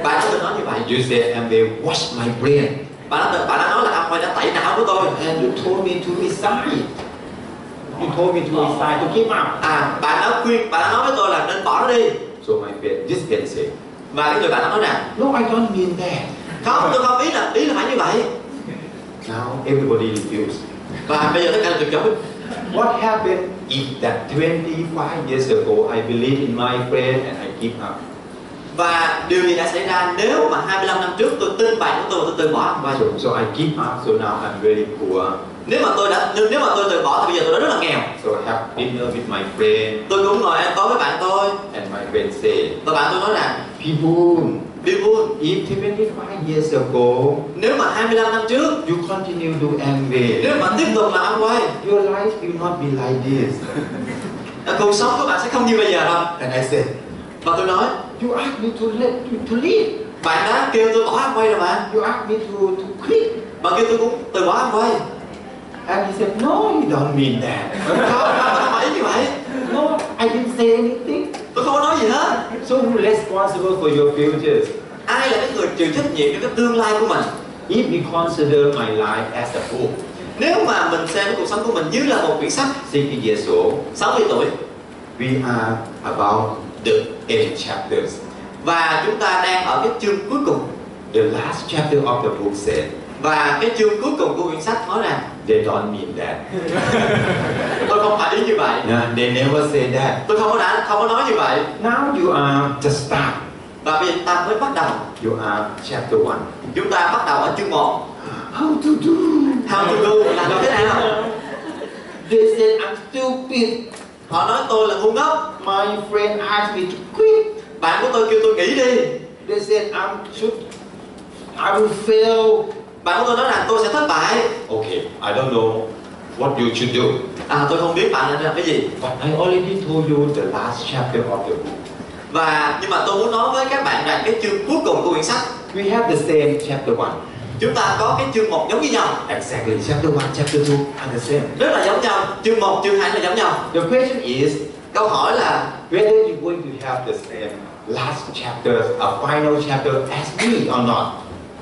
[SPEAKER 2] Bạn của tôi nói như vậy
[SPEAKER 1] And you say, and they wash my brain.
[SPEAKER 2] Bạn đã, bạn đã nói là ông đã tẩy não của tôi
[SPEAKER 1] And you told me to resign. You told me to resign, to give up.
[SPEAKER 2] À, bạn đã khuyên, bạn đã nói với tôi là nên bỏ nó đi
[SPEAKER 1] So my friend, this friend said,
[SPEAKER 2] Và cái người bạn đã nói rằng
[SPEAKER 1] No, I don't mean that.
[SPEAKER 2] Không, tôi không ý là, ý là phải như vậy
[SPEAKER 1] Now everybody refused.
[SPEAKER 2] và bây giờ tất cả là tuyệt chủng
[SPEAKER 1] What happened if that 25 years ago I believe in my friend and I give up?
[SPEAKER 2] và điều gì đã xảy ra nếu mà 25 năm trước tôi tin bạn của tôi và tôi từ bỏ và
[SPEAKER 1] So, so I give up, so now I'm very poor.
[SPEAKER 2] nếu mà tôi đã nếu, nếu mà tôi từ bỏ thì bây giờ tôi đã rất là nghèo
[SPEAKER 1] So I have dinner with my friend
[SPEAKER 2] tôi cũng ngồi ăn tối với bạn tôi
[SPEAKER 1] and my friend said,
[SPEAKER 2] và bạn tôi nói rằng
[SPEAKER 1] People,
[SPEAKER 2] điều vui
[SPEAKER 1] if 25 years ago
[SPEAKER 2] nếu mà 25 năm trước
[SPEAKER 1] you continue to envy,
[SPEAKER 2] nếu mà tiếp tục là ăn quay
[SPEAKER 1] your life will not be like this.
[SPEAKER 2] cuộc sống của bạn sẽ không như bây giờ đâu
[SPEAKER 1] And I said,
[SPEAKER 2] và tôi nói
[SPEAKER 1] you asked me to let you to leave.
[SPEAKER 2] bạn đã kêu tôi bỏ ăn quay rồi mà
[SPEAKER 1] You asked me to, to quit.
[SPEAKER 2] bạn kêu tôi cũng từ bỏ ăn quay
[SPEAKER 1] And he said, no, you don't mean that.
[SPEAKER 2] không không không phải như vậy
[SPEAKER 1] No, I didn't say anything.
[SPEAKER 2] tôi không có nói gì hết
[SPEAKER 1] So who responsible for your futures?
[SPEAKER 2] ai là cái người chịu trách nhiệm cho cái tương lai của mình
[SPEAKER 1] If we consider my life as a book,
[SPEAKER 2] nếu mà mình xem cái cuộc sống của mình như là một quyển sách
[SPEAKER 1] 60 years old,
[SPEAKER 2] 60 tuổi
[SPEAKER 1] we are about the eight chapters.
[SPEAKER 2] và chúng ta đang ở cái chương cuối cùng
[SPEAKER 1] The last chapter of the book said,
[SPEAKER 2] và cái chương cuối cùng của quyển sách nói rằng
[SPEAKER 1] they don't mean that.
[SPEAKER 2] tôi không phải ý như vậy
[SPEAKER 1] No, they never say that.
[SPEAKER 2] tôi không có đã không có nói như vậy
[SPEAKER 1] Now you are just start.
[SPEAKER 2] và bây giờ ta mới bắt đầu
[SPEAKER 1] You are chapter one.
[SPEAKER 2] chúng ta bắt đầu ở chương 1
[SPEAKER 1] How to do?
[SPEAKER 2] how to do là làm thế nào
[SPEAKER 1] They said I'm stupid.
[SPEAKER 2] họ nói tôi là ngu ngốc
[SPEAKER 1] My friend asked me to quit.
[SPEAKER 2] bạn của tôi kêu tôi nghỉ đi
[SPEAKER 1] They said I'm should I will fail.
[SPEAKER 2] bạn của tôi nói rằng tôi sẽ thất bại
[SPEAKER 1] Okay, I don't know what you should do.
[SPEAKER 2] à tôi không biết bạn nên làm cái gì
[SPEAKER 1] But I already told you the last chapter of the book.
[SPEAKER 2] và nhưng mà tôi muốn nói với các bạn rằng cái chương cuối cùng của quyển sách
[SPEAKER 1] We have the same chapter 1.
[SPEAKER 2] chúng ta có cái chương một giống với nhau
[SPEAKER 1] Exactly. Chapter 1, chapter 2 are the same.
[SPEAKER 2] rất là giống nhau chương 1, chương 2 là giống nhau
[SPEAKER 1] The question is
[SPEAKER 2] câu hỏi là
[SPEAKER 1] whether you're going to have the same last chapter, a final chapter as me or not.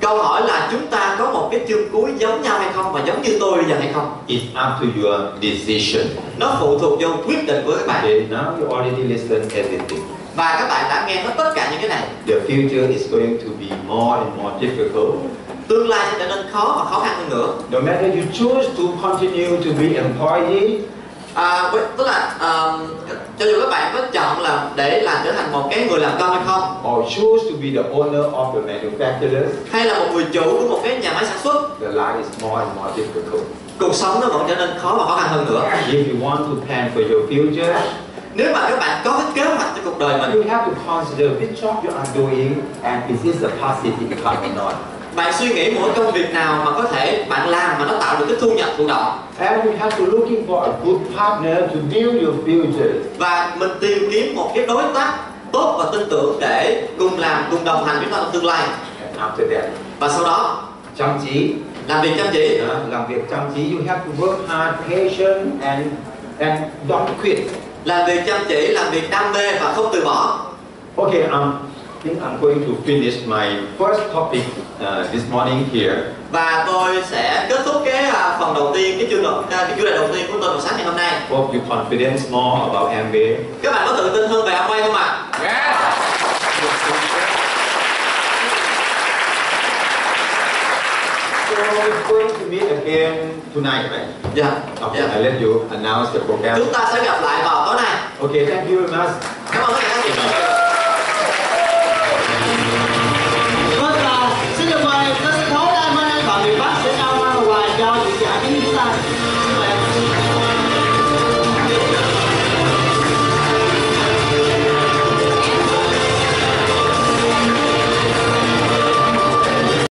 [SPEAKER 2] câu hỏi là chúng ta có một cái chương cuối giống nhau hay không và giống như tôi bây giờ hay không
[SPEAKER 1] It's up to your decision.
[SPEAKER 2] nó phụ thuộc vô quyết định của các bạn
[SPEAKER 1] Okay, now you already listened everything.
[SPEAKER 2] và các bạn đã nghe hết tất cả những cái này
[SPEAKER 1] The future is going to be more and more difficult.
[SPEAKER 2] tương lai sẽ trở nên khó và khó khăn hơn nữa
[SPEAKER 1] No matter you choose to continue to be employee,
[SPEAKER 2] à, với- tức là à, cho dù các bạn có chọn là để là trở thành một cái người làm công hay không
[SPEAKER 1] or choose to be the owner of the manufacturers,
[SPEAKER 2] hay là một người chủ của một cái nhà máy sản xuất
[SPEAKER 1] the life is more and more difficult.
[SPEAKER 2] cuộc sống nó vẫn trở nên khó và khó khăn hơn nữa
[SPEAKER 1] If you want to plan for your future,
[SPEAKER 2] nếu mà các bạn có cái kế hoạch cho cuộc đời mình
[SPEAKER 1] you have to consider which job you are doing and is this a passive income or not.
[SPEAKER 2] bạn suy nghĩ mỗi công việc nào mà có thể bạn làm mà nó tạo được cái thu nhập thụ động
[SPEAKER 1] And you have to looking for a good partner to build your future.
[SPEAKER 2] và mình tìm kiếm một cái đối tác tốt và tin tưởng để cùng làm cùng đồng hành với nhau trong tương lai
[SPEAKER 1] And after that,
[SPEAKER 2] và sau đó
[SPEAKER 1] chăm chỉ,
[SPEAKER 2] làm việc chăm chỉ
[SPEAKER 1] uh, làm việc chăm chỉ, you have to work hard, patient and and don't quit.
[SPEAKER 2] làm việc chăm chỉ làm việc đam mê và không từ bỏ
[SPEAKER 1] Okay, um, I think I'm going to finish my first topic uh, this morning here.
[SPEAKER 2] và tôi sẽ kết thúc cái à, phần đầu tiên cái chương luận à, cái chủ đề đầu tiên của tôi vào sáng ngày hôm nay
[SPEAKER 1] Hope you confidence more about MBA.
[SPEAKER 2] các bạn có tự tin hơn về ông quay không ạ
[SPEAKER 3] Yes.
[SPEAKER 1] So we're going to meet again tonight, right?
[SPEAKER 2] dạ
[SPEAKER 1] Okay,
[SPEAKER 2] dạ
[SPEAKER 1] I let you announce the program.
[SPEAKER 2] chúng ta sẽ gặp lại vào tối nay
[SPEAKER 1] Okay, thank you very much.
[SPEAKER 2] cảm ơn các bạn